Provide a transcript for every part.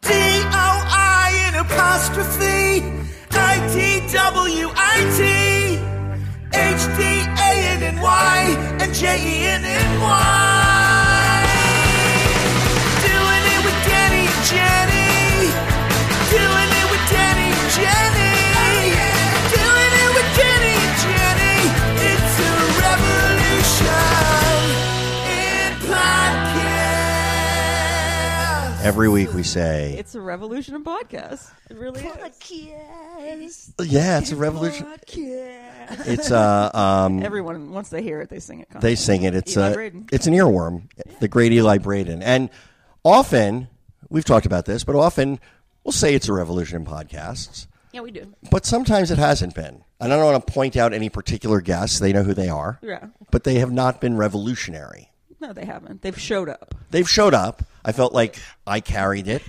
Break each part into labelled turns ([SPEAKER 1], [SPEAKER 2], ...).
[SPEAKER 1] D O I in apostrophe I T W I T H D A N N Y and J E N N Y. Doing it with Danny and Jenny. Doing it with Danny and Jenny. Doing it with Danny and Jenny. It's a revolution in podcast.
[SPEAKER 2] Every week we say,
[SPEAKER 3] It's a revolution in podcasts. It really is.
[SPEAKER 2] yeah, it's a revolution. It's uh, um,
[SPEAKER 3] Everyone, once they hear it, they sing it. Constantly.
[SPEAKER 2] they sing it. It's
[SPEAKER 3] Eli
[SPEAKER 2] uh,
[SPEAKER 3] Braden.
[SPEAKER 2] it's an earworm. The great Eli Braden, and often we've talked about this, but often we'll say it's a revolution in podcasts,
[SPEAKER 3] yeah, we do.
[SPEAKER 2] but sometimes it hasn't been. And I don't want to point out any particular guests; they know who they are.
[SPEAKER 3] Yeah.
[SPEAKER 2] but they have not been revolutionary.
[SPEAKER 3] No, they haven't. They've showed up.
[SPEAKER 2] They've showed up. I felt like I carried it,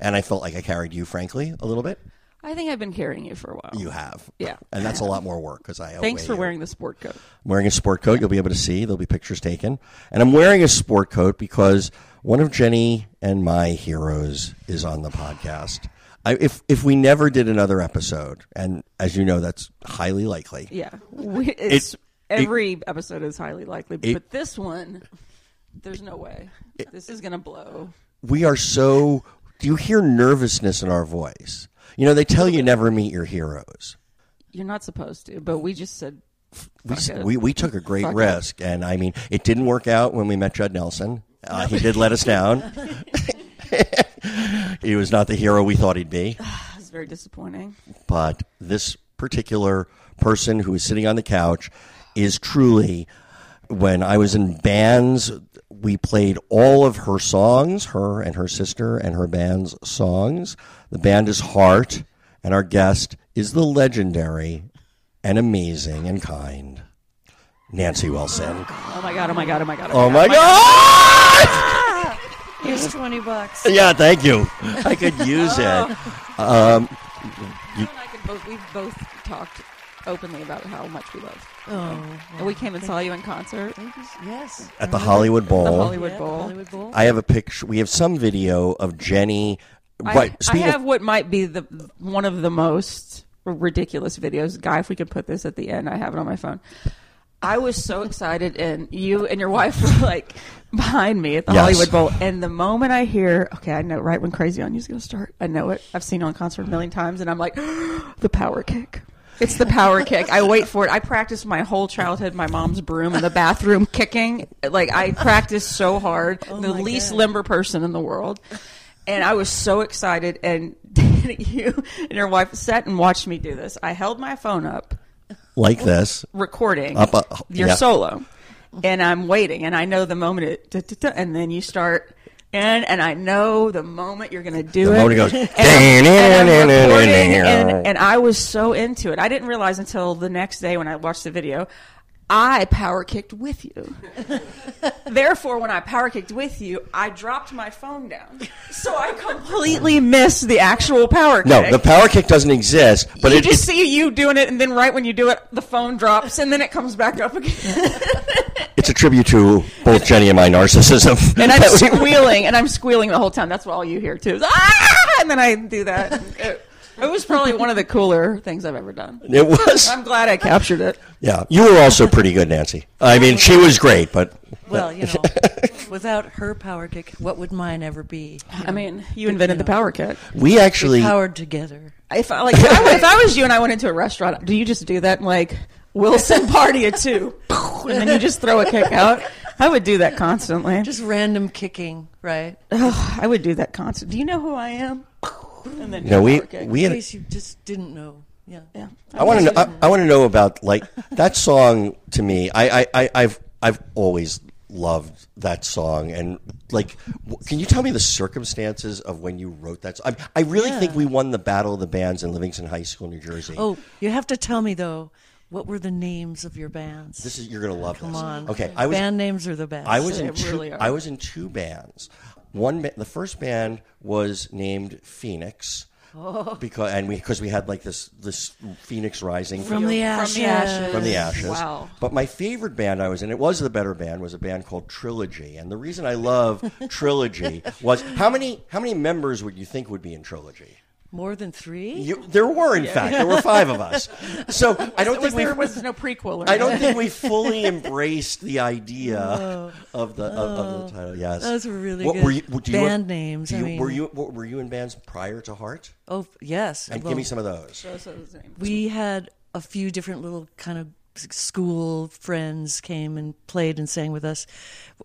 [SPEAKER 2] and I felt like I carried you, frankly, a little bit.
[SPEAKER 3] I think I've been carrying you for a while.
[SPEAKER 2] You have,
[SPEAKER 3] Yeah.
[SPEAKER 2] and that's a lot more work because I
[SPEAKER 3] Thanks
[SPEAKER 2] outweigh
[SPEAKER 3] for
[SPEAKER 2] you.
[SPEAKER 3] wearing the sport coat.
[SPEAKER 2] I'm wearing a sport coat. You'll be able to see. There'll be pictures taken. And I'm wearing a sport coat because one of Jenny and my heroes is on the podcast. I, if if we never did another episode, and as you know, that's highly likely.
[SPEAKER 3] Yeah, we, it's
[SPEAKER 2] it-
[SPEAKER 3] every episode is highly likely, but this one, there's no way. this is gonna blow.
[SPEAKER 2] We are so. Do you hear nervousness in our voice? You know, they tell you never meet your heroes.
[SPEAKER 3] You're not supposed to, but we just said
[SPEAKER 2] We, s-
[SPEAKER 3] it.
[SPEAKER 2] we, we took a great
[SPEAKER 3] Fuck it.
[SPEAKER 2] risk, and I mean, it didn't work out when we met Judd Nelson. Uh, he did let us down. he was not the hero we thought he'd be.
[SPEAKER 3] this is very disappointing.
[SPEAKER 2] but this particular person who is sitting on the couch is truly when I was in bands we played all of her songs her and her sister and her band's songs the band is heart and our guest is the legendary and amazing and kind Nancy Wilson
[SPEAKER 3] Oh my god! Oh my god! Oh my god!
[SPEAKER 2] oh my god
[SPEAKER 3] Here's twenty bucks.
[SPEAKER 2] yeah thank you I could use it
[SPEAKER 3] You and I can both. We've both talked openly about how much we love. Oh, and we came and saw you in concert,
[SPEAKER 4] Yes.
[SPEAKER 2] at the Hollywood Bowl
[SPEAKER 3] the Hollywood
[SPEAKER 4] Yeah, the
[SPEAKER 3] Bowl.
[SPEAKER 4] Hollywood Bowl.
[SPEAKER 2] I have a picture. We have some video of Jenny.
[SPEAKER 3] I,
[SPEAKER 2] right.
[SPEAKER 3] I
[SPEAKER 2] Speaking
[SPEAKER 3] have
[SPEAKER 2] of,
[SPEAKER 3] what might be the one of the most ridiculous videos. Guy, if we could put this at the end, I have it on my phone. I was so excited, and you and your wife were like behind me at the
[SPEAKER 2] Yes.
[SPEAKER 3] Hollywood Bowl. And the moment I hear, okay, I know right when Crazy on You's going to start. I know it. I've seen it on concert a million times, and I'm like, the power kick. It's the power kick. I wait for it. I practiced my whole childhood, my mom's broom in the bathroom kicking. Like I practiced so hard. the least limber person in the world. And I was so excited. And you and your wife sat and watched me do this. I held my phone up,
[SPEAKER 2] like this,
[SPEAKER 3] recording
[SPEAKER 2] Up, uh,
[SPEAKER 3] your
[SPEAKER 2] yeah.
[SPEAKER 3] solo, and I'm waiting. And I know the moment it, da, da, da, and then you start. And, and I know the moment you're going to do
[SPEAKER 2] The
[SPEAKER 3] it.
[SPEAKER 2] moment it goes,
[SPEAKER 3] And, I'm- and, I'm recording,
[SPEAKER 2] "Dan-dan-dan-dan-dan-dan."
[SPEAKER 3] and, and I was so into it. I didn't realize until the next day when I watched the video, I power kicked with you. Therefore, when I power kicked with you, I dropped my phone down. So I completely missed the actual power kick.
[SPEAKER 2] no, the power kick doesn't exist. But
[SPEAKER 3] you
[SPEAKER 2] it,
[SPEAKER 3] just
[SPEAKER 2] it-
[SPEAKER 3] see you doing it, and then right when you do it, the phone drops, and then it comes back up again.
[SPEAKER 2] it's a tribute to both Jenny and my narcissism.
[SPEAKER 3] And I'm
[SPEAKER 2] That we-
[SPEAKER 3] squealing, and I'm squealing the whole time. That's what all you hear too. is, ah! And then I do that. It, it was probably one of the cooler things I've ever done.
[SPEAKER 2] It was.
[SPEAKER 3] I'm glad I captured it.
[SPEAKER 2] Yeah, you were also pretty good, Nancy. I mean, she was great, but
[SPEAKER 4] Well, you know, without her power kick, what would mine ever be?
[SPEAKER 3] I mean, you invented the power kick.
[SPEAKER 2] we actually.
[SPEAKER 4] Powered together.
[SPEAKER 3] If I like, if I, if I was you and I went into a restaurant, do you just do that and like Wilson party at two, and then you just throw a kick out? I would do that constantly.
[SPEAKER 4] Just random kicking, right?
[SPEAKER 3] I would do that constantly. Do you know who I am? And then
[SPEAKER 2] You know, we
[SPEAKER 3] power kick.
[SPEAKER 2] we
[SPEAKER 4] In
[SPEAKER 2] had.
[SPEAKER 4] case you just didn't know. Yeah.
[SPEAKER 3] Yeah.
[SPEAKER 2] I want to know. I, I want to know about like that song. To me, I, I, I I've I've always loved that song. And like, w- can you tell me the circumstances of when you wrote that? song? I, I really think we won the battle of the bands in Livingston High School, New Jersey.
[SPEAKER 4] Oh, you have to tell me though. What were the names of your bands?
[SPEAKER 2] This is you're gonna love
[SPEAKER 4] Come
[SPEAKER 2] this.
[SPEAKER 4] on.
[SPEAKER 2] Okay, I was
[SPEAKER 4] band names are the best.
[SPEAKER 2] I was in
[SPEAKER 3] They
[SPEAKER 2] two,
[SPEAKER 3] really are.
[SPEAKER 2] I was in two bands. One ba- the first band was named Phoenix.
[SPEAKER 4] Oh.
[SPEAKER 2] Because and we because we had like this this Phoenix rising
[SPEAKER 4] from the ashes.
[SPEAKER 3] From the ashes.
[SPEAKER 2] from the ashes.
[SPEAKER 3] Wow.
[SPEAKER 2] But my favorite band I was in, it was the better band, was a band called Trilogy. And the reason I love Trilogy was how many how many members would you think would be in Trilogy?
[SPEAKER 4] More than three?
[SPEAKER 2] You, there were in fact there were five of us. So I don't
[SPEAKER 3] Was
[SPEAKER 2] think we
[SPEAKER 3] there was no prequel? Or
[SPEAKER 2] I don't think we fully embraced the idea of the of, of the title. Yes,
[SPEAKER 4] Oh. Those were really good.
[SPEAKER 2] Were you, do you-
[SPEAKER 4] Band names,
[SPEAKER 2] do
[SPEAKER 4] I
[SPEAKER 2] you- were
[SPEAKER 4] mean.
[SPEAKER 2] you what, were you in bands prior to Heart?
[SPEAKER 4] oh, yes.
[SPEAKER 2] And
[SPEAKER 4] Well,
[SPEAKER 2] give me some of those.
[SPEAKER 4] We had a few different little kind of school friends came and played and sang with us.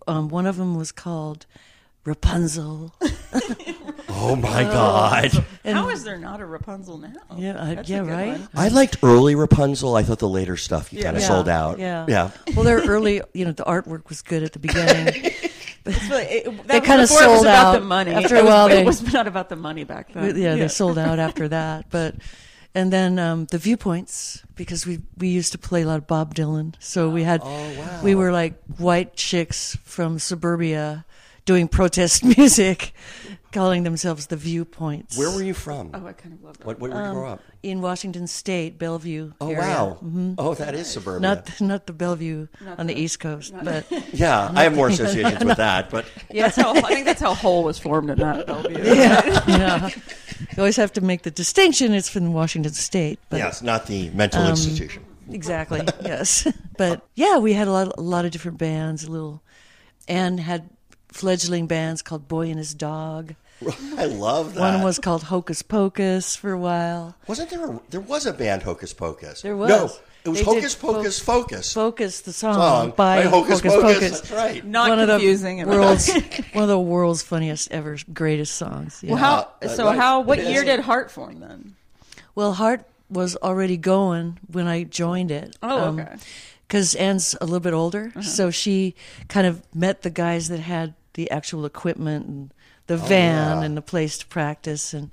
[SPEAKER 4] Um, one of them was called Rapunzel.
[SPEAKER 2] Oh my God!
[SPEAKER 3] How is there not a Rapunzel now?
[SPEAKER 4] Yeah, I-
[SPEAKER 3] That's a
[SPEAKER 4] yeah,
[SPEAKER 3] good
[SPEAKER 4] right?
[SPEAKER 3] one.
[SPEAKER 2] I liked early Rapunzel. I thought the later stuff you kind of
[SPEAKER 4] Yeah.
[SPEAKER 2] sold out.
[SPEAKER 4] Yeah.
[SPEAKER 2] yeah.
[SPEAKER 4] Well, their early, you know, the artwork was good at the beginning.
[SPEAKER 3] But it- that
[SPEAKER 4] They
[SPEAKER 3] was
[SPEAKER 4] kinda
[SPEAKER 3] before it was
[SPEAKER 4] sold
[SPEAKER 3] about
[SPEAKER 4] out.
[SPEAKER 3] the money.
[SPEAKER 4] After
[SPEAKER 3] It
[SPEAKER 4] a
[SPEAKER 3] was-
[SPEAKER 4] while,
[SPEAKER 3] it
[SPEAKER 4] they-
[SPEAKER 3] was not about the money back then.
[SPEAKER 4] yeah, they sold out after that. But and then um, the viewpoints because we we used to play a lot of Bob Dylan, so we had
[SPEAKER 3] Oh,
[SPEAKER 4] we were like white chicks from suburbia doing protest music, calling themselves the viewpoints.
[SPEAKER 2] Where were you from?
[SPEAKER 3] Oh, I kind of love that.
[SPEAKER 2] What, what where you grow up?
[SPEAKER 4] in Washington State, Bellevue.
[SPEAKER 2] Oh
[SPEAKER 4] area.
[SPEAKER 2] wow! Oh, that is suburbia.
[SPEAKER 4] Mm-hmm. Not not the Bellevue on the, East Coast, but
[SPEAKER 2] yeah, I have more associations with that, but
[SPEAKER 3] That's how, I think that's how Hole was formed in that Bellevue.
[SPEAKER 4] yeah, you always have to make the distinction. It's from Washington State, but
[SPEAKER 2] yes, not the mental
[SPEAKER 4] Um,
[SPEAKER 2] institution.
[SPEAKER 4] Exactly. yes. But yeah, we had a lot, a lot of different bands. A little, and had fledgling bands called Boy and His Dog.
[SPEAKER 2] I love that.
[SPEAKER 4] One was called Hocus Pocus for a while.
[SPEAKER 2] Wasn't there? A, there was a band, Hocus Pocus.
[SPEAKER 4] There
[SPEAKER 2] No,
[SPEAKER 4] was.
[SPEAKER 2] it was
[SPEAKER 4] They did
[SPEAKER 2] Hocus Pocus Focus.
[SPEAKER 4] Focus the song,
[SPEAKER 2] Song
[SPEAKER 4] by Hocus, Pocus.
[SPEAKER 2] That's right.
[SPEAKER 3] Not
[SPEAKER 4] one
[SPEAKER 3] confusing.
[SPEAKER 4] Of
[SPEAKER 3] and-
[SPEAKER 4] the world's, one of the world's funniest ever, greatest songs. Yeah.
[SPEAKER 3] Well, how?
[SPEAKER 2] Uh,
[SPEAKER 3] so
[SPEAKER 2] right.
[SPEAKER 3] how? What
[SPEAKER 2] It
[SPEAKER 3] year
[SPEAKER 2] is.
[SPEAKER 3] did Heart form then?
[SPEAKER 4] Well, Heart was already going when I joined it.
[SPEAKER 3] Oh, okay. Uh-huh.
[SPEAKER 4] Because Anne's a little bit older, so she kind of met the guys that had the actual equipment and the van and the place to practice, and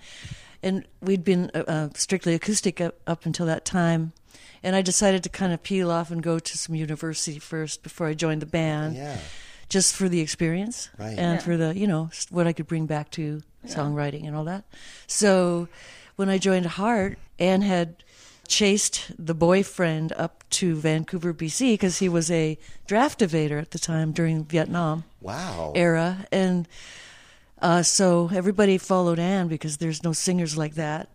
[SPEAKER 4] and we'd been uh, uh, strictly acoustic up, up until that time. And I decided to kind of peel off and go to some university first before I joined the band,
[SPEAKER 2] Yeah.
[SPEAKER 4] just for the experience
[SPEAKER 2] Right.
[SPEAKER 4] and for the you know s- what I could bring back to songwriting and all that. So when I joined Heart, Anne had chased the boyfriend up to Vancouver, BC, because he was a draft evader at the time during Vietnam
[SPEAKER 2] Wow.
[SPEAKER 4] era, and uh, so everybody followed Anne because there's no singers like that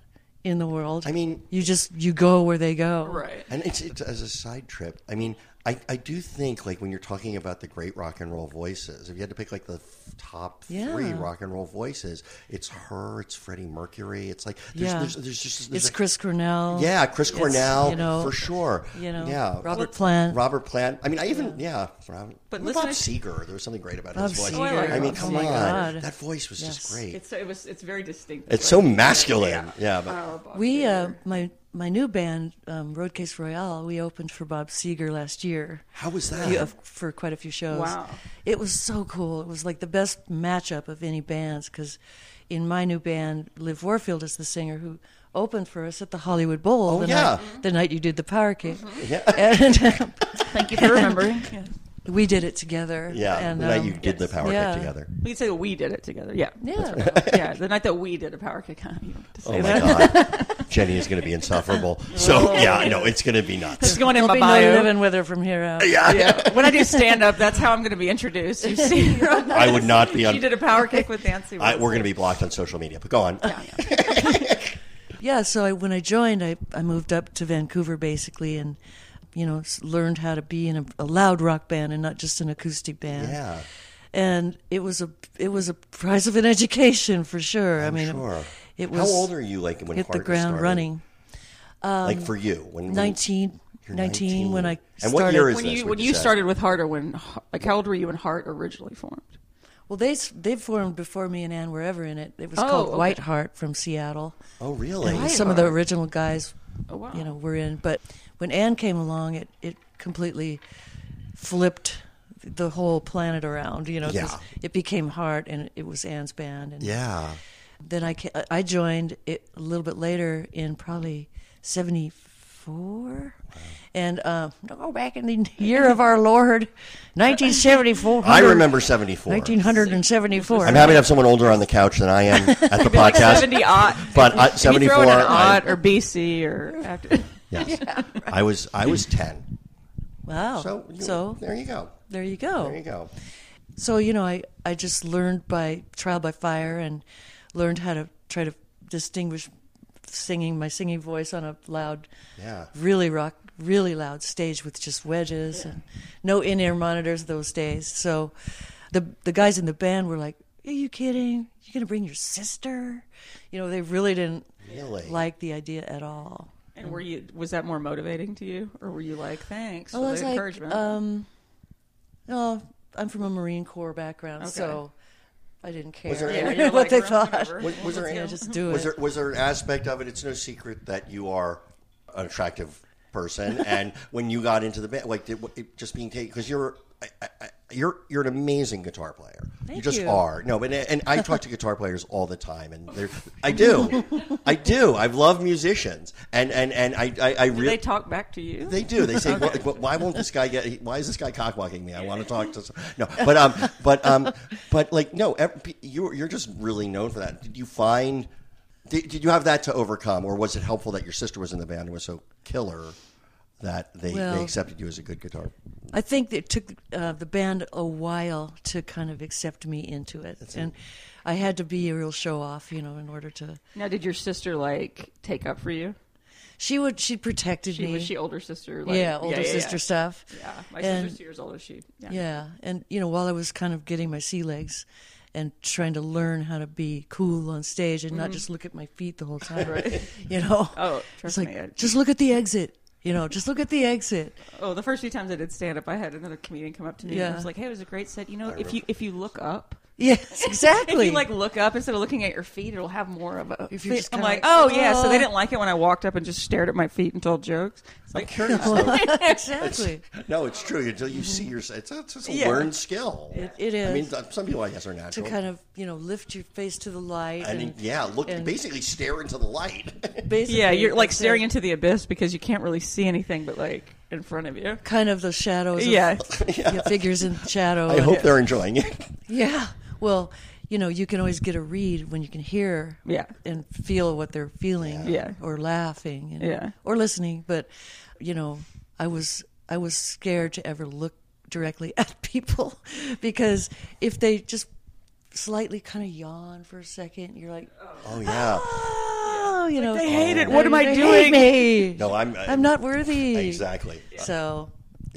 [SPEAKER 4] in the world.
[SPEAKER 2] I mean-
[SPEAKER 4] you just you go where they go,
[SPEAKER 2] And it's, it's as a side trip. I mean, I, I do think like when you're talking about the great rock and roll voices, if you had to pick like the f- top three
[SPEAKER 4] Yeah.
[SPEAKER 2] rock and roll voices, it's her, it's Freddie Mercury, it's like there's
[SPEAKER 4] Yeah.
[SPEAKER 2] there's, there's just there's
[SPEAKER 4] It's
[SPEAKER 2] a-
[SPEAKER 4] Chris Cornell.
[SPEAKER 2] Yeah, Chris
[SPEAKER 4] It's,
[SPEAKER 2] Cornell,
[SPEAKER 4] you know,
[SPEAKER 2] for sure.
[SPEAKER 4] you know,
[SPEAKER 2] yeah,
[SPEAKER 4] Robert Plant.
[SPEAKER 2] Robert Plant. I mean, I even yeah, Robert,
[SPEAKER 3] But
[SPEAKER 2] but Bob
[SPEAKER 3] listen-
[SPEAKER 2] Seger. There was something great about
[SPEAKER 4] Bob
[SPEAKER 2] his voice.
[SPEAKER 4] Seger. Oh, I like
[SPEAKER 2] I mean,
[SPEAKER 4] Bob
[SPEAKER 2] come
[SPEAKER 4] Seger.
[SPEAKER 2] on,
[SPEAKER 4] Oh my God.
[SPEAKER 2] that voice was just
[SPEAKER 4] Yes.
[SPEAKER 2] great.
[SPEAKER 3] It's it was it's very distinct.
[SPEAKER 2] It's so masculine. Yeah, but
[SPEAKER 3] Oh,
[SPEAKER 4] We uh, my my new band um, Roadcase Royale. We opened for Bob Seger last year.
[SPEAKER 2] how was that?
[SPEAKER 4] few- of- for quite a few shows.
[SPEAKER 3] Wow.
[SPEAKER 4] It was so cool. It was like the best matchup of any bands because in my new band, Liv Warfield is the singer who opened for us at the Hollywood Bowl
[SPEAKER 2] Oh,
[SPEAKER 4] the,
[SPEAKER 2] yeah.
[SPEAKER 4] night, the night you did the power kick.
[SPEAKER 2] Yeah.
[SPEAKER 4] And um,
[SPEAKER 3] Thank you for remembering.
[SPEAKER 4] we did it together.
[SPEAKER 2] Yeah,
[SPEAKER 4] and,
[SPEAKER 2] the night
[SPEAKER 4] um,
[SPEAKER 2] you did the power
[SPEAKER 4] yeah.
[SPEAKER 2] kick together.
[SPEAKER 3] We could say that we did it together. Yeah.
[SPEAKER 4] Yeah.
[SPEAKER 3] yeah. The night that we did a power kick. I don't even have to say
[SPEAKER 2] Oh
[SPEAKER 3] that.
[SPEAKER 2] my god, Jenny is going to be insufferable. So yeah, no, it's going to be
[SPEAKER 3] It's
[SPEAKER 2] nuts.
[SPEAKER 3] going in
[SPEAKER 4] There'll
[SPEAKER 3] my
[SPEAKER 4] be
[SPEAKER 3] bio.
[SPEAKER 4] no living with her from here out.
[SPEAKER 2] Yeah,
[SPEAKER 3] yeah. When I do stand up, that's how I'm going to be introduced. You see, her on
[SPEAKER 2] I would not be
[SPEAKER 3] that.
[SPEAKER 2] on.
[SPEAKER 3] she did a power kick with Nancy.
[SPEAKER 2] I, we're going to be blocked on social media. But go on.
[SPEAKER 4] yeah so I, when i joined I, I moved up to vancouver basically and you know s- learned how to be in a, a loud rock band and not just an acoustic band
[SPEAKER 2] Yeah.
[SPEAKER 4] and it was a it was a prize of an education for sure i mean it-
[SPEAKER 2] sure.
[SPEAKER 4] it, was
[SPEAKER 2] how old are you? Like when
[SPEAKER 4] hit the
[SPEAKER 2] Heart
[SPEAKER 4] ground
[SPEAKER 2] started?
[SPEAKER 4] running
[SPEAKER 2] like for you, when, when
[SPEAKER 4] 19, 19, when i
[SPEAKER 2] And
[SPEAKER 4] started
[SPEAKER 2] what year is
[SPEAKER 3] when
[SPEAKER 2] this?
[SPEAKER 3] you
[SPEAKER 2] would
[SPEAKER 3] when you
[SPEAKER 2] say?
[SPEAKER 3] started with Heart, or when H- like how old were you when Heart originally formed?
[SPEAKER 4] well they s- they formed before me and ann were ever in it it was
[SPEAKER 3] Oh,
[SPEAKER 4] called
[SPEAKER 3] okay.
[SPEAKER 4] white heart from seattle
[SPEAKER 2] Oh, really?
[SPEAKER 4] And some of the original guys,
[SPEAKER 3] Oh, wow.
[SPEAKER 4] you know, were in. But when Anne came along, it it completely flipped the whole planet around, you know, 'cause
[SPEAKER 2] Yeah.
[SPEAKER 4] it became Heart and it was Anne's band. And
[SPEAKER 2] Yeah.
[SPEAKER 4] then I, ca- I joined it a little bit later in probably 74. And uh, go back in the year of our Lord, 1974.
[SPEAKER 2] I remember 74.
[SPEAKER 4] 1974.
[SPEAKER 2] I'm happy to have someone older on the couch than I am at the
[SPEAKER 3] Like
[SPEAKER 2] podcast.
[SPEAKER 3] 70 odd.
[SPEAKER 2] But I,
[SPEAKER 3] If you
[SPEAKER 2] 74.
[SPEAKER 3] throw in an
[SPEAKER 2] I,
[SPEAKER 3] odd or BC or after.
[SPEAKER 2] yes. I was I was 10.
[SPEAKER 4] wow.
[SPEAKER 2] So, you-
[SPEAKER 4] so
[SPEAKER 2] there you go.
[SPEAKER 4] there you go.
[SPEAKER 2] There you go.
[SPEAKER 4] So you know, I I just learned by trial by fire and learned how to try to distinguish singing my singing voice on a loud,
[SPEAKER 2] Yeah.
[SPEAKER 4] really rock, really loud stage with just wedges and no in ear monitors those days. So the the guys in the band were like, "Are you kidding? You're gonna bring your sister?" You know, they really didn't
[SPEAKER 2] Really?
[SPEAKER 4] like the idea at all.
[SPEAKER 3] And were you? Was that more motivating to you, or were you like, thanks
[SPEAKER 4] I
[SPEAKER 3] for
[SPEAKER 4] was
[SPEAKER 3] the
[SPEAKER 4] like,
[SPEAKER 3] encouragement?
[SPEAKER 4] um, no, I'm from a Marine Corps background,
[SPEAKER 3] Okay.
[SPEAKER 4] so I didn't care
[SPEAKER 2] there
[SPEAKER 3] Yeah,
[SPEAKER 4] what
[SPEAKER 3] you're like,
[SPEAKER 4] they
[SPEAKER 3] "Well,
[SPEAKER 4] thought.
[SPEAKER 3] whatever."
[SPEAKER 2] Was, was there
[SPEAKER 4] Yeah,
[SPEAKER 2] any-
[SPEAKER 4] just do
[SPEAKER 2] was
[SPEAKER 4] it.
[SPEAKER 2] there was there an aspect of it? It's no secret that you are an attractive person, and when you got into the band, like did, it just being taken because you're. I, I, I- you're you're an amazing guitar player. you
[SPEAKER 4] Thank
[SPEAKER 2] just
[SPEAKER 4] you.
[SPEAKER 2] are. No, but and I talk to guitar players all the time, and they're I do, I do. I love musicians, and and and I I, I
[SPEAKER 3] Did they
[SPEAKER 2] really
[SPEAKER 3] talk back to you?
[SPEAKER 2] they do. They say, "Why- "Why won't this guy get? Why is this guy cockwalking me? I want to talk to." Some. No, but um, but um, but like no, ev- you you're just really known for that. Did you find? Did, did you have that to overcome, or was it helpful that your sister was in the band and was so killer that they, they
[SPEAKER 4] Well-
[SPEAKER 2] accepted you as a good guitar?
[SPEAKER 4] I think that it took uh, the band a while to kind of accept me into it, and I had to be a real show off, you know, in order to.
[SPEAKER 3] now, did your sister like take up for you?
[SPEAKER 4] She would. She protected
[SPEAKER 3] She
[SPEAKER 4] me.
[SPEAKER 3] was she older sister? Like,
[SPEAKER 4] yeah, older sister stuff.
[SPEAKER 3] Yeah, my
[SPEAKER 4] and,
[SPEAKER 3] sister's two years older. She yeah.
[SPEAKER 4] Yeah, and you know, while I was kind of getting my sea legs and trying to learn how to be cool on stage and not just look at my feet the whole time, you know.
[SPEAKER 3] Mm-hmm. Oh,
[SPEAKER 4] it's
[SPEAKER 3] trust
[SPEAKER 4] like
[SPEAKER 3] me, I-
[SPEAKER 4] just look at the exit. You know, just look at the exit.
[SPEAKER 3] Oh, the first few times I did stand up, I had another comedian come up to me and
[SPEAKER 4] Yeah.
[SPEAKER 3] I was like, "Hey, it was a great set. You know, if you if you look up,
[SPEAKER 4] Yes,
[SPEAKER 3] if
[SPEAKER 4] exactly.
[SPEAKER 3] you like look up instead of looking at your feet, it'll have more of a."
[SPEAKER 4] If you're
[SPEAKER 3] thi-
[SPEAKER 4] just
[SPEAKER 3] I'm
[SPEAKER 4] kinda
[SPEAKER 3] like, "Oh
[SPEAKER 4] like,
[SPEAKER 3] yeah." So they
[SPEAKER 4] "Oh."
[SPEAKER 3] didn't like it when I walked up and just stared at my feet and told jokes. It's
[SPEAKER 2] I'm
[SPEAKER 3] like,
[SPEAKER 2] curious. though.
[SPEAKER 4] exactly.
[SPEAKER 2] no, it's true. Until you see yourself, it's, it's just a
[SPEAKER 3] Yeah.
[SPEAKER 2] learned skill.
[SPEAKER 4] It- it
[SPEAKER 2] I
[SPEAKER 4] is.
[SPEAKER 2] mean, th- some people I guess are
[SPEAKER 4] to
[SPEAKER 2] natural.
[SPEAKER 4] kind of you know lift your face to the light
[SPEAKER 2] and,
[SPEAKER 4] and,
[SPEAKER 2] yeah, look,
[SPEAKER 4] and-
[SPEAKER 2] basically stare into the light.
[SPEAKER 4] basically
[SPEAKER 3] yeah, you're like
[SPEAKER 4] that's
[SPEAKER 3] staring
[SPEAKER 4] it.
[SPEAKER 3] into the abyss because you can't really see anything but like in front of you.
[SPEAKER 4] kind of the shadows of-
[SPEAKER 3] Yeah.
[SPEAKER 4] yeah, figures in shadow
[SPEAKER 2] I
[SPEAKER 4] and-
[SPEAKER 2] hope they're enjoying it.
[SPEAKER 4] yeah well you know you can always get a read when you can hear
[SPEAKER 3] Yeah.
[SPEAKER 4] and feel what they're feeling
[SPEAKER 3] Yeah.
[SPEAKER 4] or laughing and,
[SPEAKER 3] Yeah.
[SPEAKER 4] or listening but you know i was i was scared to ever look directly at people because if they just slightly kind of yawn for a second you're like
[SPEAKER 2] Oh yeah.
[SPEAKER 4] oh you know
[SPEAKER 3] they hate it. What am I
[SPEAKER 4] they
[SPEAKER 3] doing?
[SPEAKER 4] hate me.
[SPEAKER 2] No, I'm. uh,
[SPEAKER 4] I'm not worthy.
[SPEAKER 2] Exactly.
[SPEAKER 4] So,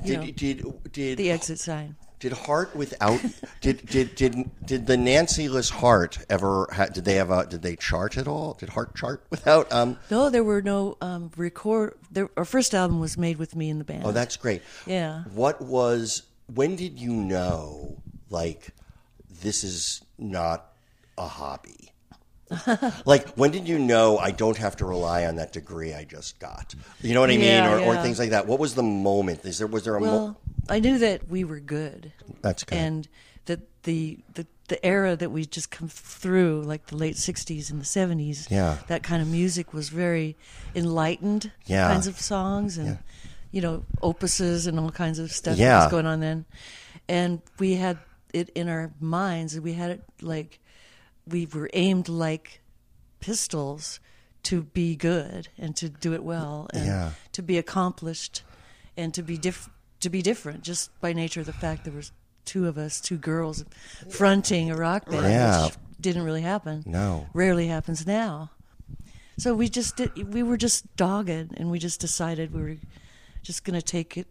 [SPEAKER 4] you know,
[SPEAKER 2] Did, did did
[SPEAKER 4] the uh, exit sign.
[SPEAKER 2] did Hart without did did did did the Nancy-less Hart ever ha, did they have a did they chart at all? Did Hart chart without um
[SPEAKER 4] No, there were no um, record. There, our first album was made with me in the band.
[SPEAKER 2] Oh, that's great.
[SPEAKER 4] Yeah.
[SPEAKER 2] What was when did you know like this is not a hobby? like when did you know I don't have to rely on that degree I just got? You know what I
[SPEAKER 4] Yeah,
[SPEAKER 2] mean, or, or
[SPEAKER 4] yeah.
[SPEAKER 2] things like that. What was the moment? Is there was there a
[SPEAKER 4] well,
[SPEAKER 2] moment?
[SPEAKER 4] I knew that we were good,
[SPEAKER 2] That's good.
[SPEAKER 4] and that the the the era that we just come through, like the late '60s and the '70s,
[SPEAKER 2] Yeah.
[SPEAKER 4] that kind of music was very enlightened
[SPEAKER 2] Yeah.
[SPEAKER 4] kinds of songs and you know opuses and all kinds of stuff
[SPEAKER 2] Yeah.
[SPEAKER 4] that was going on then, and we had it in our minds, and we had it like we were aimed like pistols to be good and to do it well and
[SPEAKER 2] Yeah.
[SPEAKER 4] to be accomplished and to be diff- to be different just by nature of the fact there was two of us two girls fronting a rock band
[SPEAKER 2] Yeah.
[SPEAKER 4] which didn't really happen
[SPEAKER 2] No.
[SPEAKER 4] rarely happens now so we just did, we were just dogged and we just decided we were just going to take it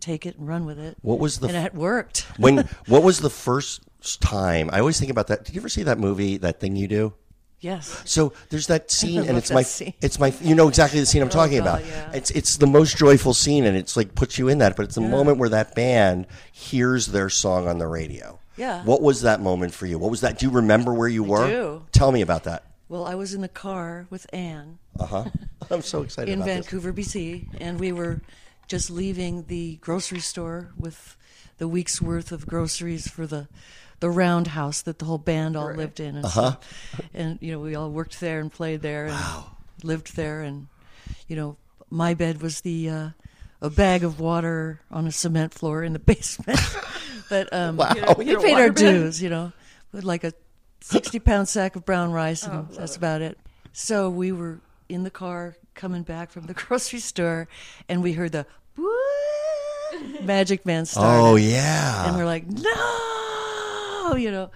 [SPEAKER 4] take it and run with it
[SPEAKER 2] What was the
[SPEAKER 4] and
[SPEAKER 2] f-
[SPEAKER 4] it worked
[SPEAKER 2] when what was the first time i always think about that did you ever see that movie that thing you do
[SPEAKER 4] yes
[SPEAKER 2] so there's that scene and
[SPEAKER 4] love
[SPEAKER 2] it's
[SPEAKER 4] that
[SPEAKER 2] my
[SPEAKER 4] scene.
[SPEAKER 2] it's my you know exactly the scene i'm talking
[SPEAKER 4] God,
[SPEAKER 2] about
[SPEAKER 4] yeah.
[SPEAKER 2] it's it's the most joyful scene and it's like puts you in that but it's the moment where that band hears their song on the radio
[SPEAKER 4] Yeah.
[SPEAKER 2] what was that moment for you what was that do you remember where you were
[SPEAKER 4] do.
[SPEAKER 2] tell me about that
[SPEAKER 4] well i was in the car with anne
[SPEAKER 2] uh-huh i'm so excited
[SPEAKER 4] in
[SPEAKER 2] about this.
[SPEAKER 4] Vancouver, BC, and we were just leaving the grocery store with the week's worth of groceries for the the roundhouse that the whole band all lived in. And,
[SPEAKER 2] Uh-huh.
[SPEAKER 4] uh and you know, we all worked there and played there and lived there. And you know, my bed was the uh, a bag of water on a cement floor in the basement. but um, we
[SPEAKER 3] Your
[SPEAKER 4] paid
[SPEAKER 3] water
[SPEAKER 4] our
[SPEAKER 3] bed?
[SPEAKER 4] dues, you know, with like a 60 pound sack of brown rice, and
[SPEAKER 3] Oh,
[SPEAKER 4] that's about it. So we were in the car coming back from the grocery store, and we heard the Magic Man started.
[SPEAKER 2] Oh yeah.
[SPEAKER 4] And we're like, no, you know.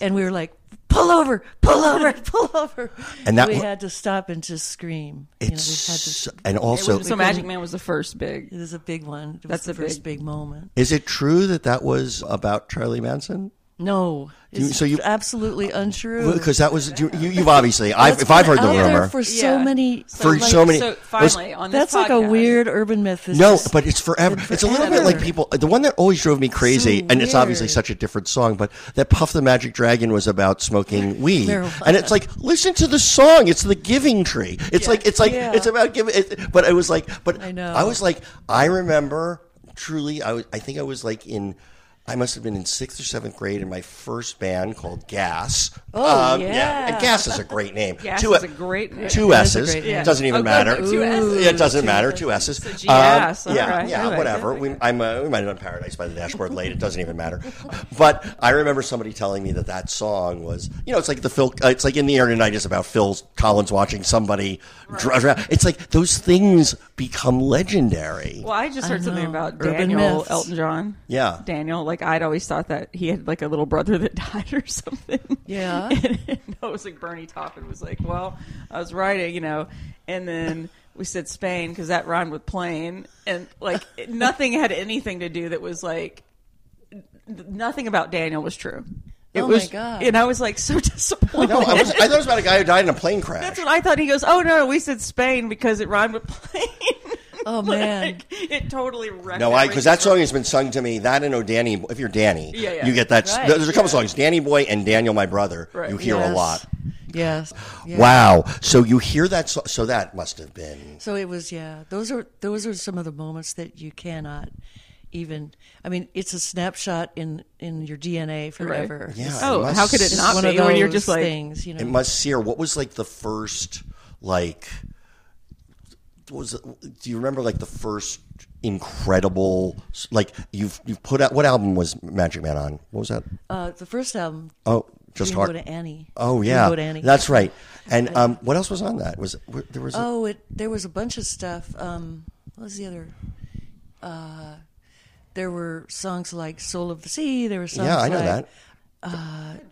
[SPEAKER 4] and we were like, pull over, pull over, pull over.
[SPEAKER 2] And that
[SPEAKER 4] we
[SPEAKER 2] wa-
[SPEAKER 4] had to stop and just scream. you know, we had
[SPEAKER 2] It's
[SPEAKER 4] to-
[SPEAKER 2] and also
[SPEAKER 3] so Magic Man was the first big.
[SPEAKER 4] it was a big one. It
[SPEAKER 3] That's
[SPEAKER 4] was the
[SPEAKER 3] a
[SPEAKER 4] first
[SPEAKER 3] big-
[SPEAKER 4] big, moment.
[SPEAKER 2] is it true that that was about Charlie Manson?
[SPEAKER 4] No,
[SPEAKER 2] You-
[SPEAKER 4] it's
[SPEAKER 2] so you-
[SPEAKER 4] absolutely untrue.
[SPEAKER 2] Because that was you, you, you've obviously I've, if I've heard the
[SPEAKER 4] out there
[SPEAKER 2] rumor
[SPEAKER 4] for so
[SPEAKER 3] Yeah.
[SPEAKER 4] many,
[SPEAKER 2] for
[SPEAKER 4] like,
[SPEAKER 2] so many.
[SPEAKER 3] So finally, on this
[SPEAKER 4] That's like a
[SPEAKER 3] podcast-
[SPEAKER 4] weird urban myth. It's
[SPEAKER 2] No,
[SPEAKER 4] just-
[SPEAKER 2] but it's forever.
[SPEAKER 4] It's
[SPEAKER 2] It's a little bit
[SPEAKER 4] forever.
[SPEAKER 2] like people. The one that always drove me crazy, and it's obviously
[SPEAKER 4] weird.
[SPEAKER 2] such a different song, but that Puff the Magic Dragon was about smoking weed,
[SPEAKER 4] Marijuana.
[SPEAKER 2] and it's like listen to the song. It's the Giving Tree. It's like it's like
[SPEAKER 4] Yeah.
[SPEAKER 2] it's about giving. It, but it was like, but
[SPEAKER 4] I know.
[SPEAKER 2] was like, I remember truly. I was. I think I was like in. I must have been in sixth or seventh grade in my first band called Gas. Um,
[SPEAKER 4] Oh, yeah.
[SPEAKER 2] And Gas is a great name.
[SPEAKER 3] Gas
[SPEAKER 2] two
[SPEAKER 3] is
[SPEAKER 2] a-
[SPEAKER 3] a great name.
[SPEAKER 2] Two
[SPEAKER 4] That is a
[SPEAKER 2] S's.
[SPEAKER 4] great name.
[SPEAKER 2] Doesn't even
[SPEAKER 3] Oh, good.
[SPEAKER 2] matter.
[SPEAKER 3] Two S's.
[SPEAKER 2] Yeah, it doesn't matter. Two S's.
[SPEAKER 3] So GS, all
[SPEAKER 2] Um, yeah,
[SPEAKER 3] right. I
[SPEAKER 2] yeah,
[SPEAKER 3] like
[SPEAKER 2] whatever. We, I'm, uh, we might have done Paradise by the Dashboard Late. It doesn't even matter. But I remember somebody telling me that that song was, you know, it's like the Phil. Uh, it's like in the air tonight is about Phil Collins watching somebody. Dr- dr- it's like those things become legendary.
[SPEAKER 3] Well, I just heard something
[SPEAKER 4] know.
[SPEAKER 3] about
[SPEAKER 4] Urban
[SPEAKER 3] Daniel
[SPEAKER 4] myths.
[SPEAKER 3] Elton John.
[SPEAKER 2] Yeah.
[SPEAKER 3] Daniel. Like I'd always thought that he had like a little brother that died or something.
[SPEAKER 4] Yeah.
[SPEAKER 3] and it was like Bernie Taupin was like, "Well, I was writing, you know," and then we said Spain because that rhymed with plane, and like it- nothing had anything to do that was like n- nothing about Daniel was true. It
[SPEAKER 4] Oh, my
[SPEAKER 3] was,
[SPEAKER 4] God.
[SPEAKER 3] and I was like so disappointed.
[SPEAKER 2] no, I, was, I thought it was about a guy who died in a plane crash.
[SPEAKER 3] That's what I thought. He goes, "Oh no, we said Spain because it rhymed with plane."
[SPEAKER 4] Oh, man.
[SPEAKER 3] it totally wrecked.
[SPEAKER 2] No, I because that
[SPEAKER 3] everything.
[SPEAKER 2] song has been sung to me. That and Oh Danny, if you're Danny,
[SPEAKER 3] Yeah, yeah.
[SPEAKER 2] you get that.
[SPEAKER 4] Right,
[SPEAKER 2] there's a couple songs, Danny Boy and Daniel, my brother.
[SPEAKER 3] Right.
[SPEAKER 2] You hear a
[SPEAKER 4] Yes.
[SPEAKER 2] lot.
[SPEAKER 4] Yes. Yeah.
[SPEAKER 2] Wow. So you hear that. So, so that must have been.
[SPEAKER 4] So it was, yeah. Those are those are some of the moments that you cannot even. I mean, it's a snapshot in in your DNA forever.
[SPEAKER 2] Yeah.
[SPEAKER 4] It's
[SPEAKER 3] Oh,
[SPEAKER 2] must-
[SPEAKER 3] how could it
[SPEAKER 4] just
[SPEAKER 3] not
[SPEAKER 4] one
[SPEAKER 3] be
[SPEAKER 4] of those
[SPEAKER 3] when you're just like
[SPEAKER 4] things, you know.
[SPEAKER 2] It must sear. What was like the first like? what Was do you remember like the first incredible like you've you've put out what album was Magic Man on? What was that?
[SPEAKER 4] uh, the first album.
[SPEAKER 2] Oh, just
[SPEAKER 4] Dream
[SPEAKER 2] hard.
[SPEAKER 4] Go to Annie.
[SPEAKER 2] Oh
[SPEAKER 4] Dream
[SPEAKER 2] yeah,
[SPEAKER 4] Go to Annie.
[SPEAKER 2] that's right. And um, what else was on that? Was there was a-
[SPEAKER 4] Oh, it there was a bunch of stuff. Um, what was the other? Uh, there were songs like "Soul of the Sea." There were songs
[SPEAKER 2] yeah, I know
[SPEAKER 4] like
[SPEAKER 2] that.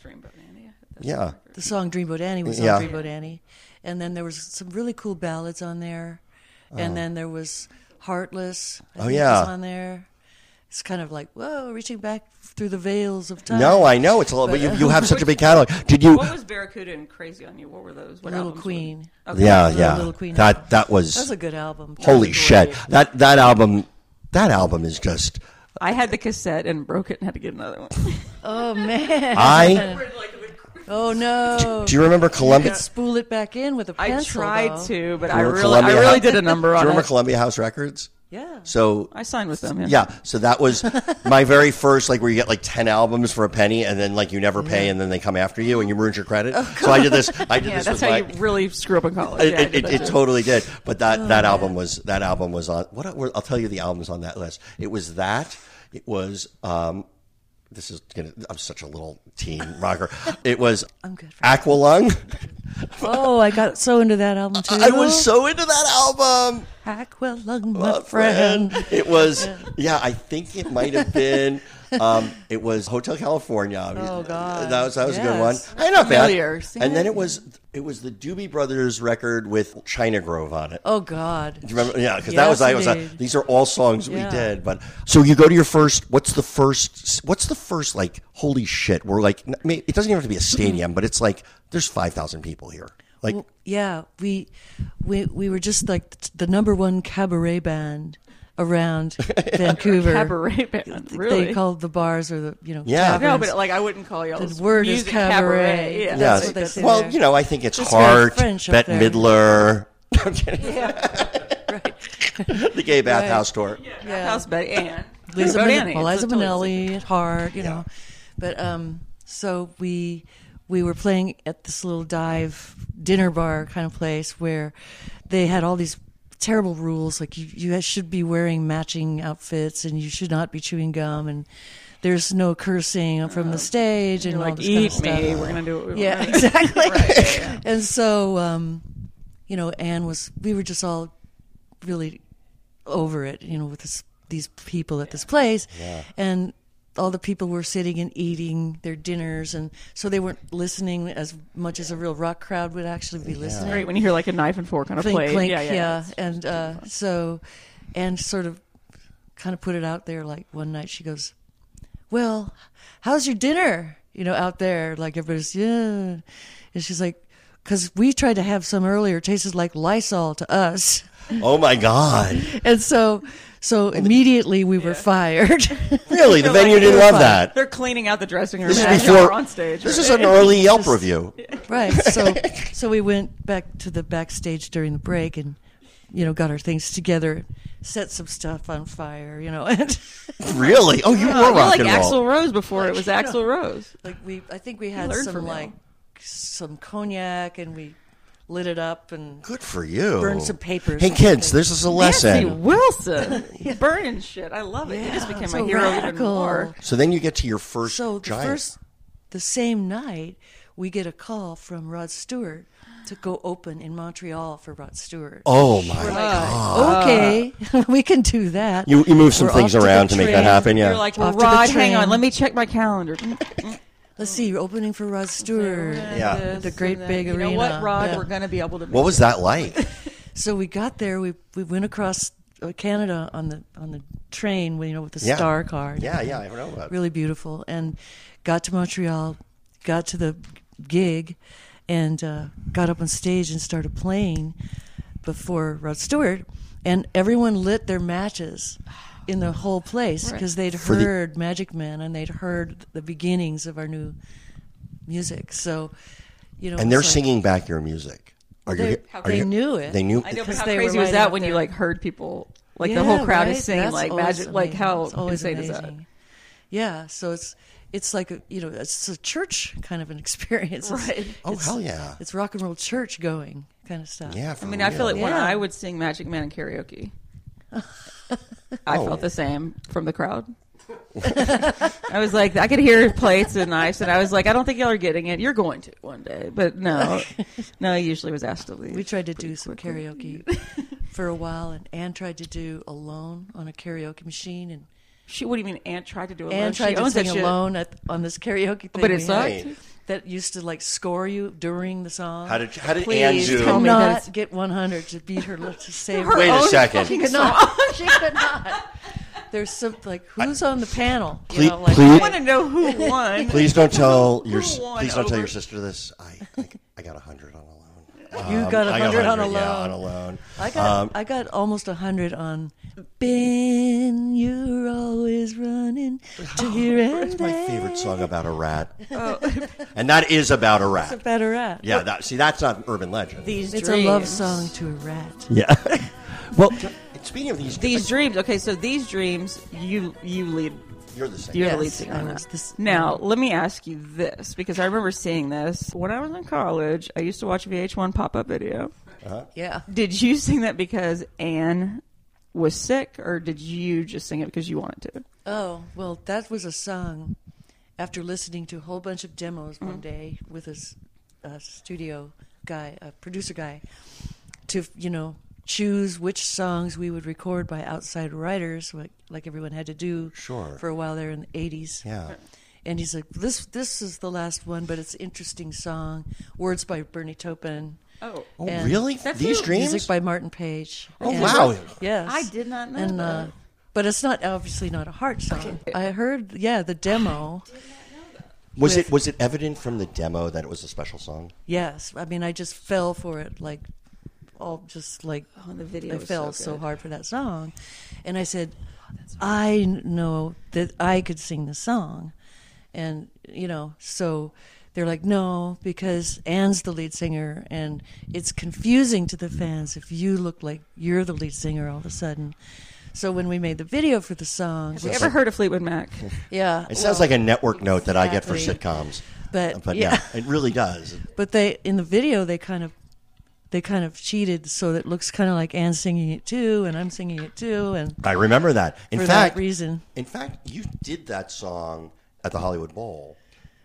[SPEAKER 3] Dreamboat Annie.
[SPEAKER 2] Yeah.
[SPEAKER 4] the song Dreamboat Annie was
[SPEAKER 2] Yeah.
[SPEAKER 4] on Dreamboat Annie. And then there was some really cool ballads on there. And then there was Heartless. I think,
[SPEAKER 2] Oh. yeah.
[SPEAKER 4] was on there. It's kind of like whoa, reaching back through the veils of time.
[SPEAKER 2] No, I know it's a little, but you, you have such a big catalog. Did you?
[SPEAKER 3] What was Barracuda and Crazy on You? What were those? What
[SPEAKER 4] Little
[SPEAKER 3] albums were-
[SPEAKER 4] Queen.
[SPEAKER 3] Okay.
[SPEAKER 2] Yeah,
[SPEAKER 4] Little-
[SPEAKER 2] yeah.
[SPEAKER 4] Little Queen
[SPEAKER 2] that
[SPEAKER 4] album.
[SPEAKER 2] that was,
[SPEAKER 4] That was a good album.
[SPEAKER 2] holy
[SPEAKER 4] Great.
[SPEAKER 2] shit. That that album, that album is just.
[SPEAKER 3] I had the cassette and broke it and had to get another one.
[SPEAKER 4] Oh man.
[SPEAKER 2] I
[SPEAKER 4] Oh no.
[SPEAKER 2] do you remember
[SPEAKER 4] You could
[SPEAKER 2] Columbia?
[SPEAKER 4] spool it back in with a
[SPEAKER 3] I
[SPEAKER 4] pencil.
[SPEAKER 3] tried
[SPEAKER 4] though.
[SPEAKER 3] to, but I
[SPEAKER 2] remember
[SPEAKER 3] really,
[SPEAKER 2] Columbia
[SPEAKER 3] I really
[SPEAKER 2] House-
[SPEAKER 3] did a number
[SPEAKER 2] Do you
[SPEAKER 3] on
[SPEAKER 2] remember
[SPEAKER 3] it.
[SPEAKER 2] Columbia House Records?
[SPEAKER 4] Yeah.
[SPEAKER 2] So
[SPEAKER 3] I signed with them.
[SPEAKER 2] yeah, so that was my very first like where you get like ten albums for a penny, and then like you never pay, and then they come after you, and you ruin your credit. so I did this. I did
[SPEAKER 3] Oh, yeah,
[SPEAKER 2] this
[SPEAKER 3] that's
[SPEAKER 2] with
[SPEAKER 3] how
[SPEAKER 2] my.
[SPEAKER 3] you really screw up in college.
[SPEAKER 2] It,
[SPEAKER 3] Yeah, I
[SPEAKER 2] it,
[SPEAKER 3] did
[SPEAKER 2] it,
[SPEAKER 3] that
[SPEAKER 2] it
[SPEAKER 3] too. Oh,
[SPEAKER 2] totally did, but that, that album was that album was on. What were- I'll tell you the albums on that list. It was that. It was. Um, this is gonna. I'm such a little teen rocker. It was. I'm
[SPEAKER 4] good for
[SPEAKER 2] Aqualung.
[SPEAKER 4] Oh, I got so into that album too.
[SPEAKER 2] I was so into that album.
[SPEAKER 4] Aqualung,
[SPEAKER 2] my
[SPEAKER 4] my friend.
[SPEAKER 2] It was, yeah, I think it might have been. Um, it was Hotel California.
[SPEAKER 4] Oh, God.
[SPEAKER 2] that was that was a good
[SPEAKER 4] Yes.
[SPEAKER 2] one. I not
[SPEAKER 3] Familiar.
[SPEAKER 2] bad. And then it was it was the Doobie Brothers record with China Grove on it.
[SPEAKER 4] Oh God.
[SPEAKER 2] Do you remember? Yeah, because that
[SPEAKER 4] Yes,
[SPEAKER 2] was I was. uh,
[SPEAKER 4] indeed.
[SPEAKER 2] these are all songs we
[SPEAKER 4] Yeah.
[SPEAKER 2] did. But so you go to your first. What's the first? What's the first? Like holy shit! We're like. I mean, it doesn't even have to be a stadium, but it's like there's five thousand people here. Like
[SPEAKER 4] yeah we we we were just like t- the number one cabaret band around vancouver
[SPEAKER 3] Cabaret band,
[SPEAKER 4] Th-
[SPEAKER 3] really?
[SPEAKER 4] they called the bars or the you know
[SPEAKER 2] Yeah.
[SPEAKER 3] No,
[SPEAKER 4] taverns.
[SPEAKER 3] but like I wouldn't call y'all
[SPEAKER 4] The word is
[SPEAKER 3] music cabaret.
[SPEAKER 4] cabaret.
[SPEAKER 3] Yeah,
[SPEAKER 4] That's
[SPEAKER 2] Yes.
[SPEAKER 4] what they say
[SPEAKER 2] well,
[SPEAKER 4] there.
[SPEAKER 2] you know, I think it's
[SPEAKER 4] It's very
[SPEAKER 2] Hart,
[SPEAKER 4] French up
[SPEAKER 2] Bette
[SPEAKER 4] there.
[SPEAKER 2] Midler. I'm kidding. the gay bathhouse tour.
[SPEAKER 3] House Betty Ann.
[SPEAKER 4] Liza,
[SPEAKER 3] Wrote
[SPEAKER 4] Min-
[SPEAKER 3] Annie.
[SPEAKER 4] Eliza
[SPEAKER 3] It's a totally
[SPEAKER 4] Minnelli at heart, you know. But um, so we we were playing at this little dive dinner bar kind of place where they had all these terrible rules like you, you should be wearing matching outfits and you should not be chewing gum and there's no cursing from the stage and all
[SPEAKER 3] Oh. like
[SPEAKER 4] this
[SPEAKER 3] eat
[SPEAKER 4] kind of stuff.
[SPEAKER 3] me. We're gonna do what we
[SPEAKER 4] Yeah,
[SPEAKER 3] want.
[SPEAKER 4] exactly. And so, um, you know, Anne was, we were just all really over it, you know, with this, these people at this place. And all the people were sitting and eating their dinners. And so they weren't listening as much as a real rock crowd would actually be listening.
[SPEAKER 3] Great when you hear like a knife and fork on a
[SPEAKER 4] Clink,
[SPEAKER 3] plate.
[SPEAKER 4] clink,
[SPEAKER 3] yeah, yeah.
[SPEAKER 4] And uh, so, and sort of kind of put it out there like one night she goes, Well, how's your dinner? You know, out there, like everybody's, yeah. And she's like, Because we tried to have some earlier, it tasted like Lysol to us.
[SPEAKER 2] Oh my God!
[SPEAKER 4] And so, so immediately we were fired.
[SPEAKER 2] Really, the venue didn't love that.
[SPEAKER 3] They're cleaning out the dressing room.
[SPEAKER 2] This
[SPEAKER 3] after
[SPEAKER 2] is before.
[SPEAKER 3] we're on stage.
[SPEAKER 2] This is an early Yelp review.
[SPEAKER 4] right. So, so we went back to the backstage during the break and, you know, got our things together, set some stuff on fire, you know, and.
[SPEAKER 2] Really? Oh, you
[SPEAKER 3] I
[SPEAKER 2] were
[SPEAKER 3] feel
[SPEAKER 2] rock
[SPEAKER 3] like
[SPEAKER 2] and
[SPEAKER 3] Axl
[SPEAKER 2] roll.
[SPEAKER 3] Rose before it was Axl Rose.
[SPEAKER 4] like we i think we had
[SPEAKER 3] learn
[SPEAKER 4] some
[SPEAKER 3] from it all.
[SPEAKER 4] like some cognac and we lit it up and
[SPEAKER 2] Good for you.
[SPEAKER 4] Burn some papers
[SPEAKER 2] Hey
[SPEAKER 4] or
[SPEAKER 2] kids, this is a
[SPEAKER 3] Nancy
[SPEAKER 2] lesson.
[SPEAKER 3] Wilson burning shit. I love it. He just became
[SPEAKER 4] so
[SPEAKER 3] a hero even
[SPEAKER 4] radical.
[SPEAKER 3] more.
[SPEAKER 2] So then you get to your first
[SPEAKER 4] so the
[SPEAKER 2] giant.
[SPEAKER 4] first the same night we get a call from rod stewart to go open in montreal for rod stewart
[SPEAKER 2] oh my!
[SPEAKER 4] okay we can do that
[SPEAKER 2] You, you move some
[SPEAKER 4] We're
[SPEAKER 2] things
[SPEAKER 4] off to the
[SPEAKER 2] around to, make that
[SPEAKER 4] train.
[SPEAKER 2] happen. Yeah.
[SPEAKER 3] You're like,
[SPEAKER 4] Off to the
[SPEAKER 3] Rod, hang on.
[SPEAKER 4] train.
[SPEAKER 3] Let me check my calendar.
[SPEAKER 4] let's see you're opening for rod stewart
[SPEAKER 2] Yeah.
[SPEAKER 4] The great
[SPEAKER 3] And then,
[SPEAKER 4] big
[SPEAKER 3] you
[SPEAKER 4] arena.
[SPEAKER 3] know what, Rod?
[SPEAKER 4] Yeah.
[SPEAKER 3] We're going to be able to.
[SPEAKER 2] what was that like?
[SPEAKER 4] so we got there we we went across uh, canada on the on the train you know with the
[SPEAKER 2] Yeah.
[SPEAKER 4] star car
[SPEAKER 2] Yeah, yeah, I don't know about.
[SPEAKER 4] really beautiful. And got to Montreal, got to the gig, and uh, got up on stage and started playing before Rod Stewart. And everyone lit their matches in the whole place because they'd
[SPEAKER 2] the-
[SPEAKER 4] heard Magic Man and they'd heard the beginnings of our new music. So, you know,
[SPEAKER 2] And they're
[SPEAKER 4] it's like-
[SPEAKER 2] singing back your music. Are
[SPEAKER 4] They-
[SPEAKER 2] you?
[SPEAKER 4] how
[SPEAKER 2] are
[SPEAKER 4] they
[SPEAKER 2] you-
[SPEAKER 4] knew it.
[SPEAKER 2] They knew.
[SPEAKER 3] I know, but
[SPEAKER 4] because
[SPEAKER 3] how
[SPEAKER 4] they were
[SPEAKER 3] crazy was
[SPEAKER 4] right
[SPEAKER 3] that
[SPEAKER 4] up
[SPEAKER 3] when you
[SPEAKER 4] there.
[SPEAKER 3] like heard people, like the whole
[SPEAKER 4] Yeah,
[SPEAKER 3] crowd
[SPEAKER 4] right.
[SPEAKER 3] is singing,
[SPEAKER 4] That's
[SPEAKER 3] like
[SPEAKER 4] always
[SPEAKER 3] magic, like how
[SPEAKER 4] amazing. It's always
[SPEAKER 3] insane is that?
[SPEAKER 4] amazing. Yeah, so it's it's like a you know it's a church kind of an experience. It's-
[SPEAKER 3] Right.
[SPEAKER 2] Oh
[SPEAKER 4] it's-
[SPEAKER 2] hell yeah!
[SPEAKER 4] It's rock and roll church going kind of stuff.
[SPEAKER 2] Yeah.
[SPEAKER 3] I
[SPEAKER 2] for
[SPEAKER 3] mean, I feel like
[SPEAKER 2] real.
[SPEAKER 3] when
[SPEAKER 4] Yeah.
[SPEAKER 3] I would sing Magic Man in karaoke, I
[SPEAKER 2] Oh.
[SPEAKER 3] felt the same from the crowd. I was like, I could hear plates and knives, and I was like, I don't think y'all are getting it. You're going to one day, but no, no. I usually was asked to leave.
[SPEAKER 4] We tried to do some karaoke for a while, and Anne tried to do alone on a karaoke machine, and
[SPEAKER 3] She, what do you mean? Anne tried to do alone.
[SPEAKER 4] Anne tried
[SPEAKER 3] she
[SPEAKER 4] to
[SPEAKER 3] owns
[SPEAKER 4] sing
[SPEAKER 3] that shit.
[SPEAKER 4] alone at, on this karaoke thing.
[SPEAKER 3] but it
[SPEAKER 4] we had
[SPEAKER 3] sucked.
[SPEAKER 4] That used to like score you during the song.
[SPEAKER 2] How did how did Anne
[SPEAKER 3] Please
[SPEAKER 2] do?
[SPEAKER 3] tell me that it's
[SPEAKER 4] not get 100 to beat her lip to save
[SPEAKER 3] her
[SPEAKER 4] her.
[SPEAKER 2] Wait a
[SPEAKER 3] own
[SPEAKER 2] second.
[SPEAKER 3] fucking
[SPEAKER 4] She could
[SPEAKER 3] song.
[SPEAKER 4] not. She could not. There's some like who's on the panel? You
[SPEAKER 2] Please-
[SPEAKER 4] know, like,
[SPEAKER 2] please-
[SPEAKER 3] I want to know who won.
[SPEAKER 2] Please don't tell your s-
[SPEAKER 3] won
[SPEAKER 2] please don't tell
[SPEAKER 3] over-
[SPEAKER 2] your sister this. I I, I got a hundred on a loan.
[SPEAKER 4] You got
[SPEAKER 2] Um,
[SPEAKER 4] a
[SPEAKER 2] I
[SPEAKER 4] hundred on a
[SPEAKER 2] Yeah, on
[SPEAKER 4] loan.
[SPEAKER 2] a loan.
[SPEAKER 4] I got I got almost hundred on Ben. You're always running to here and
[SPEAKER 2] It's my
[SPEAKER 4] there.
[SPEAKER 2] favorite song about a rat,
[SPEAKER 4] Oh.
[SPEAKER 2] and that is about a rat.
[SPEAKER 4] Better at
[SPEAKER 2] yeah, that, see, that's not an urban legend.
[SPEAKER 3] These
[SPEAKER 4] It's
[SPEAKER 3] dreams.
[SPEAKER 4] a love song to a rat.
[SPEAKER 2] yeah. well, speaking of these,
[SPEAKER 3] These dreams. Okay, so these dreams, you you lead.
[SPEAKER 2] you're the same.
[SPEAKER 3] You're
[SPEAKER 4] Yes,
[SPEAKER 3] the lead singer
[SPEAKER 4] I
[SPEAKER 3] on
[SPEAKER 4] was
[SPEAKER 3] that.
[SPEAKER 4] this-
[SPEAKER 3] now, let me ask you this because I remember seeing this when I was in college. I used to watch VH1 pop up video.
[SPEAKER 4] Yeah.
[SPEAKER 3] Did you sing that because Anne was sick, or did you just sing it because you wanted to?
[SPEAKER 4] Oh well, that was a song. After listening to a whole bunch of demos
[SPEAKER 2] Mm-hmm.
[SPEAKER 4] one day with a, s- a studio guy, a producer guy, to you know choose which songs we would record by outside writers, like, like everyone had to do
[SPEAKER 2] Sure.
[SPEAKER 4] for a while there in the eighties.
[SPEAKER 2] Yeah.
[SPEAKER 4] And he's like, "This this is the last one, but it's an interesting song. Words by Bernie Taupin,
[SPEAKER 3] Oh,
[SPEAKER 2] Oh,
[SPEAKER 4] And
[SPEAKER 2] really? These dreams?
[SPEAKER 4] music by Martin Page.
[SPEAKER 2] oh,
[SPEAKER 4] And-
[SPEAKER 2] wow.
[SPEAKER 4] Yes,
[SPEAKER 3] I did not know
[SPEAKER 4] And, uh,
[SPEAKER 3] that.
[SPEAKER 4] but it's not obviously not a heart song. I heard, yeah, the demo.
[SPEAKER 2] Was it was it evident from the demo that it was a special song?
[SPEAKER 4] Yes, I mean, I just fell for it, like all just like
[SPEAKER 3] Oh, the video
[SPEAKER 4] I
[SPEAKER 3] was
[SPEAKER 4] fell
[SPEAKER 3] so
[SPEAKER 4] so,
[SPEAKER 3] good. Oh,
[SPEAKER 4] hard for that song, and I said, I know that I could sing the song, and you know, so they're like, no, because Anne's the lead singer, and it's confusing to the fans if you look like you're the lead singer all of a sudden. So when we made the video for the song,
[SPEAKER 3] Have you ever heard of Fleetwood Mac?
[SPEAKER 4] yeah,
[SPEAKER 2] It sounds like a network note that I get for
[SPEAKER 4] exactly.
[SPEAKER 2] sitcoms.
[SPEAKER 4] But,
[SPEAKER 2] But
[SPEAKER 4] yeah.
[SPEAKER 2] no, it really does.
[SPEAKER 4] but they in the video they kind of they kind of cheated so that it looks kind of like Anne's singing it too, and I'm singing it too, and
[SPEAKER 2] I remember that. In
[SPEAKER 4] For that
[SPEAKER 2] fact,
[SPEAKER 4] reason.
[SPEAKER 2] In fact, you did that song at the Hollywood Bowl,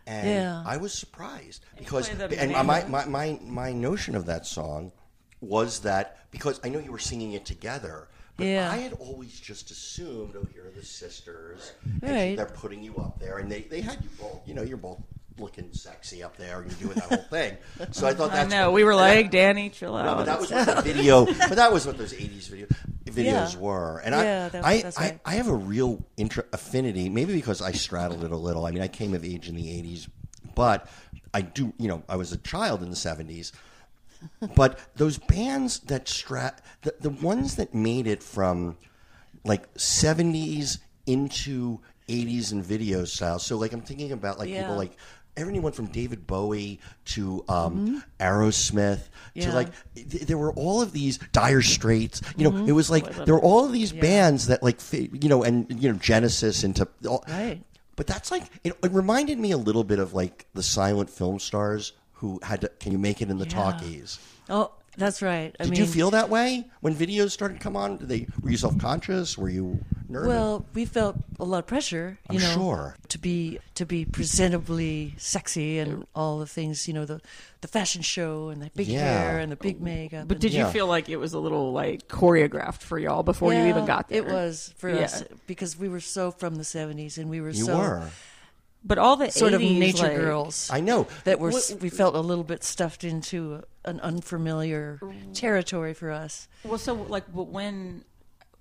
[SPEAKER 2] and
[SPEAKER 4] Yeah.
[SPEAKER 2] I was surprised because
[SPEAKER 3] played that
[SPEAKER 2] and
[SPEAKER 3] amazing.
[SPEAKER 2] my, my my my notion of that song was that because I know you were singing it together. But
[SPEAKER 4] Yeah.
[SPEAKER 2] I had always just assumed, oh, here are the sisters. and she-
[SPEAKER 4] Right.
[SPEAKER 2] they're putting you up there, and they, they had you both. You know, you're both looking sexy up there, and you're doing that whole thing. So I thought
[SPEAKER 3] I
[SPEAKER 2] that's
[SPEAKER 3] know. We were
[SPEAKER 2] and I-
[SPEAKER 3] like, Danny, chill
[SPEAKER 2] no, but
[SPEAKER 3] out.
[SPEAKER 2] that was what the video. But that was what those '80s video videos
[SPEAKER 4] Yeah.
[SPEAKER 2] were. And I,
[SPEAKER 4] Yeah, that-
[SPEAKER 2] I,
[SPEAKER 4] that's
[SPEAKER 2] I,
[SPEAKER 4] right.
[SPEAKER 2] I have a real intra- affinity, maybe because I straddled it a little. I mean, I came of age in the '80s, but I do. You know, I was a child in the '70s. But those bands that strat, the, the ones that made it from like '70s into '80s and video style. So, like, I'm thinking about like people
[SPEAKER 4] Yeah.
[SPEAKER 2] like. Everyone from David Bowie to um, Aerosmith to
[SPEAKER 4] Mm-hmm. Yeah.
[SPEAKER 2] like th- there were all of these dire straits you know
[SPEAKER 4] Mm-hmm.
[SPEAKER 2] it was like there were all of these bands that like fi- you know and you know genesis into all,
[SPEAKER 4] Right.
[SPEAKER 2] but that's like it, it reminded me a little bit of like the silent film stars who had to can you make it in the talkies
[SPEAKER 4] oh, that's right. I
[SPEAKER 2] did
[SPEAKER 4] mean,
[SPEAKER 2] you feel that way when videos started to come on did they were you self-conscious were you nervous
[SPEAKER 4] Well, we felt a lot of pressure, you
[SPEAKER 2] I'm
[SPEAKER 4] know,
[SPEAKER 2] sure.
[SPEAKER 4] to be to be presentably sexy and all the things, you know, the the fashion show and the big
[SPEAKER 2] Yeah.
[SPEAKER 4] hair and the big makeup.
[SPEAKER 3] But
[SPEAKER 4] and-
[SPEAKER 3] did you
[SPEAKER 2] Yeah.
[SPEAKER 3] feel like it was a little like choreographed for y'all before you even
[SPEAKER 4] Yeah,
[SPEAKER 3] got there?
[SPEAKER 4] It was for
[SPEAKER 3] Yeah.
[SPEAKER 4] us because we were so from the '70s and we were
[SPEAKER 2] you
[SPEAKER 4] so
[SPEAKER 2] were
[SPEAKER 3] But all the
[SPEAKER 4] sort of
[SPEAKER 3] 80s,
[SPEAKER 4] nature
[SPEAKER 3] like-
[SPEAKER 4] girls.
[SPEAKER 2] i know
[SPEAKER 4] that were
[SPEAKER 2] What-
[SPEAKER 4] we felt a little bit stuffed into an unfamiliar territory for us.
[SPEAKER 3] Well, so like but when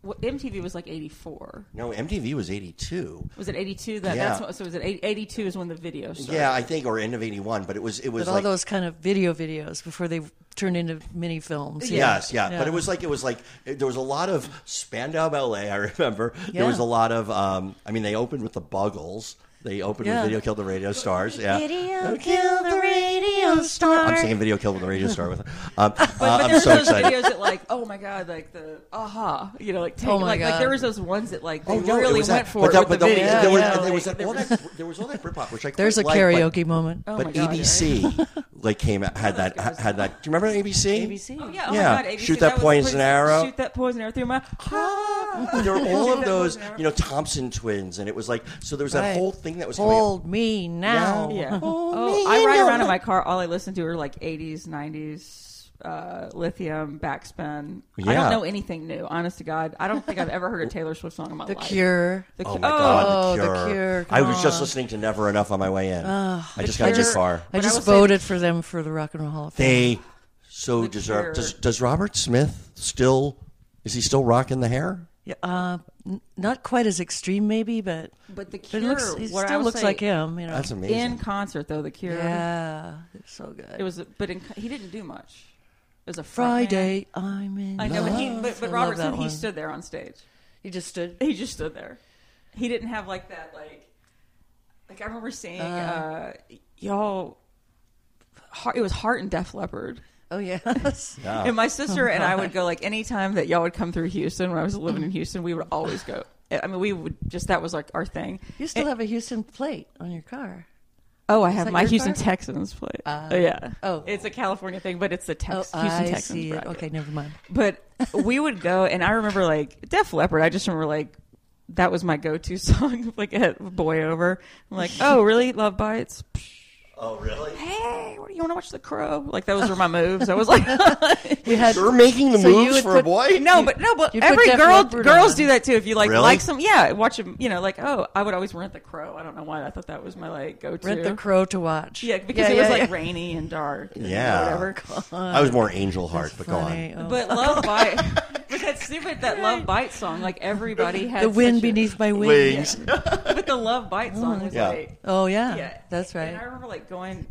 [SPEAKER 3] well, MTV was like 84.
[SPEAKER 2] no mtv was 82
[SPEAKER 3] Was it 82? That,
[SPEAKER 2] Yeah.
[SPEAKER 3] that's what, so was it eight- 82 is when the video started.
[SPEAKER 2] yeah i think or end of 81 but it was it was
[SPEAKER 4] But all
[SPEAKER 2] like
[SPEAKER 4] those kind of video videos before they turned into mini films. you know.
[SPEAKER 2] Yes, yeah. But it was like it was like it- there was a lot of Spandau Ballet. I remember there
[SPEAKER 4] Yeah.
[SPEAKER 2] was a lot of. Um, I mean, they opened with the Buggles. They opened
[SPEAKER 4] Yeah.
[SPEAKER 2] with "Video Killed the Radio Stars." Yeah,
[SPEAKER 4] Video kill the radio star.
[SPEAKER 2] I'm singing "Video Killed the Radio Star" with. Um, uh,
[SPEAKER 3] But there
[SPEAKER 2] I'm
[SPEAKER 3] was
[SPEAKER 2] so
[SPEAKER 3] those videos
[SPEAKER 2] excited.
[SPEAKER 3] that like, oh my god, like the aha, you know, like take,
[SPEAKER 4] Oh my
[SPEAKER 3] like, like
[SPEAKER 4] God.
[SPEAKER 3] there was those ones that like they
[SPEAKER 2] Oh, no, it
[SPEAKER 3] really
[SPEAKER 2] was
[SPEAKER 3] went
[SPEAKER 2] that-
[SPEAKER 3] for it
[SPEAKER 2] that-
[SPEAKER 3] with the
[SPEAKER 2] there was-
[SPEAKER 3] video.
[SPEAKER 2] There was,
[SPEAKER 3] you know,
[SPEAKER 2] there
[SPEAKER 3] like,
[SPEAKER 2] was that,
[SPEAKER 3] there
[SPEAKER 2] all
[SPEAKER 3] was-
[SPEAKER 2] that. There was all that Britpop, which I quite
[SPEAKER 4] There's a
[SPEAKER 2] like, but-
[SPEAKER 4] karaoke moment.
[SPEAKER 3] Oh
[SPEAKER 2] but
[SPEAKER 3] my God,
[SPEAKER 2] ABC like came out- had that had that. Do you remember ABC?
[SPEAKER 4] ABC.
[SPEAKER 3] Oh, yeah, oh
[SPEAKER 2] Yeah.
[SPEAKER 3] my god, 82,
[SPEAKER 2] Shoot that
[SPEAKER 3] was-
[SPEAKER 2] poison
[SPEAKER 3] please,
[SPEAKER 2] arrow.
[SPEAKER 3] Shoot that poison arrow through my heart.
[SPEAKER 2] There were all of
[SPEAKER 3] That
[SPEAKER 2] those,
[SPEAKER 3] wasn't ever-
[SPEAKER 2] you know, Thompson twins, and it was like so. There was that
[SPEAKER 4] Right.
[SPEAKER 2] whole thing that was coming up.
[SPEAKER 4] Hold me now.
[SPEAKER 3] Yeah.
[SPEAKER 2] Oh,
[SPEAKER 3] Oh,
[SPEAKER 2] man,
[SPEAKER 3] I ride
[SPEAKER 2] no.
[SPEAKER 3] around in my car. All I listen to are like 80s, 90s, uh, lithium, backspin. I
[SPEAKER 2] Yeah.
[SPEAKER 3] don't know anything new. Honest to God, I don't think I've ever heard a Taylor Swift song in my
[SPEAKER 4] The
[SPEAKER 3] life.
[SPEAKER 4] Cure.
[SPEAKER 3] The
[SPEAKER 2] Oh
[SPEAKER 3] Cure-
[SPEAKER 2] my God, the
[SPEAKER 4] Oh, The
[SPEAKER 2] Cure!
[SPEAKER 4] Cure, come
[SPEAKER 2] I was just
[SPEAKER 4] on.
[SPEAKER 2] listening to Never Enough on my way in. I just
[SPEAKER 3] Cure-
[SPEAKER 2] got too far.
[SPEAKER 4] I
[SPEAKER 3] But I
[SPEAKER 4] just
[SPEAKER 3] will say-
[SPEAKER 4] voted for them for the Rock and Roll Hall of Fame.
[SPEAKER 2] They so
[SPEAKER 3] The Cure.
[SPEAKER 2] deserve. Does, does Robert Smith still? Is he still rocking the hair?
[SPEAKER 4] Yeah, uh, n- not quite as extreme, maybe, but
[SPEAKER 3] But the
[SPEAKER 4] but
[SPEAKER 3] Cure,
[SPEAKER 4] it looks, he
[SPEAKER 3] what I
[SPEAKER 4] still
[SPEAKER 3] would
[SPEAKER 4] looks
[SPEAKER 3] say-
[SPEAKER 4] like him. You know,
[SPEAKER 2] That's amazing.
[SPEAKER 3] in concert though. The Cure.
[SPEAKER 4] yeah, it's so good.
[SPEAKER 3] It was, but in, he didn't do much. It was a front man.
[SPEAKER 4] Friday, I'm in.
[SPEAKER 3] I know, but he,
[SPEAKER 4] love.
[SPEAKER 3] but,
[SPEAKER 4] I
[SPEAKER 3] but
[SPEAKER 4] love
[SPEAKER 3] Robertson,
[SPEAKER 4] that
[SPEAKER 3] he
[SPEAKER 4] one.
[SPEAKER 3] stood there on stage.
[SPEAKER 4] He just stood.
[SPEAKER 3] He just stood there. He didn't have like that, like, like I remember seeing uh, y'all. Heart- It was Heart and Def Leppard.
[SPEAKER 4] Oh yes.
[SPEAKER 3] And my sister and I would go like anytime that y'all would come through Houston when I was living in Houston, we would always go. I mean, we would just that was like our thing.
[SPEAKER 4] You still have a Houston plate on your car.
[SPEAKER 3] Oh, I have
[SPEAKER 4] that
[SPEAKER 3] my
[SPEAKER 4] your
[SPEAKER 3] Houston
[SPEAKER 4] car?
[SPEAKER 3] Texans plate. oh, yeah.
[SPEAKER 4] oh.
[SPEAKER 3] it's a California thing, but it's the
[SPEAKER 4] Oh,
[SPEAKER 3] Tex- Houston
[SPEAKER 4] I
[SPEAKER 3] Texans.
[SPEAKER 4] see it.
[SPEAKER 3] bracket.
[SPEAKER 4] Okay, never mind.
[SPEAKER 3] But we would go, and I remember like Def Leppard. I just remember like that was my go-to song, like at Boy Over. I'm like, oh, really? Love Bites.
[SPEAKER 2] Oh, really?
[SPEAKER 3] Hey, what do you want to watch The Crow? Like those were my moves. I was like,
[SPEAKER 4] We had
[SPEAKER 2] You're making the
[SPEAKER 4] So you
[SPEAKER 2] moves
[SPEAKER 4] would
[SPEAKER 2] for a
[SPEAKER 4] put-
[SPEAKER 2] boy.
[SPEAKER 3] no, but no, but
[SPEAKER 4] you put
[SPEAKER 3] every
[SPEAKER 4] Def
[SPEAKER 3] girl,
[SPEAKER 4] Leppard
[SPEAKER 3] girls
[SPEAKER 4] on.
[SPEAKER 3] do that too. If you like
[SPEAKER 2] Really?
[SPEAKER 3] like some, yeah, watch them. You know, like oh, I would always rent The Crow. I don't know why. I thought that was my like go-to.
[SPEAKER 4] Rent the Crow to watch.
[SPEAKER 3] Yeah, because
[SPEAKER 4] Yeah,
[SPEAKER 3] it was
[SPEAKER 4] yeah,
[SPEAKER 3] like
[SPEAKER 4] yeah.
[SPEAKER 3] rainy and dark. and
[SPEAKER 2] Yeah.
[SPEAKER 3] whatever.
[SPEAKER 2] I was more Angel Heart, but
[SPEAKER 4] Funny.
[SPEAKER 2] go on.
[SPEAKER 4] Oh.
[SPEAKER 3] But Love Bite, but that stupid that Love Bite song, like everybody had
[SPEAKER 4] the wind
[SPEAKER 3] such a-
[SPEAKER 4] beneath my wings.
[SPEAKER 2] Wings.
[SPEAKER 3] But the Love Bite song was
[SPEAKER 2] Yeah.
[SPEAKER 3] like,
[SPEAKER 4] Oh yeah,
[SPEAKER 3] yeah,
[SPEAKER 4] that's
[SPEAKER 3] And I
[SPEAKER 4] right.
[SPEAKER 3] remember like going,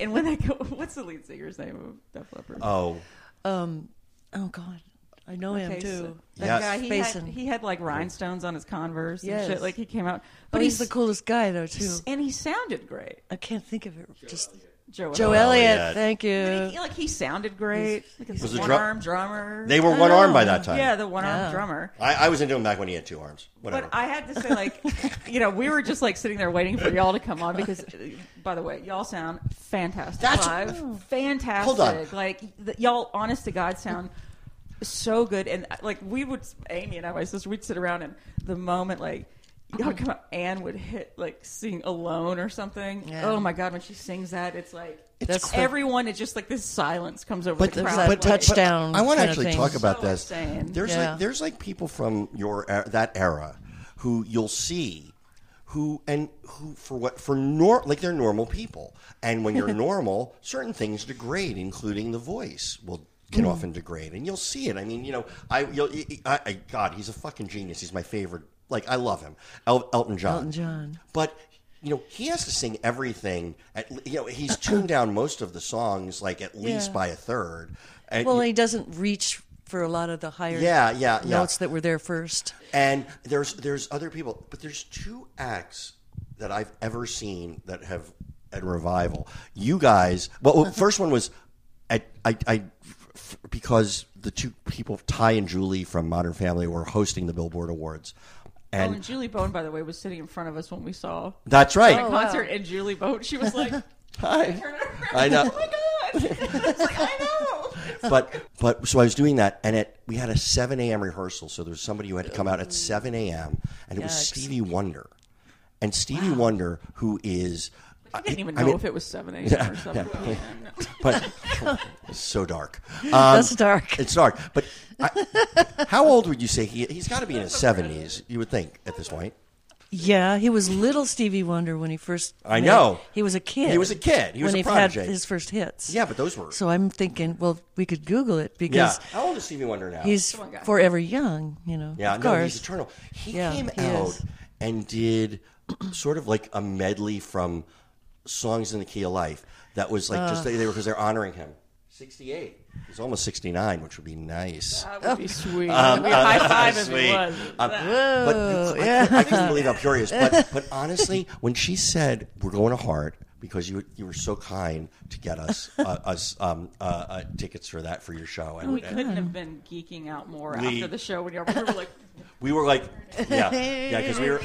[SPEAKER 3] and when I go, what's the lead singer's name of Def Leppard?
[SPEAKER 2] Oh,
[SPEAKER 4] Um, oh god, I know him
[SPEAKER 3] Okay,
[SPEAKER 4] too.
[SPEAKER 3] so
[SPEAKER 4] That
[SPEAKER 2] Yes.
[SPEAKER 3] guy, he
[SPEAKER 4] Basin.
[SPEAKER 3] had, he had like rhinestones on his Converse
[SPEAKER 4] Yes.
[SPEAKER 3] and shit. Like he came out,
[SPEAKER 4] but he's the
[SPEAKER 3] he's-
[SPEAKER 4] coolest guy though too.
[SPEAKER 3] and he sounded great.
[SPEAKER 4] I can't think of it. Just
[SPEAKER 3] Joe.
[SPEAKER 4] Joe Elliott,
[SPEAKER 2] Elliott.
[SPEAKER 4] thank you.
[SPEAKER 3] Elliott. He- Like he sounded great. Like
[SPEAKER 2] Was
[SPEAKER 3] a
[SPEAKER 2] the
[SPEAKER 3] one
[SPEAKER 2] drum-
[SPEAKER 3] arm drummer.
[SPEAKER 2] They were one arm by that time.
[SPEAKER 3] yeah, the one arm
[SPEAKER 4] Yeah.
[SPEAKER 3] drummer.
[SPEAKER 2] I, I was into him back when he had two arms. Whatever.
[SPEAKER 3] But I had to say, like, you know, we were just like sitting there waiting for y'all to come on because, uh, by the way, y'all sound fantastic
[SPEAKER 2] That's- oh.
[SPEAKER 3] live, fantastic.
[SPEAKER 2] Hold on.
[SPEAKER 3] like the, y'all, honest to God, sound so good. And uh, like we would, Amy and I, my sister, we'd sit around and the moment like. Y'all would come up. Anne would hit like sing alone or something.
[SPEAKER 4] Yeah.
[SPEAKER 3] Oh my god, when she sings that, it's like
[SPEAKER 4] That's the-
[SPEAKER 3] everyone. It's just like this silence comes over
[SPEAKER 2] but
[SPEAKER 3] the
[SPEAKER 2] but,
[SPEAKER 3] crowd.
[SPEAKER 2] but,
[SPEAKER 3] like-
[SPEAKER 4] touchdown
[SPEAKER 2] I want to
[SPEAKER 4] kind of
[SPEAKER 2] actually
[SPEAKER 4] thing.
[SPEAKER 2] talk about
[SPEAKER 3] So
[SPEAKER 2] this.
[SPEAKER 3] insane.
[SPEAKER 2] There's
[SPEAKER 4] Yeah.
[SPEAKER 2] like there's like people from your er- that era who you'll see who and who for what for nor like they're normal people, and when you're normal, certain things degrade, including the voice will can
[SPEAKER 4] Mm.
[SPEAKER 2] often degrade, and you'll see it. I mean, you know, I you'll I, I God, he's a fucking genius. He's my favorite. Like I love him, El, Elton John.
[SPEAKER 4] Elton John.
[SPEAKER 2] But you know, he has to sing everything. At le- you know, he's tuned down most of the songs, like at least
[SPEAKER 4] Yeah.
[SPEAKER 2] by a third. And
[SPEAKER 4] Well, he doesn't reach for a lot of the higher
[SPEAKER 2] yeah, yeah, yeah.
[SPEAKER 4] notes that were there first.
[SPEAKER 2] And there's there's other people, but there's two acts that I've ever seen that have at revival. You guys, well, well, first one was at I, I f- because the two people Ty and Julie from Modern Family were hosting the Billboard Awards,
[SPEAKER 3] Oh,
[SPEAKER 2] and
[SPEAKER 3] and Julie Bone, by the way, was sitting in front of us when we saw
[SPEAKER 2] that's right.
[SPEAKER 3] a concert and Julie Boat. She was like,
[SPEAKER 2] Ty.
[SPEAKER 3] turn around.
[SPEAKER 2] I know.
[SPEAKER 3] Oh my god! It's like, I know.
[SPEAKER 2] but but so I was doing that, and at we had a seven a.m. rehearsal. So there's somebody who had to come out at seven a.m. and it was
[SPEAKER 4] Yikes.
[SPEAKER 2] Stevie Wonder, and Stevie Wonder who is.
[SPEAKER 3] I didn't even know
[SPEAKER 2] I mean-
[SPEAKER 3] if it was seven a.m. or something.
[SPEAKER 2] but it's so dark. Um,
[SPEAKER 4] That's dark.
[SPEAKER 2] It's dark. But I, how old would you say he? He's got to be in his seventies. You would think at this point.
[SPEAKER 4] Yeah, he was little Stevie Wonder when he first.
[SPEAKER 2] I
[SPEAKER 4] met-
[SPEAKER 2] know.
[SPEAKER 4] He was a kid.
[SPEAKER 2] He was a kid. He was
[SPEAKER 4] when
[SPEAKER 2] a
[SPEAKER 4] he
[SPEAKER 2] prodigy.
[SPEAKER 4] had his first hits.
[SPEAKER 2] Yeah, but those were.
[SPEAKER 4] So I'm thinking, well, we could Google it
[SPEAKER 2] yeah.
[SPEAKER 4] because
[SPEAKER 2] How old is Stevie Wonder now?
[SPEAKER 4] he's
[SPEAKER 3] on, guys.
[SPEAKER 4] forever young. You know.
[SPEAKER 2] yeah.
[SPEAKER 4] Of
[SPEAKER 2] no,
[SPEAKER 4] course.
[SPEAKER 2] he's eternal. He
[SPEAKER 4] Yeah,
[SPEAKER 2] came
[SPEAKER 4] he
[SPEAKER 2] out
[SPEAKER 4] is.
[SPEAKER 2] and did sort of like a medley from songs in the key of life. That was like just they, they were because they're honoring him. Sixty-eight. He's almost sixty-nine, which would be nice.
[SPEAKER 3] That would be sweet. we high five if
[SPEAKER 2] sweet.
[SPEAKER 3] it was.
[SPEAKER 2] Um, but you- I, couldn't- I couldn't believe how furious. But, but honestly, when she said we're going to Heart because you you were so kind to get us uh, us um, uh, uh, tickets for that for your show, and
[SPEAKER 3] we
[SPEAKER 2] we,
[SPEAKER 3] couldn't have been geeking out more
[SPEAKER 2] We-
[SPEAKER 3] after the show when y'all we were like,
[SPEAKER 2] were like, yeah, yeah, because we were,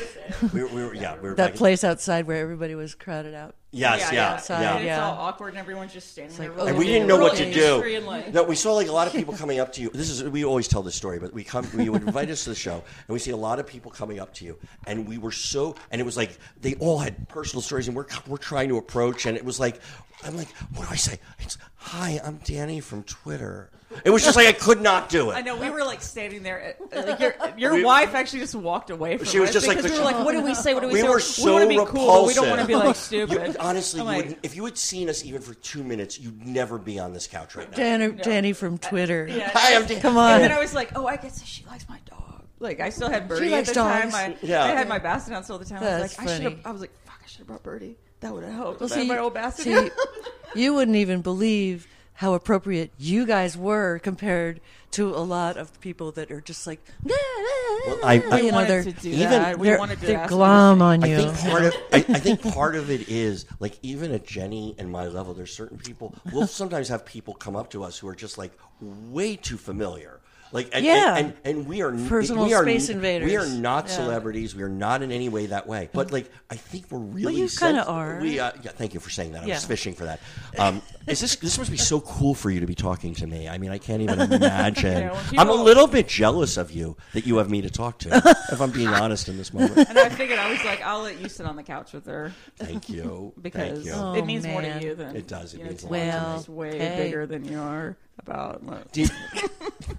[SPEAKER 2] we were, we were, yeah, we were
[SPEAKER 4] that
[SPEAKER 2] like,
[SPEAKER 4] place outside where everybody was crowded out.
[SPEAKER 3] yeah,
[SPEAKER 2] yes, yeah,
[SPEAKER 3] yeah,
[SPEAKER 2] yeah.
[SPEAKER 3] And
[SPEAKER 4] yeah.
[SPEAKER 3] it's all awkward and everyone's just standing there.
[SPEAKER 4] like,
[SPEAKER 3] really
[SPEAKER 2] And we
[SPEAKER 4] Yeah.
[SPEAKER 2] didn't know what to
[SPEAKER 3] really angry and like-
[SPEAKER 2] do. No, we saw like a lot of people coming up to you. This is we always tell this story, but we come we would invite us to the show, and we see a lot of people coming up to you, and we were so and it was like they all had personal stories, and we're we're trying to approach, and it was like I'm like, what do I say? It's hi, I'm Danny from Twitter. It was just like I could not do it.
[SPEAKER 3] I know we were like standing there. At, like your your wife actually just walked away from
[SPEAKER 2] She was
[SPEAKER 3] us
[SPEAKER 2] just like
[SPEAKER 3] because
[SPEAKER 2] the-
[SPEAKER 3] we were like, what do we say? What do we,
[SPEAKER 2] We
[SPEAKER 3] say?
[SPEAKER 2] were so
[SPEAKER 3] wanna be cool, but we
[SPEAKER 2] repulsive.
[SPEAKER 3] don't want to be like
[SPEAKER 2] You-
[SPEAKER 3] stupid.
[SPEAKER 2] honestly,
[SPEAKER 3] I'm
[SPEAKER 2] you
[SPEAKER 3] like-
[SPEAKER 2] would, if you had seen us even for two minutes, you'd never be on this couch right now.
[SPEAKER 4] Danny, Danny from Twitter.
[SPEAKER 3] Yeah.
[SPEAKER 2] Hi, I'm Danny.
[SPEAKER 4] Come
[SPEAKER 3] And
[SPEAKER 4] on.
[SPEAKER 3] then I was like, oh, I guess she likes my dog. Like I still had Birdie at
[SPEAKER 4] likes
[SPEAKER 3] the
[SPEAKER 4] dogs.
[SPEAKER 3] time. I,
[SPEAKER 2] Yeah.
[SPEAKER 3] I had my basset out all the time. I was
[SPEAKER 4] That's
[SPEAKER 3] like, I should have.
[SPEAKER 4] funny.
[SPEAKER 3] I was like, fuck, I should have brought Birdie. That would have helped.
[SPEAKER 4] Well,
[SPEAKER 3] if I had
[SPEAKER 4] see,
[SPEAKER 3] my old basset.
[SPEAKER 4] see, you wouldn't even believe how appropriate you guys were compared to a lot of people that are just like,
[SPEAKER 2] I- I-
[SPEAKER 4] you know,
[SPEAKER 3] wanted
[SPEAKER 4] they're,
[SPEAKER 3] to do
[SPEAKER 2] even-
[SPEAKER 3] that. We
[SPEAKER 4] they're,
[SPEAKER 3] wanted to
[SPEAKER 4] they're
[SPEAKER 3] ask
[SPEAKER 4] glom on
[SPEAKER 2] I
[SPEAKER 4] you.
[SPEAKER 2] think part of I, I think part of it is like even at Jenny and my level, there's certain people. We'll sometimes have people come up to us who are just like way too familiar. Like and,
[SPEAKER 4] Yeah.
[SPEAKER 2] and, and, and we are
[SPEAKER 4] Personal
[SPEAKER 2] we are,
[SPEAKER 4] space invaders.
[SPEAKER 2] We are not
[SPEAKER 4] Yeah.
[SPEAKER 2] celebrities. We are not in any way that way. But like I think we're really
[SPEAKER 4] you
[SPEAKER 2] sen-
[SPEAKER 4] kinda are.
[SPEAKER 2] We uh, yeah, thank you for saying that. I
[SPEAKER 4] Yeah.
[SPEAKER 2] was fishing for that. Um, is this this must be so cool for you to be talking to me? I mean, I can't even imagine.
[SPEAKER 3] know, when
[SPEAKER 2] I'm a
[SPEAKER 3] people-
[SPEAKER 2] little bit jealous of you that you have me to talk to. if I'm being honest in this moment.
[SPEAKER 3] And I figured I was like, I'll let you sit on the couch with her
[SPEAKER 2] Thank you.
[SPEAKER 3] because um,
[SPEAKER 2] Thank you.
[SPEAKER 4] Oh,
[SPEAKER 3] it means more to
[SPEAKER 4] man.
[SPEAKER 3] you than
[SPEAKER 2] It does. It
[SPEAKER 3] you know,
[SPEAKER 2] means a
[SPEAKER 3] it's
[SPEAKER 2] lot to
[SPEAKER 4] Well,
[SPEAKER 3] just way
[SPEAKER 4] hey.
[SPEAKER 3] bigger than you are about. Like,
[SPEAKER 2] Do you-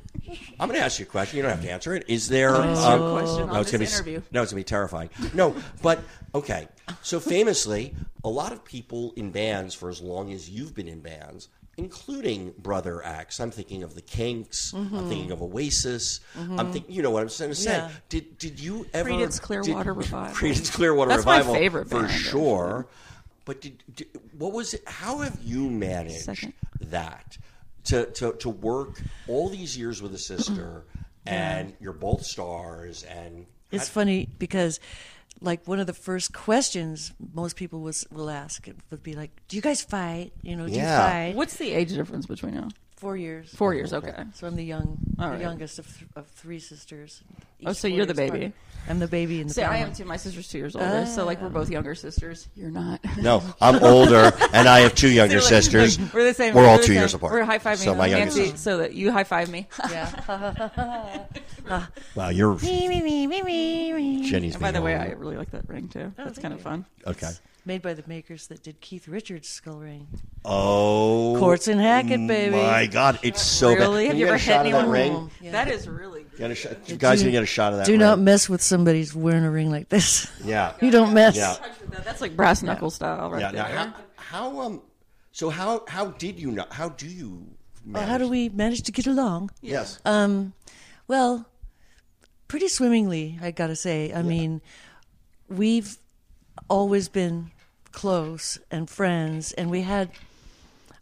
[SPEAKER 2] I'm going to ask you a question. You don't have to answer it. Is there?
[SPEAKER 3] ask you a question on
[SPEAKER 2] it's
[SPEAKER 3] this
[SPEAKER 2] gonna be,
[SPEAKER 3] interview.
[SPEAKER 2] No, it's going to be terrifying. No, but okay. So famously, a lot of people in bands for as long as you've been in bands, including brother acts. I'm thinking of the Kinks.
[SPEAKER 3] Mm-hmm.
[SPEAKER 2] I'm thinking of Oasis. I'm thinking. You know what I'm saying?
[SPEAKER 4] Yeah.
[SPEAKER 2] Did Did you ever?
[SPEAKER 3] Creedence Clearwater
[SPEAKER 2] did,
[SPEAKER 3] Revival.
[SPEAKER 2] Creedence Clearwater
[SPEAKER 3] That's my
[SPEAKER 2] Revival.
[SPEAKER 3] favorite
[SPEAKER 2] for
[SPEAKER 3] band,
[SPEAKER 2] sure. But did, did, what was it? How have you managed
[SPEAKER 3] Second.
[SPEAKER 2] that to, to, to work all these years with a sister and you're both stars and
[SPEAKER 4] It's funny because like one of the first questions most people was will ask would be like, "Do you guys fight? You know, do
[SPEAKER 2] Yeah.
[SPEAKER 4] you fight?"
[SPEAKER 3] What's the age difference between you?
[SPEAKER 4] Four years.
[SPEAKER 2] Oh,
[SPEAKER 3] Four years, okay.
[SPEAKER 4] So I'm the young,
[SPEAKER 3] All
[SPEAKER 4] the
[SPEAKER 3] right.
[SPEAKER 4] youngest of, th- of three sisters.
[SPEAKER 3] Oh,
[SPEAKER 4] Each
[SPEAKER 3] so
[SPEAKER 4] four
[SPEAKER 3] you're the
[SPEAKER 4] years
[SPEAKER 3] baby.
[SPEAKER 4] apart. I'm the baby in the
[SPEAKER 3] See, I
[SPEAKER 4] family.
[SPEAKER 3] am too. My sister's two years older, so like we're both younger sisters. You're not.
[SPEAKER 2] No, I'm older, and I have two younger
[SPEAKER 3] Like-
[SPEAKER 2] sisters.
[SPEAKER 3] like, we're the same.
[SPEAKER 2] We're all
[SPEAKER 3] the
[SPEAKER 2] two
[SPEAKER 3] same.
[SPEAKER 2] years apart.
[SPEAKER 3] We're high fiving.
[SPEAKER 2] So my youngest
[SPEAKER 3] Nancy,
[SPEAKER 2] is-
[SPEAKER 3] so that you high five me.
[SPEAKER 4] Yeah.
[SPEAKER 2] Wow, you're
[SPEAKER 4] me, me, me, me, me, me.
[SPEAKER 2] Jenny's.
[SPEAKER 3] And by the
[SPEAKER 2] being
[SPEAKER 3] way,
[SPEAKER 2] older.
[SPEAKER 3] I really like that ring too. That's
[SPEAKER 4] Oh, thank
[SPEAKER 3] kind of
[SPEAKER 4] you.
[SPEAKER 3] fun.
[SPEAKER 2] Okay.
[SPEAKER 4] Made by the makers that did Keith Richards' skull ring.
[SPEAKER 2] Oh,
[SPEAKER 4] Quartz and Hackett, baby.
[SPEAKER 2] My God, it's so
[SPEAKER 3] Really?
[SPEAKER 2] bad. Can
[SPEAKER 3] Have you
[SPEAKER 2] get
[SPEAKER 3] ever
[SPEAKER 2] a
[SPEAKER 3] hit
[SPEAKER 2] shot of that
[SPEAKER 4] Oh,
[SPEAKER 3] anyone?
[SPEAKER 2] ring?
[SPEAKER 3] That is really. Good.
[SPEAKER 2] Get a shot- you guys
[SPEAKER 4] Do-
[SPEAKER 2] can get a shot of that.
[SPEAKER 4] Do
[SPEAKER 2] ring.
[SPEAKER 4] not mess with somebody who's wearing a ring like this.
[SPEAKER 2] Yeah.
[SPEAKER 4] You don't mess.
[SPEAKER 2] Yeah.
[SPEAKER 3] That's like brass knuckle style, right
[SPEAKER 2] Yeah. Now,
[SPEAKER 3] there.
[SPEAKER 2] how, how um, so how how did you know? How do you?
[SPEAKER 4] Well, how do we manage to get along?
[SPEAKER 2] Yes.
[SPEAKER 4] Um, well, pretty swimmingly, I gotta say. I mean, we've always been close and friends, and we had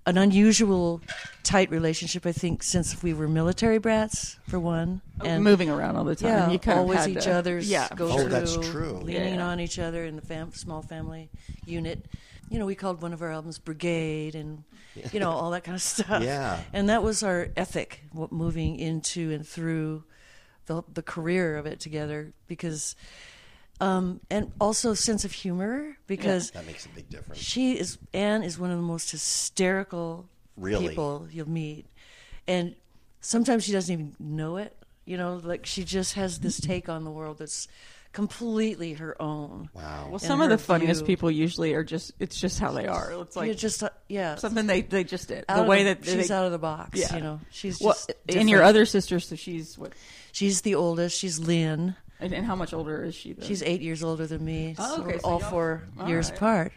[SPEAKER 4] an unusual tight relationship. I think since we were military brats, for one, and
[SPEAKER 3] Moving around all the time.
[SPEAKER 4] yeah,
[SPEAKER 3] you kind of
[SPEAKER 4] always
[SPEAKER 3] had
[SPEAKER 4] each
[SPEAKER 3] to-
[SPEAKER 4] other's
[SPEAKER 3] Yeah,
[SPEAKER 4] go
[SPEAKER 2] Oh,
[SPEAKER 4] through,
[SPEAKER 2] that's true.
[SPEAKER 4] leaning
[SPEAKER 3] Yeah.
[SPEAKER 4] on each other in the fam- small family unit. You know, we called one of our albums "Brigade" and you know all that kind of stuff.
[SPEAKER 2] Yeah.
[SPEAKER 4] and that was our ethic, what moving into and through the the career of it together because. Um, and also sense of humor because
[SPEAKER 2] that makes a big difference.
[SPEAKER 4] she is Anne is one of the most hysterical
[SPEAKER 2] Really?
[SPEAKER 4] people you'll meet, and sometimes she doesn't even know it. You know, like she just has this take on the world that's completely her own.
[SPEAKER 2] Wow.
[SPEAKER 3] Well, some
[SPEAKER 4] her
[SPEAKER 3] of the funniest
[SPEAKER 4] view.
[SPEAKER 3] people usually are just. It's just how they are. It's
[SPEAKER 4] You're
[SPEAKER 3] like
[SPEAKER 4] just uh, yeah,
[SPEAKER 3] something they they just did.
[SPEAKER 4] out
[SPEAKER 3] The
[SPEAKER 4] of
[SPEAKER 3] way that they,
[SPEAKER 4] she's out of the box.
[SPEAKER 3] Yeah.
[SPEAKER 4] You know, she's
[SPEAKER 3] well,
[SPEAKER 4] just
[SPEAKER 3] and your
[SPEAKER 4] different.
[SPEAKER 3] other sister. So she's what?
[SPEAKER 4] She's the oldest. She's Lynn.
[SPEAKER 3] And, and how much older is she? Then?
[SPEAKER 4] She's eight years older than me.
[SPEAKER 3] Oh,
[SPEAKER 4] so
[SPEAKER 3] okay, so
[SPEAKER 4] all
[SPEAKER 3] y'all-
[SPEAKER 4] four
[SPEAKER 3] all
[SPEAKER 4] years
[SPEAKER 3] right. Mm,
[SPEAKER 4] apart.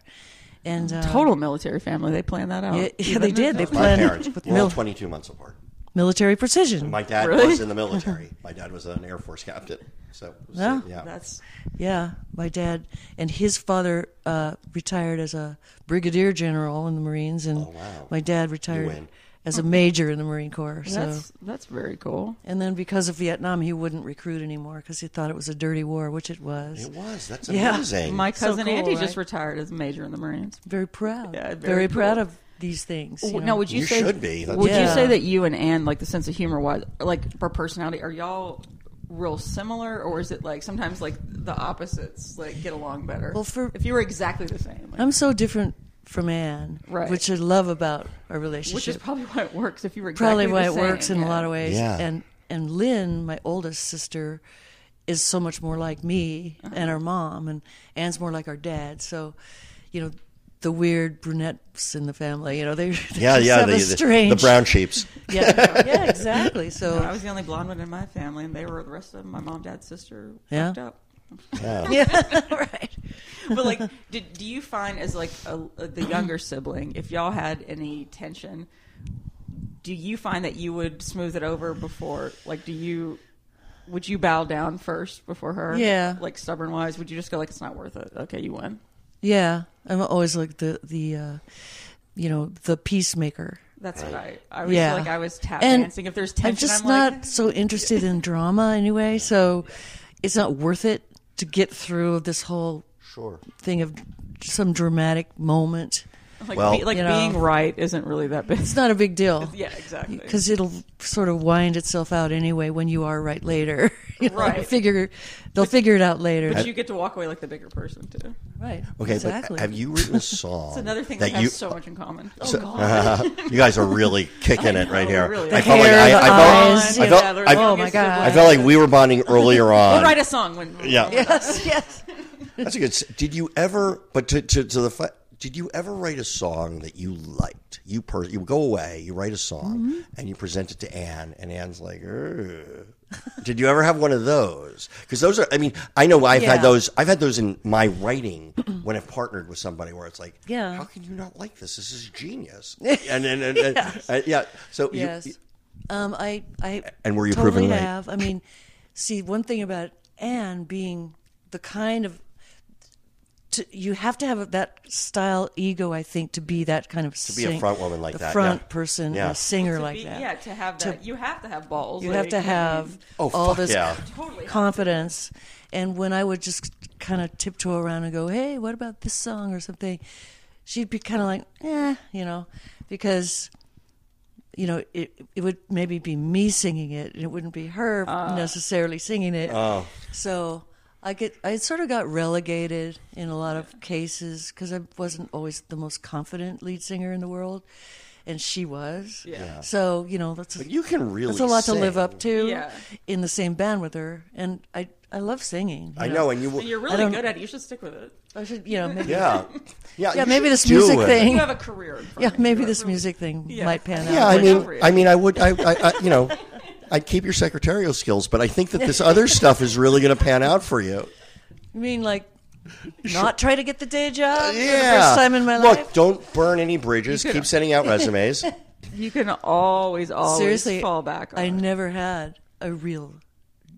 [SPEAKER 4] And uh,
[SPEAKER 3] total military family. They planned that out.
[SPEAKER 4] Yeah, yeah,
[SPEAKER 3] Even
[SPEAKER 4] they did. They
[SPEAKER 3] though-
[SPEAKER 2] My
[SPEAKER 4] planned
[SPEAKER 2] parents.
[SPEAKER 4] with
[SPEAKER 2] We're all
[SPEAKER 4] mil-
[SPEAKER 2] 22 months apart.
[SPEAKER 4] military precision.
[SPEAKER 2] My dad
[SPEAKER 3] Really?
[SPEAKER 2] was in the military. My dad was an Air Force captain. So, so,
[SPEAKER 4] Yeah.
[SPEAKER 2] yeah.
[SPEAKER 3] That's
[SPEAKER 4] Yeah, my dad and his father uh, retired as a brigadier general in the Marines, and
[SPEAKER 2] Oh, wow.
[SPEAKER 4] my dad
[SPEAKER 2] win.
[SPEAKER 4] retired as a major in the Marine Corps. So,
[SPEAKER 3] that's that's very cool.
[SPEAKER 4] and then because of Vietnam, he wouldn't recruit anymore because he thought it was a dirty war, which it was.
[SPEAKER 2] It was. That's
[SPEAKER 4] Yeah.
[SPEAKER 2] amazing.
[SPEAKER 3] My
[SPEAKER 4] So
[SPEAKER 3] cousin
[SPEAKER 4] cool,
[SPEAKER 3] Andy just
[SPEAKER 4] right?
[SPEAKER 3] retired as a major in the Marines.
[SPEAKER 4] Very proud.
[SPEAKER 3] Yeah, very
[SPEAKER 4] very proud
[SPEAKER 3] cool.
[SPEAKER 4] of these things. You
[SPEAKER 3] Now,
[SPEAKER 4] know.
[SPEAKER 3] would you,
[SPEAKER 2] You
[SPEAKER 3] say
[SPEAKER 2] should be. That's-
[SPEAKER 3] Would you
[SPEAKER 4] Yeah.
[SPEAKER 3] say that you and Anne, like the sense of humor was, like her personality, are y'all real similar, or is it like sometimes like the opposites like get along better?
[SPEAKER 4] Well, for-
[SPEAKER 3] if you were exactly the same, like,
[SPEAKER 4] I'm so different from Anne,
[SPEAKER 3] Right.
[SPEAKER 4] which I love about our relationship.
[SPEAKER 3] which is probably why it works. If you were exactly
[SPEAKER 4] probably why
[SPEAKER 3] the
[SPEAKER 4] it
[SPEAKER 3] same,
[SPEAKER 4] works in
[SPEAKER 3] yeah.
[SPEAKER 4] a lot of ways.
[SPEAKER 2] Yeah.
[SPEAKER 4] And and Lynn, my oldest sister, is so much more like me
[SPEAKER 3] Uh-huh.
[SPEAKER 4] and our mom, and Anne's more like our dad. So, you know, the weird brunettes in the family, you know, they, they
[SPEAKER 2] yeah,
[SPEAKER 4] just
[SPEAKER 2] yeah.
[SPEAKER 4] have
[SPEAKER 2] The,
[SPEAKER 4] a
[SPEAKER 2] the-
[SPEAKER 4] strange,
[SPEAKER 2] the brown sheeps.
[SPEAKER 4] yeah, yeah, exactly. So
[SPEAKER 3] I was the only blonde one in my family, and they were the rest of them, my mom, dad, sister.
[SPEAKER 4] Yeah.
[SPEAKER 3] fucked up.
[SPEAKER 4] yeah, right.
[SPEAKER 3] but like did, do you find as like a, the younger sibling if y'all had any tension do you find that you would smooth it over before like do you would you bow down first before her
[SPEAKER 4] Yeah.
[SPEAKER 3] like stubborn wise would you just go like it's not worth it okay you win
[SPEAKER 4] Yeah, I'm always like the the, uh, you know, the peacemaker.
[SPEAKER 3] that's what i i was
[SPEAKER 4] yeah.
[SPEAKER 3] like i was tap
[SPEAKER 4] And
[SPEAKER 3] dancing if there's tension
[SPEAKER 4] I'm just
[SPEAKER 3] I'm
[SPEAKER 4] not
[SPEAKER 3] like,
[SPEAKER 4] so interested in drama anyway, so it's not worth it to get through this whole
[SPEAKER 2] Sure.
[SPEAKER 4] thing of some dramatic moment.
[SPEAKER 3] like,
[SPEAKER 2] Well-
[SPEAKER 3] be- like
[SPEAKER 4] You know.
[SPEAKER 3] being right isn't really that big
[SPEAKER 4] It's not a big deal.
[SPEAKER 3] yeah exactly
[SPEAKER 4] Because it'll sort of wind itself out anyway when you are right later. You know,
[SPEAKER 3] Right.
[SPEAKER 4] Figure, they'll figure it out later.
[SPEAKER 3] but you get to walk away like the bigger person too
[SPEAKER 4] right.
[SPEAKER 2] Okay,
[SPEAKER 4] Exactly.
[SPEAKER 2] but have you written a song? It's
[SPEAKER 3] another thing that,
[SPEAKER 2] that
[SPEAKER 3] has
[SPEAKER 2] you. Uh-huh.
[SPEAKER 3] so much in common Oh,
[SPEAKER 2] you guys are really kicking it right
[SPEAKER 3] know,
[SPEAKER 2] here.
[SPEAKER 3] really.
[SPEAKER 2] I
[SPEAKER 3] The
[SPEAKER 2] felt like
[SPEAKER 4] hair,
[SPEAKER 2] I,
[SPEAKER 4] the
[SPEAKER 2] I felt,
[SPEAKER 4] eyes,
[SPEAKER 2] I
[SPEAKER 4] Oh, yeah,
[SPEAKER 2] felt,
[SPEAKER 3] they're
[SPEAKER 2] I,
[SPEAKER 3] like-
[SPEAKER 4] oh my God.
[SPEAKER 2] I felt like we were bonding earlier on.
[SPEAKER 3] we'll write a song when
[SPEAKER 2] Yeah.
[SPEAKER 4] yes, yes.
[SPEAKER 2] That's a good. s- Did you ever? But to to, to the fa- did you ever write a song that you liked? You per, you go away, you write a song,
[SPEAKER 4] Mm-hmm.
[SPEAKER 2] and you present it to Anne, and Anne's like, "Ugh." "Did you ever have one of those? Because those are. I mean, I know I've had
[SPEAKER 4] Yeah.
[SPEAKER 2] those. I've had those in my writing when I've partnered with somebody where it's like,
[SPEAKER 4] Yeah.
[SPEAKER 2] how can you not like this? This is genius." And and, and, and, and- yeah, so you-
[SPEAKER 4] Yes.
[SPEAKER 2] you,
[SPEAKER 4] um, I, I
[SPEAKER 2] And were you
[SPEAKER 4] totally
[SPEAKER 2] proven right?
[SPEAKER 4] have. I mean, see, one thing about Anne being the kind of to, you have to have that style ego, I think, to be that kind of to
[SPEAKER 2] be a front woman like that, yeah.
[SPEAKER 4] front person,
[SPEAKER 2] Yeah.
[SPEAKER 4] a singer like
[SPEAKER 3] Be-
[SPEAKER 4] that.
[SPEAKER 3] Yeah, to have that. you have to have balls.
[SPEAKER 4] You
[SPEAKER 3] like-
[SPEAKER 4] have to have
[SPEAKER 2] Oh,
[SPEAKER 4] all
[SPEAKER 2] fuck
[SPEAKER 4] this
[SPEAKER 2] yeah.
[SPEAKER 3] Totally.
[SPEAKER 4] confidence. And when I would just kind of tiptoe around and go, "Hey, what about this song or something?" She'd be kind of like, "Eh," you know, because you know it it would maybe be me singing it, and it wouldn't be her
[SPEAKER 3] Ah.
[SPEAKER 4] necessarily singing it.
[SPEAKER 2] Oh.
[SPEAKER 4] So I get I sort of got relegated in a lot of cases because I wasn't always the most confident lead singer in the world, and she was.
[SPEAKER 3] Yeah.
[SPEAKER 4] So you know that's
[SPEAKER 2] But you can really
[SPEAKER 4] that's a lot to live
[SPEAKER 2] sing.
[SPEAKER 4] up to
[SPEAKER 3] Yeah.
[SPEAKER 4] in the same band with her and i i love singing you
[SPEAKER 2] I know, and you will.
[SPEAKER 3] And you're
[SPEAKER 4] I
[SPEAKER 3] really
[SPEAKER 4] don't-
[SPEAKER 3] good at it. You should stick with it.
[SPEAKER 4] i should you know maybe
[SPEAKER 2] yeah, yeah,
[SPEAKER 4] Yeah,
[SPEAKER 2] you
[SPEAKER 4] maybe
[SPEAKER 2] should
[SPEAKER 4] this
[SPEAKER 2] do
[SPEAKER 4] music
[SPEAKER 2] it.
[SPEAKER 4] thing.
[SPEAKER 3] You have a career. In front
[SPEAKER 4] yeah
[SPEAKER 3] of you.
[SPEAKER 4] maybe this music thing might pan out
[SPEAKER 2] Yeah, I
[SPEAKER 4] but-
[SPEAKER 2] mean,
[SPEAKER 3] appropriate.
[SPEAKER 2] I mean, I would, I, I, I you know, I'd keep your secretarial skills, but I think that this other stuff is really going to pan out for you.
[SPEAKER 4] you mean like not try to get the day job for the
[SPEAKER 2] Yeah,
[SPEAKER 4] first time in my
[SPEAKER 2] Look,
[SPEAKER 4] life
[SPEAKER 2] don't burn any bridges. Keep sending out resumes.
[SPEAKER 3] You can always, always
[SPEAKER 4] seriously
[SPEAKER 3] fall back. On
[SPEAKER 4] i
[SPEAKER 3] it.
[SPEAKER 4] never had a real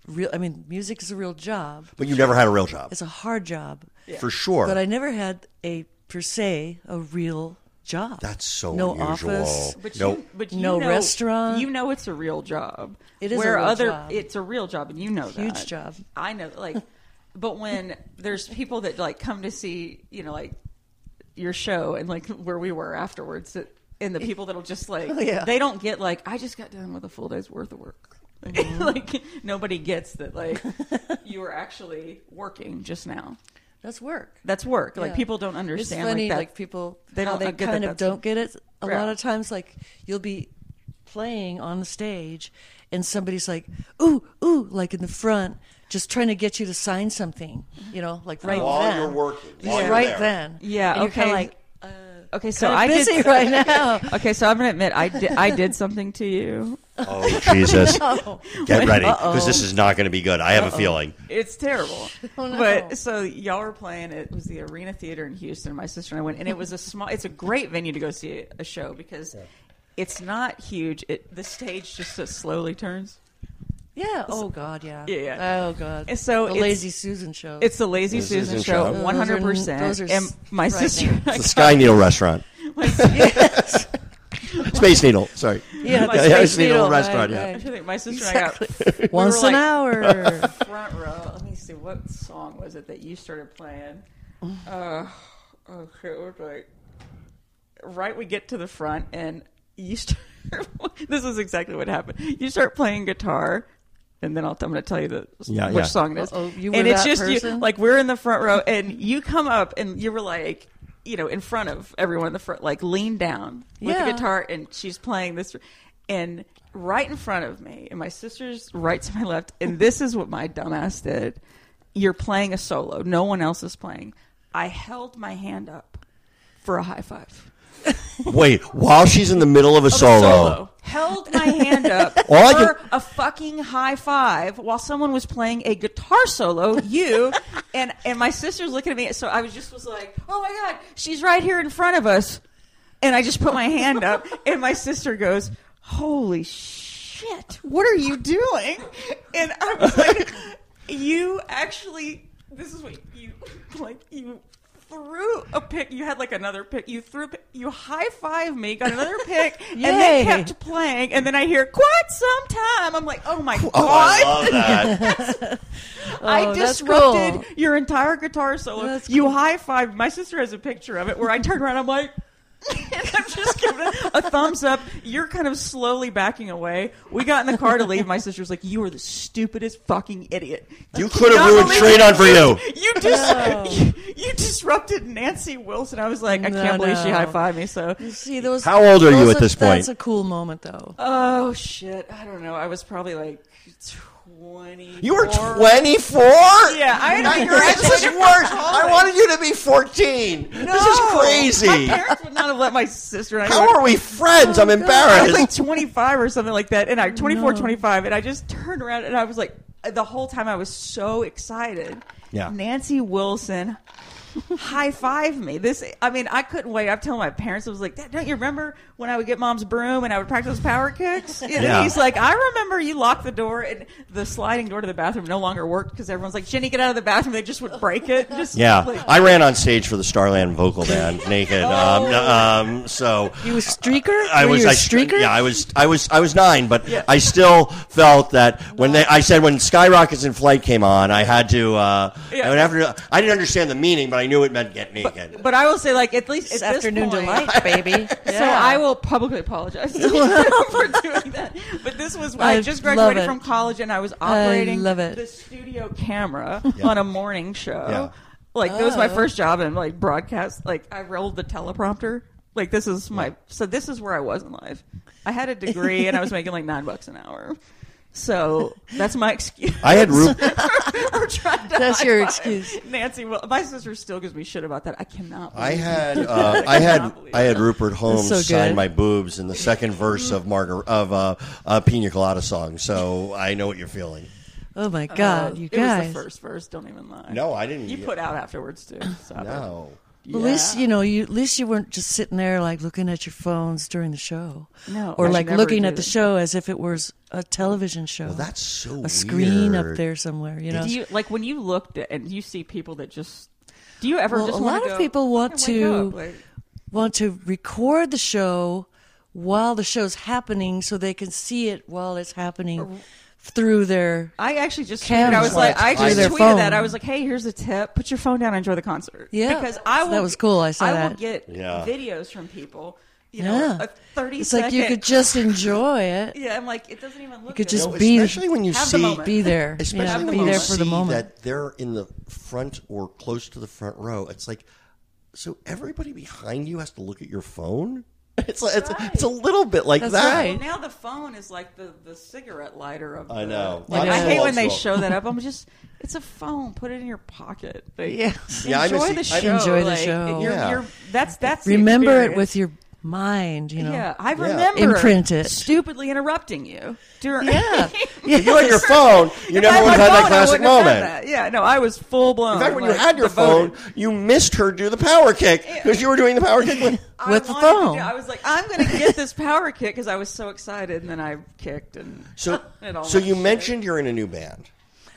[SPEAKER 4] real i mean music is a real job
[SPEAKER 2] But you never had a real job,
[SPEAKER 4] it's a hard job
[SPEAKER 2] for sure.
[SPEAKER 4] but i never had a per se a real job
[SPEAKER 2] That's so
[SPEAKER 4] no
[SPEAKER 2] unusual.
[SPEAKER 4] office
[SPEAKER 3] But
[SPEAKER 2] Nope.
[SPEAKER 3] you, but you
[SPEAKER 4] No
[SPEAKER 3] know,
[SPEAKER 4] restaurant.
[SPEAKER 3] You know it's a real job.
[SPEAKER 4] It is a
[SPEAKER 3] Where
[SPEAKER 4] real
[SPEAKER 3] other,
[SPEAKER 4] job.
[SPEAKER 3] It's a real job, and you know that.
[SPEAKER 4] Huge job.
[SPEAKER 3] I know, like, but when there's people that like come to see, you know, like your show and like where we were afterwards, that, and the people that'll just like,
[SPEAKER 4] yeah.
[SPEAKER 3] they don't get like, I just got done with a full day's worth of work.
[SPEAKER 4] Mm-hmm.
[SPEAKER 3] like nobody gets that like you were actually working just now.
[SPEAKER 4] that's work
[SPEAKER 3] That's work. Like
[SPEAKER 4] Yeah.
[SPEAKER 3] people don't understand
[SPEAKER 4] It's funny,
[SPEAKER 3] like that.
[SPEAKER 4] like people,
[SPEAKER 3] they
[SPEAKER 4] how
[SPEAKER 3] don't
[SPEAKER 4] they
[SPEAKER 3] get that
[SPEAKER 4] kind of
[SPEAKER 3] that's-
[SPEAKER 4] don't get it. A
[SPEAKER 3] Yeah.
[SPEAKER 4] lot of times, like you'll be playing on the stage, and somebody's like, "Ooh, ooh," like in the front, just trying to get you to sign something. You know, like right
[SPEAKER 2] While
[SPEAKER 4] then.
[SPEAKER 2] you're working,
[SPEAKER 4] Yeah.
[SPEAKER 2] while you're
[SPEAKER 4] right
[SPEAKER 2] there.
[SPEAKER 4] then.
[SPEAKER 3] Yeah,
[SPEAKER 4] And you're kinda
[SPEAKER 3] okay.
[SPEAKER 4] like
[SPEAKER 3] okay, so
[SPEAKER 4] so
[SPEAKER 3] I did
[SPEAKER 4] busy right now.
[SPEAKER 3] Okay, so I'm gonna admit I did, I did something to you.
[SPEAKER 2] oh Jesus! Get ready because this is not going to be good. I have a feeling.
[SPEAKER 3] It's terrible.
[SPEAKER 4] Oh, no.
[SPEAKER 3] But so y'all were playing. It was the Arena Theater in Houston. My sister and I went, and it was a small. It's a great venue to go see a, a show because it's not huge. It, the stage just so slowly turns.
[SPEAKER 4] Yeah. Oh God. Yeah.
[SPEAKER 3] Yeah, yeah.
[SPEAKER 4] Oh God.
[SPEAKER 3] And so
[SPEAKER 4] the
[SPEAKER 3] it's-
[SPEAKER 4] Lazy Susan show.
[SPEAKER 3] It's the Lazy
[SPEAKER 2] This
[SPEAKER 3] Susan
[SPEAKER 2] isn't
[SPEAKER 3] show,
[SPEAKER 2] show.
[SPEAKER 3] one hundred percent.
[SPEAKER 4] Those are- those are
[SPEAKER 3] And my sister, and I
[SPEAKER 2] The Sky Needle restaurant, Space Needle. Sorry.
[SPEAKER 4] yeah.
[SPEAKER 3] Space
[SPEAKER 2] Space Needle
[SPEAKER 4] Needle,
[SPEAKER 2] restaurant.
[SPEAKER 4] right,
[SPEAKER 2] yeah.
[SPEAKER 3] I
[SPEAKER 4] right.
[SPEAKER 3] think my sister and I got
[SPEAKER 4] Exactly. Once
[SPEAKER 3] were
[SPEAKER 4] an
[SPEAKER 3] like-
[SPEAKER 4] hour.
[SPEAKER 3] front row. Let me see what song was it that you started playing. Uh, okay, it was like right. We get to the front, and you start. this is exactly what happened. You start playing guitar. And then I'll, I'm going to tell you the,
[SPEAKER 2] Yeah,
[SPEAKER 3] which
[SPEAKER 2] yeah.
[SPEAKER 3] song it is.
[SPEAKER 4] Uh-oh, you
[SPEAKER 3] and
[SPEAKER 4] were
[SPEAKER 3] it's
[SPEAKER 4] that
[SPEAKER 3] just you,
[SPEAKER 4] person?
[SPEAKER 3] like we're in the front row, and you come up, and you were like, you know, in front of everyone in the front, like lean down with the
[SPEAKER 4] Yeah.
[SPEAKER 3] guitar guitar, and she's playing this and right in front of me and my sister's right to my left and this is what my dumbass did you're playing a solo no one else is playing i held my hand up for a high five
[SPEAKER 2] Wait, while she's in the middle of a solo.
[SPEAKER 3] held my hand up
[SPEAKER 2] All I
[SPEAKER 3] for
[SPEAKER 2] can-
[SPEAKER 3] a fucking high five while someone was playing a guitar solo you and and my sister's looking at me so i was just was like oh my god she's right here in front of us and i just put my hand up and my sister goes holy shit what are you doing and i was like you actually this is what you like you threw a pick you had like another pick you threw a pick- you high-five me got another pick and
[SPEAKER 4] Yay.
[SPEAKER 3] then kept playing, and then I hear quite some time. I'm like, oh my god!
[SPEAKER 2] Oh, I
[SPEAKER 3] I,
[SPEAKER 2] love that.
[SPEAKER 4] Oh, that's
[SPEAKER 3] disrupted
[SPEAKER 4] cool.
[SPEAKER 3] your entire guitar solo.
[SPEAKER 4] That's
[SPEAKER 3] You high five. My sister has a picture of it where I turn around. I'm like. and I'm just giving it a thumbs up. You're kind of slowly backing away. We got in the car to leave. My sister's like, "You are the stupidest fucking idiot.
[SPEAKER 2] You could have
[SPEAKER 3] cannot
[SPEAKER 2] ruined
[SPEAKER 3] believe
[SPEAKER 2] straight on for you.
[SPEAKER 3] You dis- you, you disrupted Nancy Wilson." I was like, "I
[SPEAKER 4] No,
[SPEAKER 3] can't believe she
[SPEAKER 4] no.
[SPEAKER 3] high fived me." So
[SPEAKER 4] See those.
[SPEAKER 2] How old are you
[SPEAKER 4] those
[SPEAKER 2] at this point?
[SPEAKER 4] That's a cool moment, though.
[SPEAKER 3] Oh shit! I don't know. I was probably like twenty.
[SPEAKER 2] You were 24? Yeah,
[SPEAKER 3] I know.
[SPEAKER 2] This is worse. I wanted you to be 14. This is crazy.
[SPEAKER 3] My parents would not have let my sister and I.
[SPEAKER 2] How are we friends? I'm
[SPEAKER 3] I was like
[SPEAKER 2] embarrassed.
[SPEAKER 3] twenty five or something like that, and I 24, 25, and I just turned around and I was like, the whole time I was so excited.
[SPEAKER 2] Yeah.
[SPEAKER 3] Nancy Wilson high five me. This, I mean, I couldn't wait. I'm telling my parents, I was like, "Dad, don't you remember when I would get mom's broom and I would practice power kicks? And
[SPEAKER 2] Yeah.
[SPEAKER 3] He's like, I remember you locked the door and the sliding door to the bathroom no longer worked because everyone's like, Jenny, get out of the bathroom. They just would break it. Just
[SPEAKER 2] Yeah,
[SPEAKER 3] like-
[SPEAKER 2] I ran on stage for the Starland Vocal Band naked. Um, um, so
[SPEAKER 4] You was streaker?
[SPEAKER 2] I
[SPEAKER 4] Were
[SPEAKER 2] was
[SPEAKER 4] you a
[SPEAKER 2] I,
[SPEAKER 4] streaker?
[SPEAKER 2] Yeah, I was I was I was nine, but I still felt that when they I said when Skyrockets in Flight came on, I had to. Uh, I would have to. I didn't understand the meaning, but I knew it meant get naked.
[SPEAKER 3] But I will say, like, at least
[SPEAKER 4] It's
[SPEAKER 3] at this
[SPEAKER 4] afternoon
[SPEAKER 3] point-
[SPEAKER 4] delight, baby.
[SPEAKER 3] So I will publicly apologize to you for doing that. But this was I,
[SPEAKER 4] I
[SPEAKER 3] just
[SPEAKER 4] love
[SPEAKER 3] graduated
[SPEAKER 4] it.
[SPEAKER 3] from college and I was operating
[SPEAKER 4] love it.
[SPEAKER 3] the studio camera
[SPEAKER 2] Yeah.
[SPEAKER 3] on a morning show.
[SPEAKER 2] Yeah.
[SPEAKER 3] Like that was my
[SPEAKER 4] Oh.
[SPEAKER 3] first job in like broadcast. Like I rolled the teleprompter. Like this is my so this is where I was in life. I had a degree and I was making like nine bucks an hour. So that's my excuse.
[SPEAKER 2] I had Ru-
[SPEAKER 3] I'm trying to
[SPEAKER 4] That's your
[SPEAKER 3] high-five
[SPEAKER 4] excuse.
[SPEAKER 3] Nancy. Well, my sister still gives me shit about that. I cannot.
[SPEAKER 2] I
[SPEAKER 3] believe
[SPEAKER 2] had uh, I had
[SPEAKER 3] cannot believe
[SPEAKER 2] I had Rupert Holmes
[SPEAKER 4] so
[SPEAKER 2] sign
[SPEAKER 4] good.
[SPEAKER 2] my boobs in the second verse of Margar of uh, a Pina Colada song, so I know what you're feeling.
[SPEAKER 4] Oh my God, you
[SPEAKER 3] Uh, it
[SPEAKER 4] guys.
[SPEAKER 3] was the first verse. Don't even lie.
[SPEAKER 2] No, I didn't.
[SPEAKER 3] You put out afterwards too. So.
[SPEAKER 2] no.
[SPEAKER 4] At least you know. You at least you weren't just sitting there like looking at your phones during the show,
[SPEAKER 3] No,
[SPEAKER 4] or
[SPEAKER 3] I
[SPEAKER 4] like
[SPEAKER 3] never
[SPEAKER 4] looking
[SPEAKER 3] do
[SPEAKER 4] at the
[SPEAKER 3] that.
[SPEAKER 4] show as if it was a television show.
[SPEAKER 2] Well, that's so
[SPEAKER 4] a screen up
[SPEAKER 2] weird.
[SPEAKER 4] there somewhere. You know,
[SPEAKER 3] Do you like when you looked at, and you see people that just? Do you ever?
[SPEAKER 4] Well,
[SPEAKER 3] just
[SPEAKER 4] a
[SPEAKER 3] wanna
[SPEAKER 4] lot of
[SPEAKER 3] go,
[SPEAKER 4] people want
[SPEAKER 3] "I can wake
[SPEAKER 4] to-
[SPEAKER 3] up," like-
[SPEAKER 4] want to record the show while the show's happening so they can see it while it's happening through their.
[SPEAKER 3] I actually just tweeted.
[SPEAKER 4] Cam
[SPEAKER 3] I was
[SPEAKER 4] like
[SPEAKER 3] like, I
[SPEAKER 4] through
[SPEAKER 3] just
[SPEAKER 4] their
[SPEAKER 3] tweeted
[SPEAKER 4] phone.
[SPEAKER 3] that. I was like, hey, here's a tip. Put your phone down. and Enjoy the concert.
[SPEAKER 4] Yeah.
[SPEAKER 3] because I
[SPEAKER 4] That
[SPEAKER 3] will.
[SPEAKER 4] was cool. I saw
[SPEAKER 3] I will
[SPEAKER 4] that.
[SPEAKER 3] get
[SPEAKER 2] Yeah.
[SPEAKER 3] videos from people. You know,
[SPEAKER 4] Yeah,
[SPEAKER 3] Oh, a thirty.
[SPEAKER 4] It's like you
[SPEAKER 3] second-
[SPEAKER 4] could just enjoy it,
[SPEAKER 3] Yeah, I'm like, it doesn't even look. You
[SPEAKER 4] could
[SPEAKER 2] No,
[SPEAKER 4] just be-
[SPEAKER 2] especially when you
[SPEAKER 3] Have the
[SPEAKER 2] see
[SPEAKER 3] moment.
[SPEAKER 4] be there, you know,
[SPEAKER 2] especially
[SPEAKER 4] be
[SPEAKER 2] when you
[SPEAKER 4] there for the
[SPEAKER 2] see
[SPEAKER 4] moment.
[SPEAKER 2] that they're in the front or close to the front row. It's like, so everybody behind you has to look at your phone. It's like, it's, it's a little bit like
[SPEAKER 4] That's
[SPEAKER 2] that.
[SPEAKER 4] right.
[SPEAKER 3] Well, now the phone is like the, the cigarette lighter of.
[SPEAKER 2] I
[SPEAKER 3] the-
[SPEAKER 2] know.
[SPEAKER 3] Like,
[SPEAKER 4] It
[SPEAKER 3] I
[SPEAKER 4] is.
[SPEAKER 3] hate when they
[SPEAKER 2] Awful.
[SPEAKER 3] show that up. I'm just. It's a phone. Put it in your pocket. Like,
[SPEAKER 4] Yeah.
[SPEAKER 2] Yeah, I
[SPEAKER 3] enjoy
[SPEAKER 2] miss the- I-
[SPEAKER 3] the show.
[SPEAKER 4] Enjoy the
[SPEAKER 3] like,
[SPEAKER 4] show.
[SPEAKER 3] You're,
[SPEAKER 2] Yeah.
[SPEAKER 3] you're, that's that's. the
[SPEAKER 4] Remember it with
[SPEAKER 3] experience.
[SPEAKER 4] your mind. You know.
[SPEAKER 3] Yeah, I remember
[SPEAKER 4] Imprint it.
[SPEAKER 3] Stupidly interrupting you during.
[SPEAKER 4] Yeah.
[SPEAKER 2] If you had your phone, you
[SPEAKER 3] If I
[SPEAKER 2] never would have had that
[SPEAKER 3] my phone, I
[SPEAKER 2] classic
[SPEAKER 3] wouldn't have done
[SPEAKER 2] moment.
[SPEAKER 3] that. Yeah, no, I was full blown.
[SPEAKER 2] In fact, when you had your phone, you missed her do the power kick because you were doing the power kick. With,
[SPEAKER 4] with the phone.
[SPEAKER 3] I was like, I'm going to get this power kick because I was so excited, and then I kicked and
[SPEAKER 2] so,
[SPEAKER 3] It all
[SPEAKER 2] so
[SPEAKER 3] went
[SPEAKER 2] you
[SPEAKER 3] shit.
[SPEAKER 2] mentioned you're in a new band,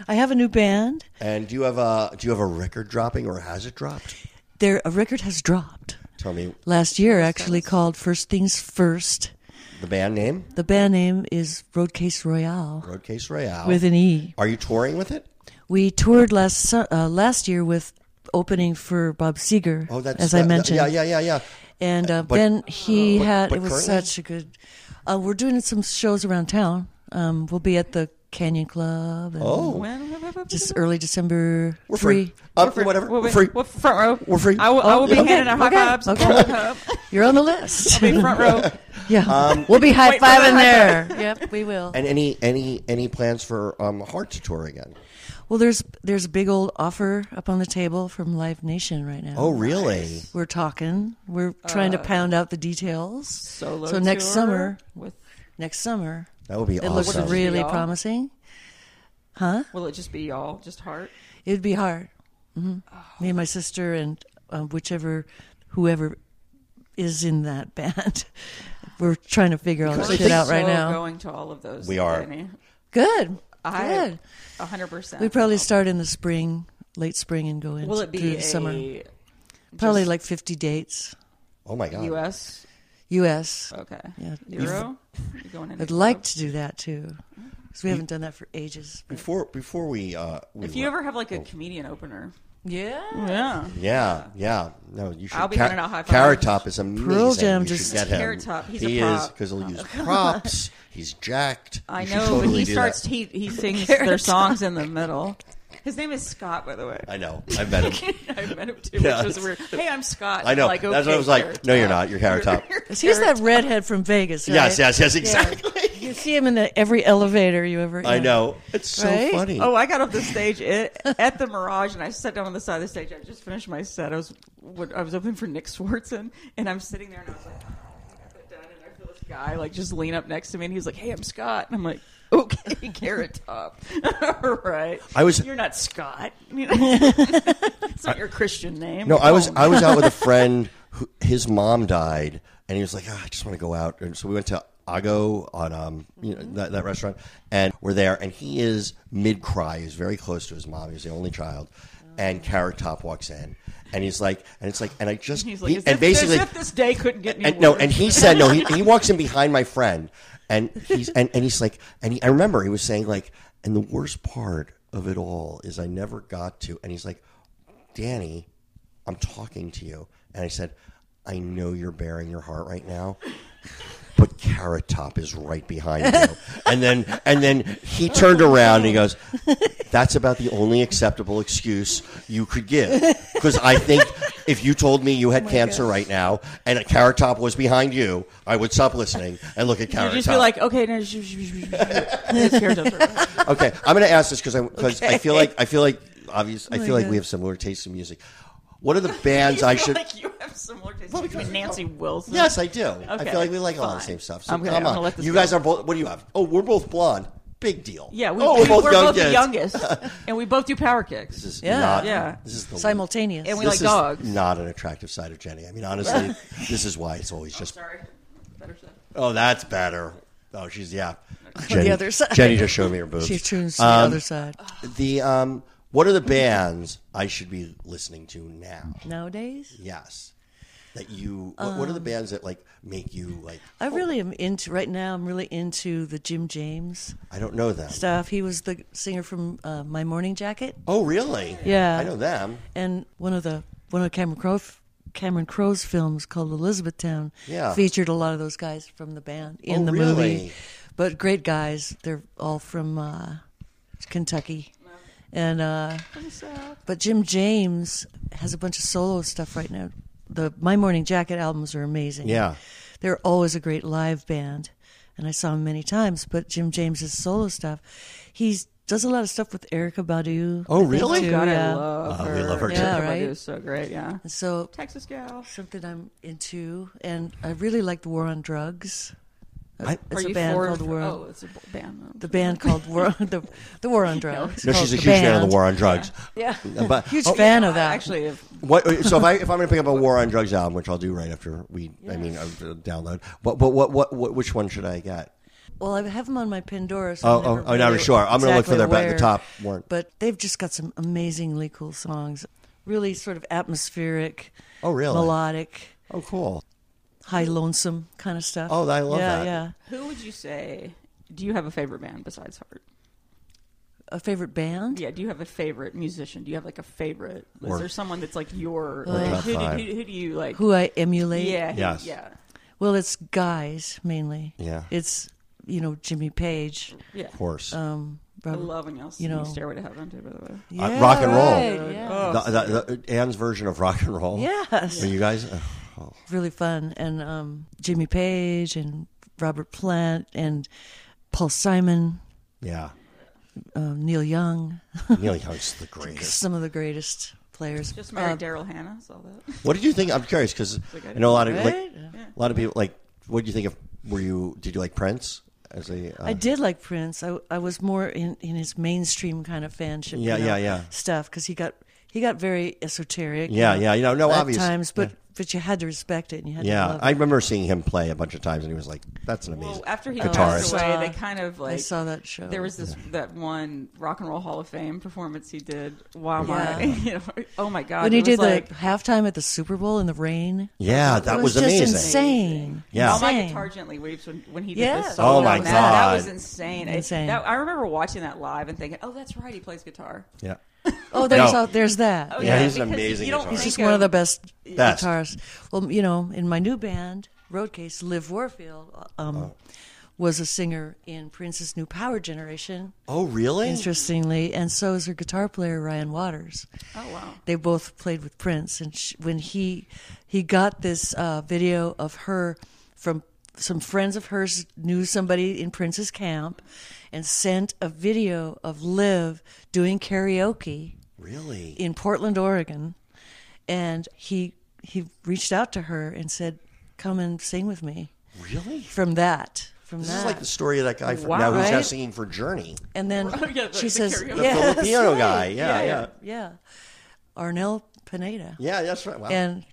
[SPEAKER 4] I have a new band.
[SPEAKER 2] and do you have a do you have a record dropping or has it dropped?
[SPEAKER 4] There, a record has dropped
[SPEAKER 2] Tell me
[SPEAKER 4] last
[SPEAKER 2] Oh,
[SPEAKER 4] year. Actually, called First Things First.
[SPEAKER 2] the band name,
[SPEAKER 4] The band name is Roadcase Royale
[SPEAKER 2] Roadcase Royale.
[SPEAKER 4] with an E.
[SPEAKER 2] Are you touring with it?
[SPEAKER 4] We toured last su- uh, last year with opening for Bob Seger,
[SPEAKER 2] Oh, that's
[SPEAKER 4] as
[SPEAKER 2] that-
[SPEAKER 4] I
[SPEAKER 2] that-
[SPEAKER 4] mentioned.
[SPEAKER 2] Yeah, yeah, yeah, yeah.
[SPEAKER 4] And uh,
[SPEAKER 2] But-
[SPEAKER 4] then he
[SPEAKER 2] but-
[SPEAKER 4] had
[SPEAKER 2] but
[SPEAKER 4] it was
[SPEAKER 2] currently?
[SPEAKER 4] such a good. Uh, we're doing some shows around town. Um, we'll be at the Canyon Club. And
[SPEAKER 2] Oh,
[SPEAKER 3] when
[SPEAKER 4] just early December.
[SPEAKER 2] we're
[SPEAKER 4] three.
[SPEAKER 2] free. Up for whatever.
[SPEAKER 3] We'll
[SPEAKER 2] We're
[SPEAKER 3] be,
[SPEAKER 2] free.
[SPEAKER 3] We'll front row.
[SPEAKER 2] We're free.
[SPEAKER 3] I will, I will be
[SPEAKER 4] Okay,
[SPEAKER 3] handing out high
[SPEAKER 4] okay,
[SPEAKER 3] fives.
[SPEAKER 4] okay.
[SPEAKER 3] I'll come.
[SPEAKER 4] You're on the list.
[SPEAKER 3] Be front row.
[SPEAKER 4] yeah,
[SPEAKER 2] Um,
[SPEAKER 4] we'll be high
[SPEAKER 3] wait for the
[SPEAKER 4] fiving
[SPEAKER 3] high
[SPEAKER 4] there. yep, we will.
[SPEAKER 2] And any any any plans for um, Heart to tour again?
[SPEAKER 4] Well, there's there's a big old offer up on the table from Live Nation right now.
[SPEAKER 2] Oh, really?
[SPEAKER 4] We're talking. We're trying
[SPEAKER 3] Uh.
[SPEAKER 4] to pound out the details.
[SPEAKER 3] Solo
[SPEAKER 4] so next
[SPEAKER 3] tour
[SPEAKER 4] summer,
[SPEAKER 3] with
[SPEAKER 4] next summer,
[SPEAKER 2] That would be
[SPEAKER 4] it looks
[SPEAKER 2] awesome.
[SPEAKER 4] really
[SPEAKER 3] Y'all?
[SPEAKER 4] promising.
[SPEAKER 3] will it just be y'all? Just heart.
[SPEAKER 4] It'd be hard. hmm
[SPEAKER 3] Oh.
[SPEAKER 4] Me and my sister and um, whichever, whoever is in that band. We're trying to figure all
[SPEAKER 2] Because
[SPEAKER 4] this
[SPEAKER 2] I
[SPEAKER 4] shit
[SPEAKER 2] think-
[SPEAKER 4] out right
[SPEAKER 3] So
[SPEAKER 4] now.
[SPEAKER 3] Going to all of those.
[SPEAKER 2] We are.
[SPEAKER 3] Danny.
[SPEAKER 4] Good.
[SPEAKER 3] I.
[SPEAKER 4] Good.
[SPEAKER 3] A hundred percent.
[SPEAKER 4] We probably start in the spring, late spring, and go into
[SPEAKER 3] Will it
[SPEAKER 4] through
[SPEAKER 3] be
[SPEAKER 4] the
[SPEAKER 3] a
[SPEAKER 4] summer. Probably like 50 dates,
[SPEAKER 2] Oh my god.
[SPEAKER 3] U.S.
[SPEAKER 4] U.S.
[SPEAKER 3] Okay.
[SPEAKER 4] Yeah.
[SPEAKER 3] Euro. You going in
[SPEAKER 4] I'd like to do that too, because we haven't done that for ages. but-
[SPEAKER 2] Before before we uh, we
[SPEAKER 3] If you ever have like a comedian opener.
[SPEAKER 4] Yeah.
[SPEAKER 3] Yeah.
[SPEAKER 2] Yeah, yeah. No, you should.
[SPEAKER 3] I'll be
[SPEAKER 2] Ca-
[SPEAKER 3] handing out high fives.
[SPEAKER 2] Carrot Top is amazing.
[SPEAKER 4] Pearl Jam
[SPEAKER 2] you should
[SPEAKER 4] just-
[SPEAKER 2] get him.
[SPEAKER 3] Carrot Top, he's
[SPEAKER 2] he
[SPEAKER 3] a prop.
[SPEAKER 2] is because he'll use props. He's jacked.
[SPEAKER 3] I
[SPEAKER 2] You should
[SPEAKER 3] know,
[SPEAKER 2] Totally
[SPEAKER 3] but he
[SPEAKER 2] do
[SPEAKER 3] starts.
[SPEAKER 2] That.
[SPEAKER 3] He he sings their songs in the middle. His name is Scott, by the way.
[SPEAKER 2] I know. I met him.
[SPEAKER 3] I met him too,
[SPEAKER 2] Yeah.
[SPEAKER 3] which was weird. Hey, I'm Scott.
[SPEAKER 2] I know.
[SPEAKER 3] Like,
[SPEAKER 2] That's what
[SPEAKER 3] okay,
[SPEAKER 2] I was like.
[SPEAKER 3] Carrot
[SPEAKER 2] no, you're
[SPEAKER 3] Top.
[SPEAKER 2] not. You're Carrot Top.
[SPEAKER 4] He's that redhead from Vegas. Right?
[SPEAKER 2] yes, yes, yes. Exactly.
[SPEAKER 4] You see him in the, every elevator you ever.
[SPEAKER 2] I
[SPEAKER 4] yeah.
[SPEAKER 2] know. It's so
[SPEAKER 4] Right?
[SPEAKER 2] funny.
[SPEAKER 3] Oh, I got off the stage at, at the Mirage, and I sat down on the side of the stage. I just finished my set. I was what, I was opening for Nick Swartzen, and I'm sitting "Oh, there, and I was like, I got that done, and I feel this guy like just lean up next to me, and he's like, "Hey, I'm Scott," and I'm like, Okay, Carrot Top. All right.
[SPEAKER 2] I was-
[SPEAKER 3] You're not Scott. it's not your Christian name.
[SPEAKER 2] No, I was I was out with a friend. Who, his mom died, and he was like, "Ah, "I just want to go out." And so we went to Ago on um, you know, that, that restaurant, and we're there. And he is mid cry. He's very close to his mom. He's the only child. And Carrot Top walks in, and he's like, and it's like, and I just
[SPEAKER 3] He's like,
[SPEAKER 2] he-
[SPEAKER 3] as
[SPEAKER 2] and
[SPEAKER 3] if,
[SPEAKER 2] basically
[SPEAKER 3] as if this day couldn't get me.
[SPEAKER 2] and no, and he said no. He, he walks in behind my friend, and he's and, and he's like, and he, I remember he was saying like, and the worst part of it all is I never got to, and he's like, Danny, I'm talking to you, and I said, I know you're bearing your heart right now. But Carrot Top is right behind you, and then and then he turned around and he goes, "That's about the only acceptable excuse you could give." Because I think if you told me
[SPEAKER 3] Oh
[SPEAKER 2] you had cancer right now and a carrot top was behind you, I would stop listening and look at
[SPEAKER 3] you
[SPEAKER 2] carrot
[SPEAKER 3] just
[SPEAKER 2] top.
[SPEAKER 3] be like, okay, no, sh- sh- sh- sh- sh- Carrot Top.
[SPEAKER 2] okay, I'm going to ask this because I because I feel like I feel like obvious. I feel like we have similar tastes in music. What are the bands I
[SPEAKER 3] feel
[SPEAKER 2] should?
[SPEAKER 3] Like Oh you have similar taste. You mean Nancy Wilson?
[SPEAKER 2] Yes, I do. I
[SPEAKER 3] Okay,
[SPEAKER 2] feel like we like a lot of the
[SPEAKER 3] fine.
[SPEAKER 2] same stuff. So
[SPEAKER 3] I'm gonna-
[SPEAKER 2] come
[SPEAKER 3] I'm
[SPEAKER 2] on,
[SPEAKER 3] gonna let this
[SPEAKER 2] you
[SPEAKER 3] go.
[SPEAKER 2] guys are both. What do you have? Oh, we're both blonde. Big deal.
[SPEAKER 3] Yeah, we,
[SPEAKER 2] oh,
[SPEAKER 3] we, are
[SPEAKER 2] young
[SPEAKER 3] both the
[SPEAKER 2] kids.
[SPEAKER 3] youngest, and we both do power kicks.
[SPEAKER 2] This is
[SPEAKER 4] Yeah.
[SPEAKER 2] not-
[SPEAKER 3] Yeah.
[SPEAKER 2] This is the
[SPEAKER 4] Simultaneous.
[SPEAKER 3] And we
[SPEAKER 2] this
[SPEAKER 3] like
[SPEAKER 2] is
[SPEAKER 3] dogs.
[SPEAKER 2] Not an attractive side of Jenny. I mean, honestly, this is why it's always just.
[SPEAKER 3] Sorry. Better said.
[SPEAKER 2] Oh, that's better. Oh, she's yeah.
[SPEAKER 4] other side.
[SPEAKER 2] Jenny just showed me her boobs.
[SPEAKER 4] she turns to the
[SPEAKER 2] Um,
[SPEAKER 4] other side.
[SPEAKER 2] The um, what are the bands I should be listening to now?
[SPEAKER 4] Nowadays,
[SPEAKER 2] Yes, that you. What, what are
[SPEAKER 3] Um,
[SPEAKER 2] the bands that like make you like?
[SPEAKER 4] I really am into. Right now, I'm really into the Jim James
[SPEAKER 2] I don't know them.
[SPEAKER 4] stuff. He was the singer from uh, My Morning Jacket,
[SPEAKER 2] Oh, really?
[SPEAKER 4] Yeah.
[SPEAKER 2] I know them.
[SPEAKER 4] and one of the one of Cameron Crowe. Cameron Crowe's films called Elizabethtown
[SPEAKER 2] Yeah.
[SPEAKER 4] featured a lot of those guys from the band in
[SPEAKER 2] Oh,
[SPEAKER 4] the
[SPEAKER 2] really?
[SPEAKER 4] movie. But great guys. They're all from uh, Kentucky. And uh, But Jim James has a bunch of solo stuff right now. The My Morning Jacket albums are amazing.
[SPEAKER 2] Yeah.
[SPEAKER 4] They're always a great live band. And I saw him many times, but Jim James's solo stuff, he does a lot of stuff with Erica Badu.
[SPEAKER 2] Oh,
[SPEAKER 4] I think,
[SPEAKER 2] really?
[SPEAKER 4] too,
[SPEAKER 3] God,
[SPEAKER 4] yeah.
[SPEAKER 3] I love
[SPEAKER 2] Oh,
[SPEAKER 3] her.
[SPEAKER 2] we love her, too.
[SPEAKER 4] Yeah,
[SPEAKER 3] Everybody
[SPEAKER 4] right?
[SPEAKER 3] is so great. Yeah.
[SPEAKER 4] So
[SPEAKER 3] Texas gal.
[SPEAKER 4] something I'm into, and I really like the War on Drugs. Uh,
[SPEAKER 2] I-
[SPEAKER 4] It's a band called War.
[SPEAKER 3] Oh, it's a b- band.
[SPEAKER 4] the band called War the the War on Drugs.
[SPEAKER 2] No,
[SPEAKER 4] It's
[SPEAKER 2] she's a
[SPEAKER 4] called
[SPEAKER 2] huge
[SPEAKER 4] the
[SPEAKER 2] fan of
[SPEAKER 4] band.
[SPEAKER 2] the war on drugs. Uh,
[SPEAKER 4] Yeah,
[SPEAKER 2] But oh,
[SPEAKER 4] huge fan of that.
[SPEAKER 3] Oh, Actually, if,
[SPEAKER 2] What, uh, so if I if I'm going to pick up a War on Drugs album, which I'll do right after we, I mean, uh, download. But but what, what what which one should I get?
[SPEAKER 4] well, I have them on my Pandora. So
[SPEAKER 2] Oh,
[SPEAKER 4] I'm
[SPEAKER 2] oh,
[SPEAKER 4] never
[SPEAKER 2] oh, now
[SPEAKER 4] really
[SPEAKER 2] you're sure. I'm gonna look for their-
[SPEAKER 4] exactly
[SPEAKER 2] the top
[SPEAKER 4] aware.
[SPEAKER 2] one.
[SPEAKER 4] But they've just got some amazingly cool songs, really sort of atmospheric.
[SPEAKER 2] Oh, really?
[SPEAKER 4] Melodic,
[SPEAKER 2] Oh, cool.
[SPEAKER 4] high lonesome kind of stuff.
[SPEAKER 2] Oh, I love
[SPEAKER 4] yeah,
[SPEAKER 2] that.
[SPEAKER 4] Yeah,
[SPEAKER 3] who would you say? Do you have a favorite band besides Heart?
[SPEAKER 4] A favorite band?
[SPEAKER 3] Yeah. Do you have a favorite musician? Do you have like a favorite? Is
[SPEAKER 2] Or-
[SPEAKER 3] there someone that's like your?
[SPEAKER 2] top
[SPEAKER 3] who, do,
[SPEAKER 2] five.
[SPEAKER 3] who, who do you like?
[SPEAKER 4] Who I emulate?
[SPEAKER 3] Yeah. who-
[SPEAKER 2] Yes.
[SPEAKER 3] Yeah.
[SPEAKER 4] Well, it's guys mainly.
[SPEAKER 2] Yeah.
[SPEAKER 4] It's you know Jimmy Page.
[SPEAKER 3] Yeah.
[SPEAKER 2] Of course.
[SPEAKER 4] Um,
[SPEAKER 3] I
[SPEAKER 4] Robert-
[SPEAKER 3] love when y'all
[SPEAKER 4] you
[SPEAKER 3] sing
[SPEAKER 4] know.
[SPEAKER 3] Stairway to Heaven too. By the way.
[SPEAKER 4] yeah,
[SPEAKER 2] Uh, rock and roll.
[SPEAKER 4] right, yeah.
[SPEAKER 2] the, the, the, Anne's version of rock and roll.
[SPEAKER 4] Yes.
[SPEAKER 2] Are you guys? uh,
[SPEAKER 4] really fun. And um, Jimmy Page and Robert Plant and Paul Simon,
[SPEAKER 2] yeah.
[SPEAKER 4] um, Neil Young,
[SPEAKER 2] Neil Young's the greatest.
[SPEAKER 4] some of the greatest players.
[SPEAKER 3] Just married Daryl Hannah. Saw that.
[SPEAKER 2] What did you think? I'm curious because I know a lot of like,
[SPEAKER 4] Right?
[SPEAKER 2] a lot of people like. What did you think of? Were you? Did you like Prince? As a uh,
[SPEAKER 4] I did like Prince. I, I was more in, in his mainstream kind of fanship. you
[SPEAKER 2] Yeah,
[SPEAKER 4] know,
[SPEAKER 2] yeah, yeah.
[SPEAKER 4] Stuff because he got he got very esoteric.
[SPEAKER 2] Yeah, yeah, you know, no,
[SPEAKER 4] at
[SPEAKER 2] obvious-
[SPEAKER 4] times, but but you had to respect it and you had to
[SPEAKER 2] yeah,
[SPEAKER 4] love
[SPEAKER 2] I
[SPEAKER 4] it.
[SPEAKER 2] remember seeing him play a bunch of times, and he was like, "That's an amazing
[SPEAKER 3] Well, after he
[SPEAKER 2] guitarist."
[SPEAKER 3] passed away, they kind of like
[SPEAKER 4] I saw that show.
[SPEAKER 3] There was this that one rock and roll Hall of Fame performance he did. Wow,
[SPEAKER 4] Yeah.
[SPEAKER 3] my, you know, oh my god!
[SPEAKER 4] when he
[SPEAKER 3] it was
[SPEAKER 4] did
[SPEAKER 3] like,
[SPEAKER 4] the halftime at the Super Bowl in the rain.
[SPEAKER 2] yeah, that
[SPEAKER 4] it
[SPEAKER 2] was,
[SPEAKER 4] was, just
[SPEAKER 2] amazing.
[SPEAKER 4] insane.
[SPEAKER 2] Yeah.
[SPEAKER 3] All my
[SPEAKER 4] Insane.
[SPEAKER 3] guitar gently weeps when, when he did
[SPEAKER 4] Yeah.
[SPEAKER 3] this song.
[SPEAKER 2] Oh my
[SPEAKER 3] on that. that
[SPEAKER 2] God.
[SPEAKER 3] was insane. It-
[SPEAKER 4] Insane.
[SPEAKER 3] that- I remember watching that live and thinking, oh, that's right, he plays guitar.
[SPEAKER 2] Yeah,
[SPEAKER 4] Oh, there's
[SPEAKER 2] No.
[SPEAKER 4] a- there's that.
[SPEAKER 3] Oh,
[SPEAKER 2] Yeah, he's an
[SPEAKER 3] because
[SPEAKER 2] amazing
[SPEAKER 3] you don't
[SPEAKER 2] guitarist.
[SPEAKER 4] He's
[SPEAKER 3] think
[SPEAKER 4] just one of the
[SPEAKER 3] of-
[SPEAKER 4] best,
[SPEAKER 2] Best.
[SPEAKER 4] guitarists. Well, you know, in my new band, Roadcase, Liv Warfield um,
[SPEAKER 2] Oh.
[SPEAKER 4] was a singer in Prince's new Power Generation,
[SPEAKER 2] Oh, really?
[SPEAKER 4] interestingly, and so is her guitar player Ryan Waters.
[SPEAKER 3] Oh wow!
[SPEAKER 4] They both played with Prince, and sh when he he got this uh, video of her from some friends of hers knew somebody in Prince's camp, and sent a video of Liv doing karaoke
[SPEAKER 2] Really?
[SPEAKER 4] in Portland, Oregon, and he he reached out to her and said, "Come and sing with me."
[SPEAKER 2] really?
[SPEAKER 4] From that, from
[SPEAKER 2] This
[SPEAKER 4] that.
[SPEAKER 2] is like the story of that guy from
[SPEAKER 3] Wow.
[SPEAKER 2] now who's now
[SPEAKER 4] Right?
[SPEAKER 2] singing for Journey, Oh,
[SPEAKER 4] and then
[SPEAKER 3] yeah, the-
[SPEAKER 4] she
[SPEAKER 3] the
[SPEAKER 4] says,
[SPEAKER 3] karaoke.
[SPEAKER 2] the
[SPEAKER 4] yes,
[SPEAKER 2] Filipino
[SPEAKER 4] right.
[SPEAKER 2] guy. Yeah, yeah, yeah,
[SPEAKER 4] yeah. Arnell Pineda.
[SPEAKER 2] that's right. Wow.
[SPEAKER 4] And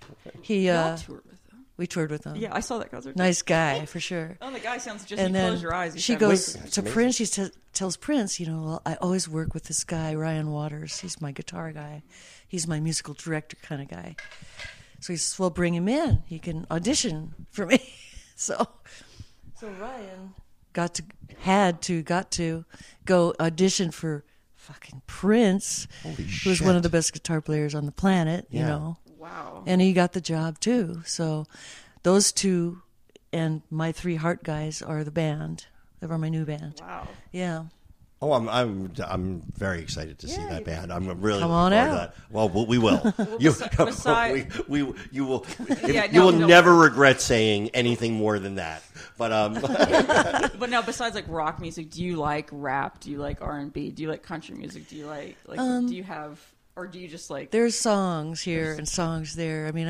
[SPEAKER 4] he, uh,
[SPEAKER 3] Tour with them.
[SPEAKER 4] we toured with him.
[SPEAKER 3] Yeah, I saw that concert.
[SPEAKER 4] Nice guy, for sure.
[SPEAKER 3] Oh, the guy sounds just.
[SPEAKER 4] and
[SPEAKER 3] you
[SPEAKER 4] then
[SPEAKER 3] close your eyes. you
[SPEAKER 4] she
[SPEAKER 3] sound-
[SPEAKER 4] goes
[SPEAKER 2] Wait,
[SPEAKER 4] to Prince. She t- tells Prince, you know, well, I always work with this guy Ryan Waters. He's my guitar guy. He's my musical director kind of guy. So he says, well, bring him in. He can audition for me. so, so Ryan got to had to got to go audition for fucking Prince, who's one
[SPEAKER 2] shit.
[SPEAKER 4] of the best guitar players on the planet. You
[SPEAKER 2] Yeah.
[SPEAKER 4] know
[SPEAKER 3] Wow.
[SPEAKER 4] and he got the job too. So those two and my three heart guys are the band. They are my new band.
[SPEAKER 3] Wow.
[SPEAKER 4] Yeah.
[SPEAKER 2] Oh, I'm I'm I'm very excited to see that band. I'm really looking
[SPEAKER 4] Come
[SPEAKER 2] forward
[SPEAKER 4] on
[SPEAKER 2] to
[SPEAKER 4] out.
[SPEAKER 2] that. Well, we, we will. you
[SPEAKER 3] besi-
[SPEAKER 2] we, we you will if-
[SPEAKER 3] Yeah,
[SPEAKER 2] you
[SPEAKER 3] no,
[SPEAKER 2] will
[SPEAKER 3] no.
[SPEAKER 2] never regret saying anything more than that. But um,
[SPEAKER 3] But now, besides like rock music, do you like rap? Do you like R and B? Do you like country music? Do you like like?
[SPEAKER 4] Um,
[SPEAKER 3] do you have or do you just like?
[SPEAKER 4] There's songs here and songs there. I mean,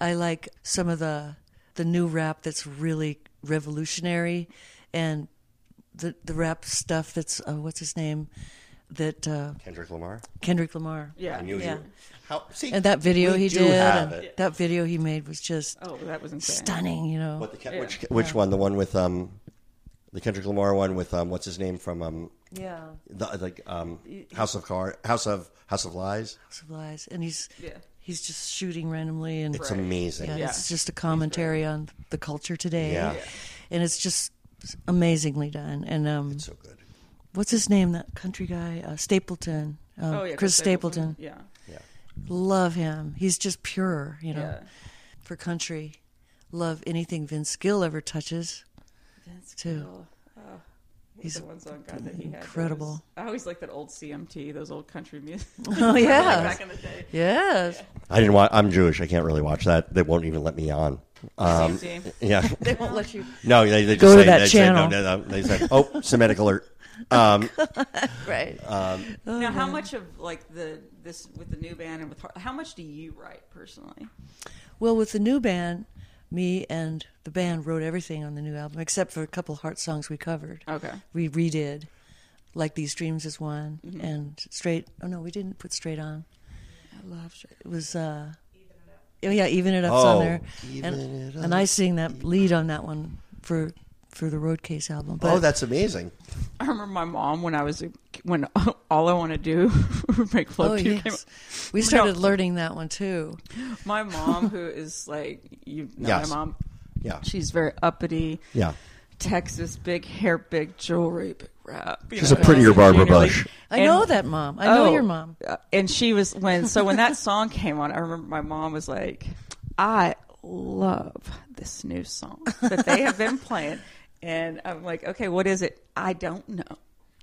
[SPEAKER 4] I, I like some of the the new rap that's really revolutionary, and the the rap stuff that's uh, what's his name that uh,
[SPEAKER 2] Kendrick Lamar.
[SPEAKER 4] Kendrick Lamar.
[SPEAKER 3] yeah.
[SPEAKER 2] I knew
[SPEAKER 4] Yeah.
[SPEAKER 2] you. How, see,
[SPEAKER 4] And that video
[SPEAKER 2] we
[SPEAKER 4] he
[SPEAKER 2] do
[SPEAKER 4] did,
[SPEAKER 2] Have
[SPEAKER 4] and
[SPEAKER 2] it.
[SPEAKER 4] that video he made was just
[SPEAKER 3] Oh, that was insane.
[SPEAKER 4] stunning. You know,
[SPEAKER 2] What the, Ke- Which which one? The one with um, the Kendrick Lamar one with um, what's his name from um,
[SPEAKER 4] yeah,
[SPEAKER 2] the like um, House of Car House of House of Lies.
[SPEAKER 4] House of Lies, and he's
[SPEAKER 3] Yeah.
[SPEAKER 4] he's just shooting randomly, and
[SPEAKER 2] It's amazing.
[SPEAKER 4] yeah,
[SPEAKER 3] Yeah.
[SPEAKER 4] it's just a commentary on the culture today,
[SPEAKER 2] Yeah. Yeah.
[SPEAKER 4] and it's just amazingly done. And um,
[SPEAKER 2] So good.
[SPEAKER 4] what's his name? That country guy, uh, Stapleton, um,
[SPEAKER 3] Oh yeah,
[SPEAKER 4] Chris Stapleton.
[SPEAKER 3] Yeah.
[SPEAKER 4] Love him. He's just pure, you know,
[SPEAKER 3] Yeah.
[SPEAKER 4] for country. Love anything Vince Gill ever touches.
[SPEAKER 3] That's
[SPEAKER 4] Too.
[SPEAKER 3] cool. Oh, he's the one song God that he had. that
[SPEAKER 4] incredible.
[SPEAKER 3] was- I always like that old CMT, those old country music
[SPEAKER 4] Oh
[SPEAKER 3] back
[SPEAKER 4] yes,
[SPEAKER 3] in the day.
[SPEAKER 4] yes.
[SPEAKER 2] I didn't watch. I'm Jewish. I can't really watch that. They won't even let me on. Um,
[SPEAKER 3] CMT.
[SPEAKER 2] yeah.
[SPEAKER 4] They won't let you.
[SPEAKER 2] No, they, they just
[SPEAKER 4] Go to
[SPEAKER 2] say,
[SPEAKER 4] that
[SPEAKER 2] they say, no,
[SPEAKER 4] channel.
[SPEAKER 2] no, no. They say, oh, Semitic alert. Um,
[SPEAKER 4] Right. Oh,
[SPEAKER 3] now, how much of like the this with the new band and with Har- how much do you write personally?
[SPEAKER 4] Well, with the new band, me and the band wrote everything on the new album except for a couple heart songs we covered.
[SPEAKER 3] Okay.
[SPEAKER 4] We redid, like These Dreams is one,
[SPEAKER 3] Mm-hmm.
[SPEAKER 4] and Straight. Oh no, we didn't put Straight on.
[SPEAKER 3] I love straight.
[SPEAKER 4] It was. uh Oh yeah, even it up's on
[SPEAKER 2] Oh,
[SPEAKER 4] there, and, and I sing that lead on that one for for the Road Case album. But
[SPEAKER 2] oh, that's amazing.
[SPEAKER 3] I remember my mom when I was a- when all I want to do make love
[SPEAKER 4] oh
[SPEAKER 3] to you came
[SPEAKER 4] yes,
[SPEAKER 3] out.
[SPEAKER 4] we started learning that one too.
[SPEAKER 3] My mom, who is like you know,
[SPEAKER 2] Yes.
[SPEAKER 3] my mom,
[SPEAKER 2] Yeah.
[SPEAKER 3] she's very uppity.
[SPEAKER 2] Yeah.
[SPEAKER 3] Texas, big hair, big jewelry, big rap. you
[SPEAKER 2] She's
[SPEAKER 3] know,
[SPEAKER 2] a prettier Barbara
[SPEAKER 3] junior league.
[SPEAKER 2] Bush.
[SPEAKER 4] I
[SPEAKER 3] And-
[SPEAKER 4] know that mom. I know
[SPEAKER 3] Oh,
[SPEAKER 4] your mom.
[SPEAKER 3] uh, And she was when so when that song came on, I remember my mom was like, "I love this new song that they have been playing," and I'm like, "Okay, what is it? I don't know."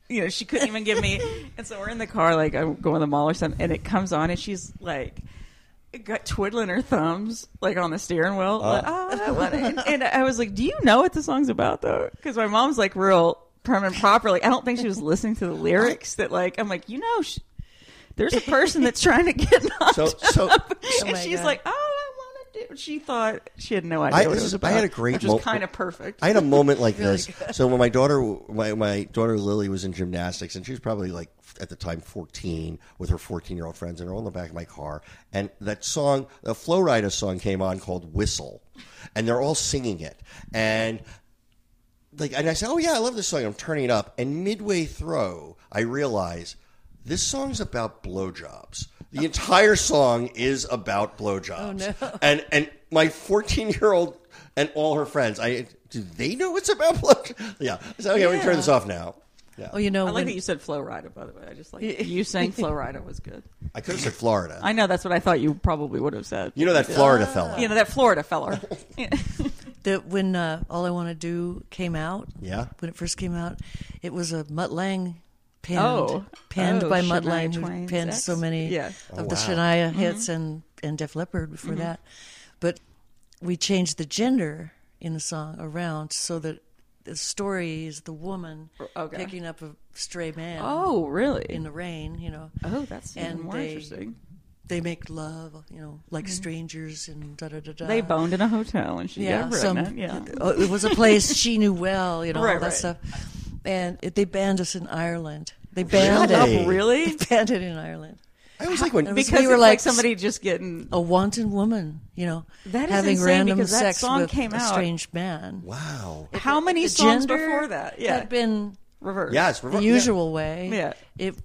[SPEAKER 3] You know, she couldn't even give me. And so we're in the car, like I'm going to the mall or something, and it comes on, and she's like. Got twiddling her thumbs like on the steering wheel,
[SPEAKER 2] Uh.
[SPEAKER 3] like, "Ah, I wanna-" and, and I was like, "Do you know what the song's about, though?" Because my mom's like real permanent properly. I don't think she was listening to the lyrics. That like I'm like, you know, sh there's a person that's trying to get knocked
[SPEAKER 2] So, so
[SPEAKER 3] and
[SPEAKER 4] my
[SPEAKER 3] she's
[SPEAKER 4] God.
[SPEAKER 3] like, "Oh, I want to do." She thought she had no idea.
[SPEAKER 2] I-
[SPEAKER 3] what
[SPEAKER 2] this
[SPEAKER 3] it was
[SPEAKER 2] is- I
[SPEAKER 3] about,
[SPEAKER 2] had a great
[SPEAKER 3] which
[SPEAKER 2] mo-
[SPEAKER 3] is kind of perfect.
[SPEAKER 2] I had a moment like this. So when my daughter, my, my daughter Lily was in gymnastics, and she was probably like at the time fourteen with her fourteen year old friends, and they're all in the back of my car. And that song, the Flow Rider song, came on called "Whistle," and they're all singing it. And like, and I said, "Oh yeah, I love this song." I'm turning it up, and midway through, I realize this song's about blowjobs. The entire song is about blowjobs. Oh no! And and my 14 year old and all her friends, I do they know it's about blowjobs? Yeah. So okay, we can turn this off now. Yeah.
[SPEAKER 4] Oh, you
[SPEAKER 3] I
[SPEAKER 4] know
[SPEAKER 3] like
[SPEAKER 4] when-
[SPEAKER 3] that you said Flow Rida, by the way. I just like you saying Flow Rida was good.
[SPEAKER 2] I could have said Florida.
[SPEAKER 3] I know that's what I thought you probably would have said.
[SPEAKER 2] you know that Florida fella.
[SPEAKER 3] You know that Florida feller.
[SPEAKER 4] that when uh, All I Want to Do came out,
[SPEAKER 2] Yeah.
[SPEAKER 4] when it first came out, it was a Mutt Lang penned,
[SPEAKER 3] Oh.
[SPEAKER 4] penned
[SPEAKER 3] Oh,
[SPEAKER 4] by Mutt
[SPEAKER 3] Shania
[SPEAKER 4] Lang, who
[SPEAKER 3] Twain's
[SPEAKER 4] penned
[SPEAKER 3] ex?
[SPEAKER 4] so many
[SPEAKER 3] Yeah. Mm-hmm.
[SPEAKER 4] of the Shania hits and and Def Leppard before that. But we changed the gender in the song around so that the story is the woman
[SPEAKER 3] Oh, okay.
[SPEAKER 4] picking up a stray man
[SPEAKER 3] oh, really?
[SPEAKER 4] in the rain, you know.
[SPEAKER 3] oh, that's even
[SPEAKER 4] and
[SPEAKER 3] more
[SPEAKER 4] they-
[SPEAKER 3] interesting.
[SPEAKER 4] they make love, you know, like strangers and da da da da.
[SPEAKER 3] Mm-hmm. They boned in a hotel and she got pregnant. yeah.
[SPEAKER 4] uh, it was a place she knew well, you know,
[SPEAKER 3] Right,
[SPEAKER 4] all that
[SPEAKER 3] right.
[SPEAKER 4] stuff. And it, they banned us in Ireland. They banned
[SPEAKER 2] Shut up,
[SPEAKER 4] it.
[SPEAKER 3] really?
[SPEAKER 4] They banned it in Ireland.
[SPEAKER 2] I was like, when
[SPEAKER 4] It was-
[SPEAKER 3] Because
[SPEAKER 4] we were
[SPEAKER 3] it's like
[SPEAKER 4] like
[SPEAKER 3] somebody just getting
[SPEAKER 4] A wanton woman, you know,
[SPEAKER 3] That is
[SPEAKER 4] having
[SPEAKER 3] insane
[SPEAKER 4] random
[SPEAKER 3] because that
[SPEAKER 4] sex
[SPEAKER 3] song
[SPEAKER 4] with
[SPEAKER 3] came
[SPEAKER 4] a
[SPEAKER 3] out.
[SPEAKER 4] strange man.
[SPEAKER 2] wow,
[SPEAKER 3] how many
[SPEAKER 4] The
[SPEAKER 3] songs
[SPEAKER 4] gender
[SPEAKER 3] before that? Yeah,
[SPEAKER 4] had been
[SPEAKER 3] reversed.
[SPEAKER 2] yes,
[SPEAKER 4] the usual way.
[SPEAKER 3] Yeah.
[SPEAKER 4] it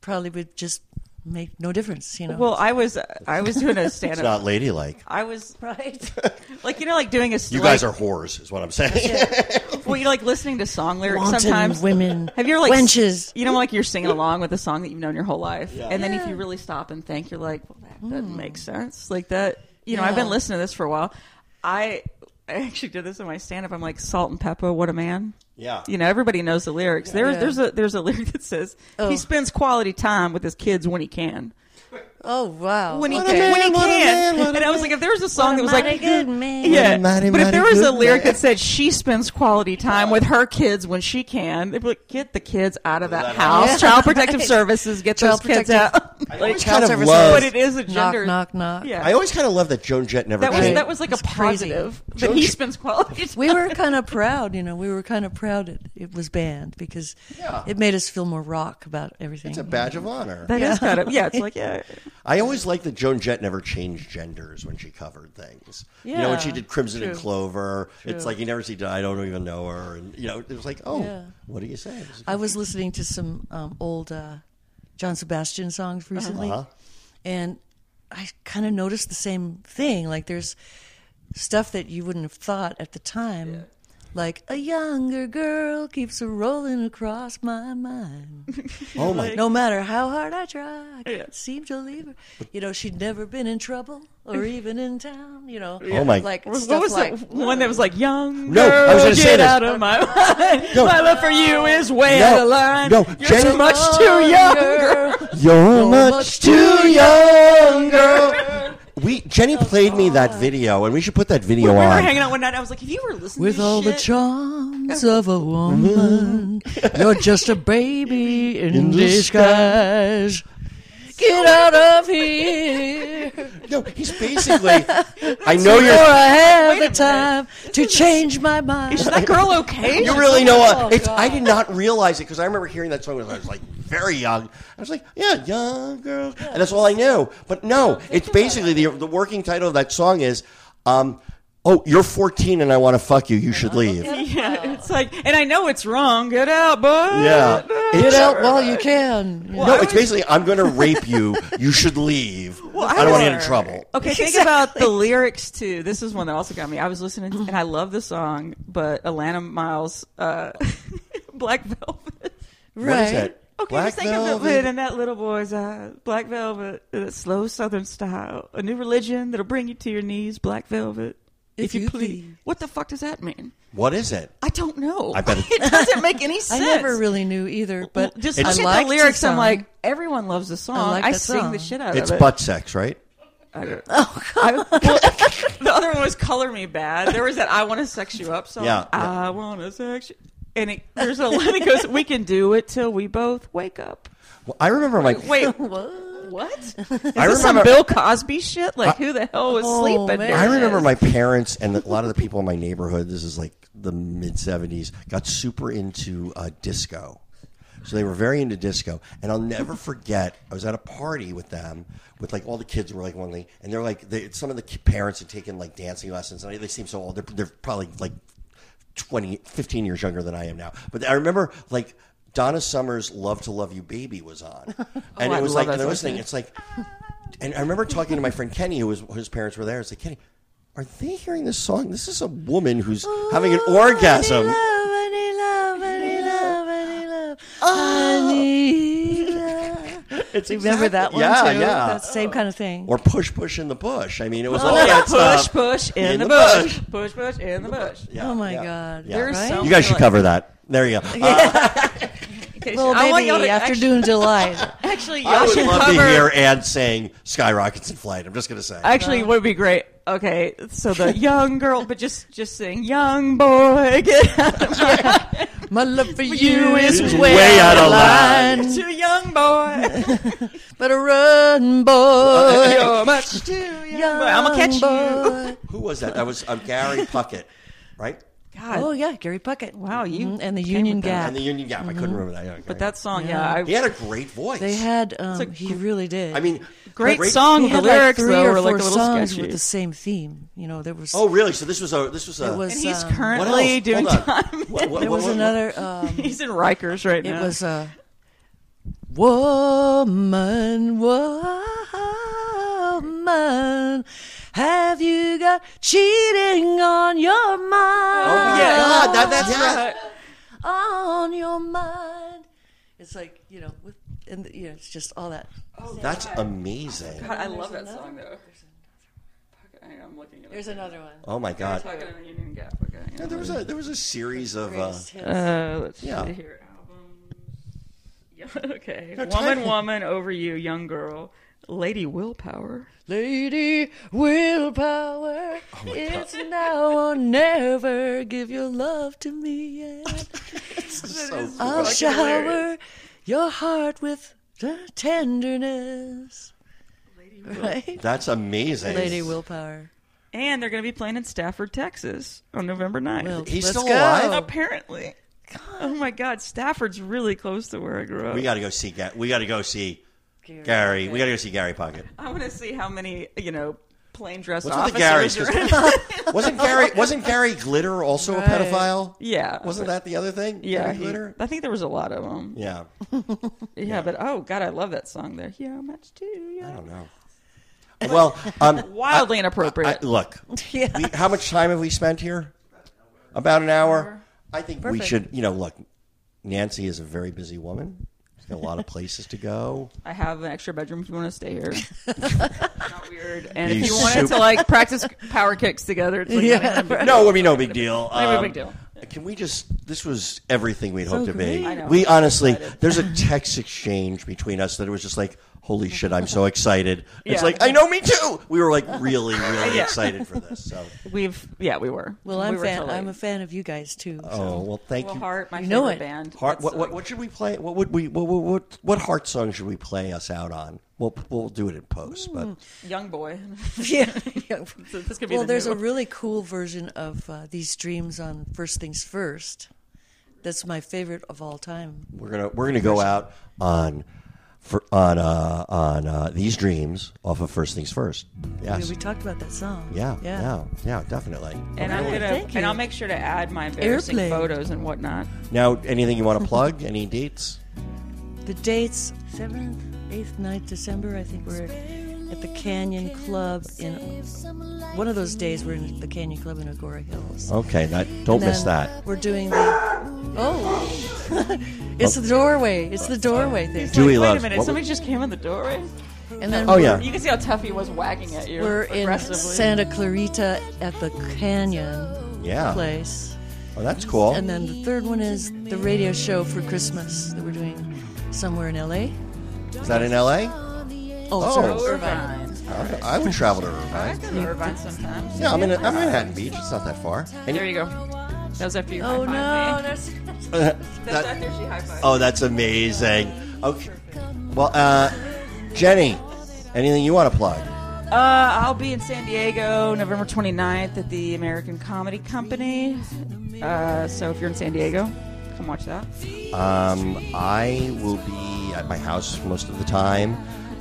[SPEAKER 4] probably would just make no difference, you know.
[SPEAKER 3] Well, I was I was doing a stand
[SPEAKER 2] It's
[SPEAKER 3] up.
[SPEAKER 2] not ladylike.
[SPEAKER 3] I was
[SPEAKER 4] right.
[SPEAKER 3] like you know like doing a
[SPEAKER 2] You
[SPEAKER 3] like,
[SPEAKER 2] guys are whores, is what I'm saying.
[SPEAKER 3] well you like listening to song lyrics
[SPEAKER 4] Wanton
[SPEAKER 3] sometimes
[SPEAKER 4] women.
[SPEAKER 3] Have you ever like
[SPEAKER 4] wenches?
[SPEAKER 3] You know like you're singing along with a song that you've known your whole life, and then if you really stop and think, you're like, well, that doesn't make sense. Like that. You know, I've been
[SPEAKER 4] Mm. Yeah.
[SPEAKER 3] listening to this for a while. I. I actually did this in my stand-up. I'm like salt and pepper. What a man!
[SPEAKER 2] Yeah.
[SPEAKER 3] you know everybody knows the lyrics. There,
[SPEAKER 4] Yeah.
[SPEAKER 3] there's a there's a lyric that says he spends quality time with his kids when he can.
[SPEAKER 4] Oh wow!
[SPEAKER 3] when he
[SPEAKER 2] a
[SPEAKER 3] can.
[SPEAKER 2] man,
[SPEAKER 3] when he
[SPEAKER 2] what a
[SPEAKER 3] can.
[SPEAKER 2] man, what a
[SPEAKER 3] and I was like, if there was a song
[SPEAKER 4] What
[SPEAKER 3] that
[SPEAKER 4] a
[SPEAKER 3] was like,
[SPEAKER 4] mighty good man.
[SPEAKER 3] yeah,
[SPEAKER 2] What a mighty,
[SPEAKER 3] but if there
[SPEAKER 2] mighty
[SPEAKER 3] was a
[SPEAKER 2] good
[SPEAKER 3] lyric
[SPEAKER 2] man.
[SPEAKER 3] that said she spends quality time with her kids when she can, they'd be like, get the kids out of that
[SPEAKER 2] that
[SPEAKER 3] house.
[SPEAKER 4] house.
[SPEAKER 3] Child
[SPEAKER 4] Yeah.
[SPEAKER 3] Protective
[SPEAKER 4] Right.
[SPEAKER 3] Services, get
[SPEAKER 4] Child
[SPEAKER 3] those kids
[SPEAKER 4] Protective-
[SPEAKER 3] out.
[SPEAKER 2] I
[SPEAKER 3] like,
[SPEAKER 2] always
[SPEAKER 4] child
[SPEAKER 2] kind of
[SPEAKER 4] services.
[SPEAKER 2] love.
[SPEAKER 3] but it is a
[SPEAKER 4] knock
[SPEAKER 3] gender.
[SPEAKER 4] knock knock.
[SPEAKER 3] Yeah,
[SPEAKER 2] I always kind of love that Joan Jett never
[SPEAKER 3] that was
[SPEAKER 2] died.
[SPEAKER 3] that was like a
[SPEAKER 4] It's crazy.
[SPEAKER 3] positive that
[SPEAKER 2] Joan-
[SPEAKER 3] he spends quality time.
[SPEAKER 4] We were kind of proud, you know. We were kind of proud it, it was banned because
[SPEAKER 2] Yeah.
[SPEAKER 4] it made us feel more rock about everything.
[SPEAKER 2] It's a badge of honor.
[SPEAKER 3] That is kind of yeah. It's like yeah,
[SPEAKER 2] I always liked that Joan Jett never changed genders when she covered things. you know, when she
[SPEAKER 4] Yeah,
[SPEAKER 2] did Crimson and
[SPEAKER 4] true.
[SPEAKER 2] Clover, it's like you never see. I don't even know her, and you know, it was like, oh,
[SPEAKER 4] Yeah.
[SPEAKER 2] what do you say? It was-
[SPEAKER 4] I was listening to some um, old uh, John Sebastian songs recently,
[SPEAKER 2] Uh-huh.
[SPEAKER 4] and I kind of noticed the same thing. Like there's stuff that you wouldn't have thought at the time, like a younger girl keeps a rolling across my mind.
[SPEAKER 2] oh my!
[SPEAKER 4] No matter how hard I try, I can't seem to leave her. You know, she'd never been in trouble or even in town. You know,
[SPEAKER 2] Oh, my-
[SPEAKER 4] like
[SPEAKER 3] What
[SPEAKER 4] stuff
[SPEAKER 3] was
[SPEAKER 4] like
[SPEAKER 3] the one that was like, "Young
[SPEAKER 2] No, I
[SPEAKER 3] girl,
[SPEAKER 2] was gonna
[SPEAKER 3] get
[SPEAKER 2] say this.
[SPEAKER 3] out of my mind.
[SPEAKER 2] No.
[SPEAKER 3] My love for you is way
[SPEAKER 2] No.
[SPEAKER 3] out of line.
[SPEAKER 2] No,
[SPEAKER 3] You're
[SPEAKER 2] Jenny-
[SPEAKER 3] too much too young."
[SPEAKER 4] Younger.
[SPEAKER 2] You're much,
[SPEAKER 4] much
[SPEAKER 2] too young, girl. We Jenny played me that video, and we should put that video
[SPEAKER 3] We were
[SPEAKER 2] on.
[SPEAKER 3] hanging out one night. and I was like, "Have you ever listened
[SPEAKER 4] With
[SPEAKER 3] to
[SPEAKER 4] all the
[SPEAKER 3] shit?"
[SPEAKER 4] charms of a woman, you're just a baby in, disguise. Get out of here
[SPEAKER 2] No, he's basically. I know
[SPEAKER 4] before
[SPEAKER 2] you're.
[SPEAKER 4] I have the time to change my mind.
[SPEAKER 3] Is that girl okay?
[SPEAKER 2] You really know what? It's, I did not realize it because I remember hearing that song when I was like very young. I was like, "Yeah, young girls," and that's all I knew. But no, it's basically the the working title of that song is, um, "Oh, you're 14 and I want to fuck you. You should leave."
[SPEAKER 3] Yeah, it's like, and I know it's wrong. Get out, bud.
[SPEAKER 2] Yeah,
[SPEAKER 4] Get
[SPEAKER 2] It's-
[SPEAKER 4] out while you can.
[SPEAKER 2] No, it's basically I'm going to rape you. You should leave. I don't want to get in trouble.
[SPEAKER 3] Okay, think about the lyrics too. This is one that also got me. I was listening, to, and I love the song, but Alana Miles, uh, Black Velvet.
[SPEAKER 2] What
[SPEAKER 4] right.
[SPEAKER 2] is that?
[SPEAKER 3] Okay, just think of it in that little boy's eyes. Black velvet, uh, slow southern style, a new religion that'll bring you to your knees. Black velvet, if, you, please. What the fuck does that mean?
[SPEAKER 2] What is it?
[SPEAKER 3] I don't know.
[SPEAKER 2] I bet it-
[SPEAKER 3] doesn't make any
[SPEAKER 4] I
[SPEAKER 3] sense.
[SPEAKER 4] never really knew either, but
[SPEAKER 3] just
[SPEAKER 4] I
[SPEAKER 3] look at
[SPEAKER 4] liked
[SPEAKER 3] the lyrics. I'm
[SPEAKER 4] song.
[SPEAKER 3] like, everyone loves the song. I,
[SPEAKER 4] like that
[SPEAKER 3] sing the
[SPEAKER 4] song.
[SPEAKER 3] shit out
[SPEAKER 2] It's
[SPEAKER 3] of it.
[SPEAKER 2] butt sex, right?
[SPEAKER 3] the other one was "Color Me Bad." There was that "I Want to Sex You Up" song.
[SPEAKER 2] Yeah.
[SPEAKER 3] I want to sex you. And it, there's a line that goes, "We can do it till we both wake up."
[SPEAKER 2] Well, I remember my.
[SPEAKER 3] Wait, what? Is
[SPEAKER 2] I
[SPEAKER 3] this some
[SPEAKER 2] remember- Oh,
[SPEAKER 3] Bill Cosby shit? Like, who the hell was sleeping?
[SPEAKER 4] man.
[SPEAKER 3] during
[SPEAKER 2] I remember
[SPEAKER 3] this?
[SPEAKER 2] my parents and a lot of the people in my neighborhood. This is like the mid '70s. Got super into uh, disco, so they were very into disco. And I'll never forget. I was at a party with them, with like all the kids were like one thing, and they're like they, some of the ki- parents had taken like dancing lessons, and they seem so old. They're, they're probably like 20, 15 years younger than I am now. But I remember like. Donna Summers' "Love to Love You, Baby" was on, and
[SPEAKER 3] Oh, I
[SPEAKER 2] it was like
[SPEAKER 3] love that
[SPEAKER 2] and I
[SPEAKER 3] song.
[SPEAKER 2] was listening. It's like and I remember talking to my friend Kenny, who was his parents were there. I was like, Kenny, are they hearing this song? This is a woman who's having an
[SPEAKER 4] Oh,
[SPEAKER 2] orgasm.
[SPEAKER 4] Oh.
[SPEAKER 2] It's
[SPEAKER 4] Remember that one
[SPEAKER 2] yeah,
[SPEAKER 4] too?
[SPEAKER 2] Yeah,
[SPEAKER 4] That same kind of thing.
[SPEAKER 2] Or push, push in the bush. I mean, it was all
[SPEAKER 3] Oh, yeah,
[SPEAKER 2] that
[SPEAKER 3] push,
[SPEAKER 2] stuff.
[SPEAKER 3] push in,
[SPEAKER 2] In
[SPEAKER 3] the,
[SPEAKER 2] the
[SPEAKER 3] bush. push, push in the bush.
[SPEAKER 2] Yeah,
[SPEAKER 4] oh my
[SPEAKER 2] yeah,
[SPEAKER 4] God!
[SPEAKER 2] yeah.
[SPEAKER 3] There's
[SPEAKER 4] right?
[SPEAKER 3] so
[SPEAKER 2] You guys should
[SPEAKER 3] Like-
[SPEAKER 2] cover that. There you go. Uh,
[SPEAKER 3] Okay,
[SPEAKER 4] Well,
[SPEAKER 3] so I want
[SPEAKER 4] maybe
[SPEAKER 3] y'all to
[SPEAKER 4] after
[SPEAKER 3] actu-
[SPEAKER 4] June, July.
[SPEAKER 3] actually, y'all
[SPEAKER 2] I would
[SPEAKER 3] should
[SPEAKER 2] love
[SPEAKER 3] cover.
[SPEAKER 2] to hear Anne saying "skyrockets in flight." I'm just gonna say.
[SPEAKER 3] Actually, it would be great. Okay, so the young girl, but just just sing "Young Boy." Get out
[SPEAKER 4] My love for you is
[SPEAKER 2] way out of line.
[SPEAKER 3] to young boy.
[SPEAKER 4] Better run, boy.
[SPEAKER 2] You're much too young.
[SPEAKER 4] I'ma
[SPEAKER 3] catch you.
[SPEAKER 2] Who was that? That was um, Gary Puckett, right?
[SPEAKER 3] God.
[SPEAKER 4] oh yeah, Gary Puckett.
[SPEAKER 3] Wow, you
[SPEAKER 4] Mhm, and the
[SPEAKER 3] came
[SPEAKER 4] Union
[SPEAKER 3] with that.
[SPEAKER 4] Gap.
[SPEAKER 2] And the Union Gap. I couldn't remember that. Yeah,
[SPEAKER 3] But
[SPEAKER 2] Gary.
[SPEAKER 3] that song, yeah,
[SPEAKER 2] he
[SPEAKER 3] I,
[SPEAKER 2] had a great voice.
[SPEAKER 4] They had. Um, he really did.
[SPEAKER 2] I mean,
[SPEAKER 3] great, song.
[SPEAKER 4] He
[SPEAKER 3] The
[SPEAKER 4] had like
[SPEAKER 3] lyrics
[SPEAKER 4] three
[SPEAKER 3] though
[SPEAKER 4] or
[SPEAKER 3] were
[SPEAKER 4] four
[SPEAKER 3] like a little
[SPEAKER 4] songs
[SPEAKER 3] sketchy.
[SPEAKER 4] with the same theme. You know, there was
[SPEAKER 2] Oh, really? So this was a this was a.
[SPEAKER 4] It was-
[SPEAKER 3] and he's
[SPEAKER 4] um,
[SPEAKER 2] what
[SPEAKER 3] currently
[SPEAKER 2] else?
[SPEAKER 3] doing
[SPEAKER 2] Hold on.
[SPEAKER 3] time.
[SPEAKER 2] What- what-
[SPEAKER 4] there
[SPEAKER 2] what-
[SPEAKER 4] was
[SPEAKER 2] what-
[SPEAKER 4] another. Um,
[SPEAKER 3] he's in Rikers right now.
[SPEAKER 4] It was a woman, woman. Have you got cheating on your mind?
[SPEAKER 2] Oh, yeah. God, that, that's
[SPEAKER 3] Yeah.
[SPEAKER 2] right.
[SPEAKER 4] On your mind. It's like you know, with and you know, it's just all that.
[SPEAKER 2] That's amazing.
[SPEAKER 3] God, I love that song though. Okay, hang on, I'm looking at it.
[SPEAKER 4] There's another one.
[SPEAKER 2] Oh my God.
[SPEAKER 3] Talking about Union Gap. Okay, hang
[SPEAKER 2] Yeah,
[SPEAKER 3] on.
[SPEAKER 2] there was a there was a series of. Uh,
[SPEAKER 4] Greatest hits.
[SPEAKER 3] Uh, let's
[SPEAKER 2] Yeah.
[SPEAKER 3] see here. Albums. Yeah, okay.
[SPEAKER 2] type
[SPEAKER 3] Woman,
[SPEAKER 2] it.
[SPEAKER 3] woman, over you, young girl, lady, willpower.
[SPEAKER 4] Lady willpower, it's now or never. Give your love to me, and
[SPEAKER 2] so
[SPEAKER 4] I'll shower your heart with the tenderness. Right?
[SPEAKER 2] that's amazing.
[SPEAKER 4] Lady willpower.
[SPEAKER 3] And they're going to be playing in Stafford, Texas, on November 9th.
[SPEAKER 4] Well,
[SPEAKER 2] He's
[SPEAKER 4] let's
[SPEAKER 2] still
[SPEAKER 4] go.
[SPEAKER 2] alive?
[SPEAKER 3] Apparently. Oh my God, Stafford's really close to where I grew up.
[SPEAKER 2] We got to go see. Ga- We got to go see. Gary, we got to go see Gary Pocket.
[SPEAKER 3] I want to see how many, you know, plain dressed
[SPEAKER 2] What's with the
[SPEAKER 3] officers
[SPEAKER 2] Garys?
[SPEAKER 3] are in.
[SPEAKER 2] Wasn't Gary wasn't Gary Glitter also a pedophile?
[SPEAKER 3] Yeah.
[SPEAKER 2] Wasn't that the other thing?
[SPEAKER 3] Yeah,
[SPEAKER 2] Gary
[SPEAKER 3] he-
[SPEAKER 2] Glitter.
[SPEAKER 3] I think there was a lot of them.
[SPEAKER 2] Yeah.
[SPEAKER 3] Yeah, but oh god, I love that song there. Yeah, much too.
[SPEAKER 2] I
[SPEAKER 3] Yeah.
[SPEAKER 2] don't know. Well, um,
[SPEAKER 3] Wildly
[SPEAKER 2] I,
[SPEAKER 3] inappropriate.
[SPEAKER 2] look.
[SPEAKER 4] Yeah.
[SPEAKER 2] we- how much time have we spent here? About an hour. I think we should. You know, look. Nancy is a very busy woman. She's got a lot of places to go.
[SPEAKER 3] I have an extra bedroom if you want to stay here. It's not weird. And
[SPEAKER 2] You
[SPEAKER 3] if you wanted
[SPEAKER 2] super-
[SPEAKER 3] to like practice power kicks together, it's like yeah.
[SPEAKER 2] No, I mean, no big deal. Um,
[SPEAKER 3] No big deal.
[SPEAKER 2] Can we just? This was everything we'd hoped to be.
[SPEAKER 4] great. I
[SPEAKER 3] know.
[SPEAKER 2] We honestly, there's a text exchange between us that it was just like, "Holy shit, I'm so excited!" It's
[SPEAKER 3] Yeah.
[SPEAKER 2] like, "I know, me too." We were like really, really excited for this. So,
[SPEAKER 3] We've yeah, we were.
[SPEAKER 4] Well,
[SPEAKER 3] we
[SPEAKER 4] I'm,
[SPEAKER 3] were
[SPEAKER 4] fan,
[SPEAKER 3] totally-
[SPEAKER 4] I'm a fan of you guys too.
[SPEAKER 2] oh well, thank
[SPEAKER 3] Well,
[SPEAKER 2] you.
[SPEAKER 3] Heart, my
[SPEAKER 4] You know
[SPEAKER 3] favorite
[SPEAKER 4] it.
[SPEAKER 3] band.
[SPEAKER 2] Heart,
[SPEAKER 3] That's,
[SPEAKER 2] what, what,
[SPEAKER 3] uh,
[SPEAKER 2] what should we play? What would we? What, what, what, what heart song should we play us out on? We'll we'll do it in post,
[SPEAKER 4] Hmm.
[SPEAKER 2] but
[SPEAKER 3] young boy.
[SPEAKER 4] Yeah. yeah.
[SPEAKER 3] So this could be
[SPEAKER 4] Well,
[SPEAKER 3] the
[SPEAKER 4] there's
[SPEAKER 3] new
[SPEAKER 4] a really cool version of uh, These Dreams on First Things First. That's my favorite of all time.
[SPEAKER 2] we're gonna we're gonna go out on for on uh, on uh, these dreams off of first things first.
[SPEAKER 4] I mean,
[SPEAKER 2] Yes.
[SPEAKER 4] we talked about that song.
[SPEAKER 2] Yeah, yeah,
[SPEAKER 4] Yeah.
[SPEAKER 2] yeah, definitely.
[SPEAKER 3] and I'm gonna
[SPEAKER 4] Thank
[SPEAKER 3] and
[SPEAKER 4] you.
[SPEAKER 3] I'll make sure to add my embarrassing
[SPEAKER 4] Airplane.
[SPEAKER 3] photos and whatnot.
[SPEAKER 2] Now, anything you want to plug? Any dates?
[SPEAKER 4] The dates 7th, 8th, 9th December, I think we're at, at the Canyon Club in one of those days we're in the Canyon Club in Agora Hills.
[SPEAKER 2] Okay, that, Oh, don't miss
[SPEAKER 4] Then
[SPEAKER 2] that.
[SPEAKER 4] We're doing the Oh. it's
[SPEAKER 2] Oh.
[SPEAKER 4] the doorway. It's the doorway thing.
[SPEAKER 2] Dewey
[SPEAKER 3] Wait a
[SPEAKER 2] loves.
[SPEAKER 3] minute,
[SPEAKER 2] what-
[SPEAKER 3] somebody just came in the doorway.
[SPEAKER 4] And then
[SPEAKER 2] oh
[SPEAKER 4] we're-
[SPEAKER 2] yeah,
[SPEAKER 3] You can see how tough he was whacking at you.
[SPEAKER 4] we're in
[SPEAKER 3] aggressively.
[SPEAKER 4] Santa Clarita at the Canyon
[SPEAKER 2] yeah.
[SPEAKER 4] place.
[SPEAKER 2] Oh, that's cool.
[SPEAKER 4] And then the third one is the radio show for Christmas that we're doing somewhere in LA.
[SPEAKER 2] Is that in L.A.? All
[SPEAKER 4] Oh,
[SPEAKER 2] Oh.
[SPEAKER 4] sorry, Irvine.
[SPEAKER 3] Irvine.
[SPEAKER 2] right, I would travel to Irvine.
[SPEAKER 3] I go to Irvine sometimes.
[SPEAKER 2] Yeah, I'm in I'm in Manhattan Beach. It's not that far. And
[SPEAKER 3] There you go. That was after you
[SPEAKER 4] Oh no,
[SPEAKER 3] high-fived me.
[SPEAKER 4] that's
[SPEAKER 3] That's
[SPEAKER 2] that-
[SPEAKER 3] after she high-fived.
[SPEAKER 2] Oh, that's amazing. Okay. Well, uh, Jenny, anything you want to plug?
[SPEAKER 3] Uh, I'll be in San Diego November 29th at the American Comedy Company. Uh, so if you're in San Diego, come watch that.
[SPEAKER 2] Um, I will be at my house most of the time,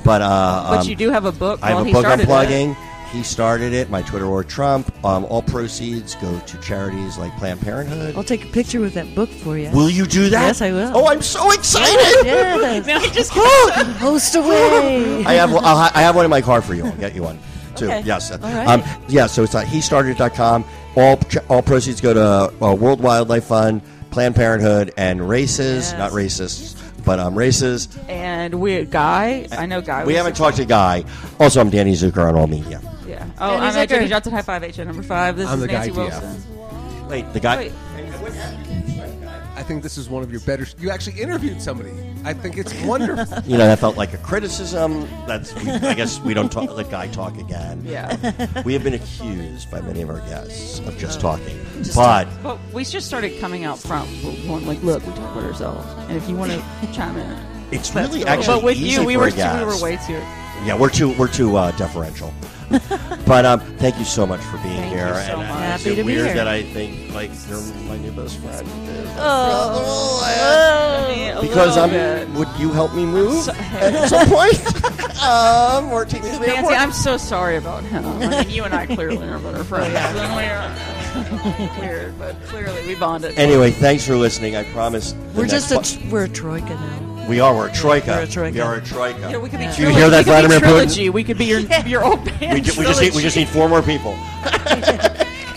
[SPEAKER 2] but uh,
[SPEAKER 3] But
[SPEAKER 2] um,
[SPEAKER 3] you do have a book.
[SPEAKER 2] I have
[SPEAKER 3] well,
[SPEAKER 2] a
[SPEAKER 3] he
[SPEAKER 2] book I'm
[SPEAKER 3] started
[SPEAKER 2] plugging.
[SPEAKER 3] It.
[SPEAKER 2] He started it. My Twitter or Trump. Um, all proceeds go to charities like Planned Parenthood.
[SPEAKER 4] I'll take a picture with that book for you.
[SPEAKER 2] Will you do that?
[SPEAKER 4] Yes, I will.
[SPEAKER 2] Oh, I'm so excited!
[SPEAKER 4] Yes.
[SPEAKER 3] Now he just
[SPEAKER 4] Host away.
[SPEAKER 2] I have I'll, ha- I have one in my car for you. I'll get you one too.
[SPEAKER 4] Okay.
[SPEAKER 2] Yes.
[SPEAKER 4] All right.
[SPEAKER 2] Um, yeah. So it's uh, hestarted.com. All ch- all proceeds go to uh, World Wildlife Fund, Planned Parenthood, and races. Not racists, but um, races.
[SPEAKER 3] and we Guy. I know Guy.
[SPEAKER 2] We
[SPEAKER 3] was-
[SPEAKER 2] haven't talked to Guy. Also, I'm Danny Zucker on all media.
[SPEAKER 3] Yeah. Oh,
[SPEAKER 4] And he's
[SPEAKER 3] I'm at
[SPEAKER 4] like,
[SPEAKER 3] Jackie
[SPEAKER 4] "Great."
[SPEAKER 3] Johnson High Five H at number five. This
[SPEAKER 5] I'm
[SPEAKER 3] is
[SPEAKER 5] the guy
[SPEAKER 3] Nancy
[SPEAKER 5] DF.
[SPEAKER 3] Wilson.
[SPEAKER 2] Wait, the guy.
[SPEAKER 3] Wait.
[SPEAKER 5] I think this is one of your better. You actually interviewed somebody. I think it's wonderful.
[SPEAKER 2] You know that felt like a criticism. That's. We, I guess we don't talk, let Guy talk again.
[SPEAKER 3] Yeah.
[SPEAKER 2] We have been accused by many of our guests of just
[SPEAKER 3] Oh.
[SPEAKER 2] talking, but.
[SPEAKER 3] but we just started coming out front. We're going like, look, we talk about ourselves, and if you want to chime in,
[SPEAKER 2] It's really
[SPEAKER 3] But
[SPEAKER 2] actually
[SPEAKER 3] with
[SPEAKER 2] easy
[SPEAKER 3] you, we
[SPEAKER 2] for
[SPEAKER 3] were
[SPEAKER 2] a guest.
[SPEAKER 3] we were way too.
[SPEAKER 2] Yeah, we're too we're too uh, deferential. but um, thank you so much for being
[SPEAKER 3] Thank
[SPEAKER 2] here.
[SPEAKER 3] you so
[SPEAKER 2] and uh,
[SPEAKER 3] much.
[SPEAKER 6] Happy
[SPEAKER 2] is it
[SPEAKER 6] to be
[SPEAKER 2] weird
[SPEAKER 6] here.
[SPEAKER 2] that I think like you're my new best friend?
[SPEAKER 3] Oh. A
[SPEAKER 2] Because
[SPEAKER 3] little
[SPEAKER 2] I'm.
[SPEAKER 3] bit.
[SPEAKER 2] Would you help me move at some point? um, or take me to the
[SPEAKER 3] Nancy,
[SPEAKER 2] airport?
[SPEAKER 3] I'm so sorry about him. I mean, you and I clearly are better friends than we are. Weird, but clearly we bonded.
[SPEAKER 2] Anyway, thanks for listening. I promise. the
[SPEAKER 6] We're
[SPEAKER 2] next
[SPEAKER 6] just a tr- we're a troika now.
[SPEAKER 2] po- we are we're a troika.
[SPEAKER 6] We're a troika.
[SPEAKER 2] We are a troika.
[SPEAKER 3] Yeah, we could be
[SPEAKER 2] Do you
[SPEAKER 3] trilogy-
[SPEAKER 2] hear that,
[SPEAKER 3] we could be
[SPEAKER 2] Vladimir Putin?
[SPEAKER 3] trilogy. We could be your, your old band.
[SPEAKER 2] We ju- we just need, we just need four more people.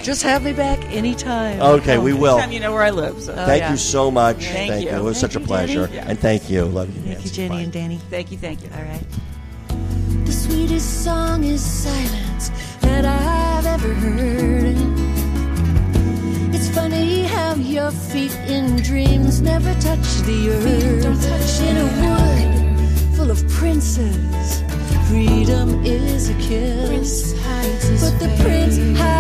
[SPEAKER 6] Just have me back anytime.
[SPEAKER 2] Okay, we will.
[SPEAKER 3] Anytime you know where I live. So.
[SPEAKER 2] Thank
[SPEAKER 6] yeah.
[SPEAKER 2] you so much.
[SPEAKER 3] Thank you.
[SPEAKER 2] It was
[SPEAKER 6] Thank
[SPEAKER 2] such a
[SPEAKER 6] you, Jenny.
[SPEAKER 2] pleasure.
[SPEAKER 3] Yeah.
[SPEAKER 2] And thank you. Love you.
[SPEAKER 6] Thank you,
[SPEAKER 2] Nancy.
[SPEAKER 6] Jenny
[SPEAKER 2] Bye.
[SPEAKER 6] and Danny.
[SPEAKER 3] thank you, thank you.
[SPEAKER 6] All right.
[SPEAKER 4] The sweetest song is silence that I've ever heard. It's funny how your feet in dreams never touch the earth. in a wood full of princes, freedom is a kiss. But the prince hides.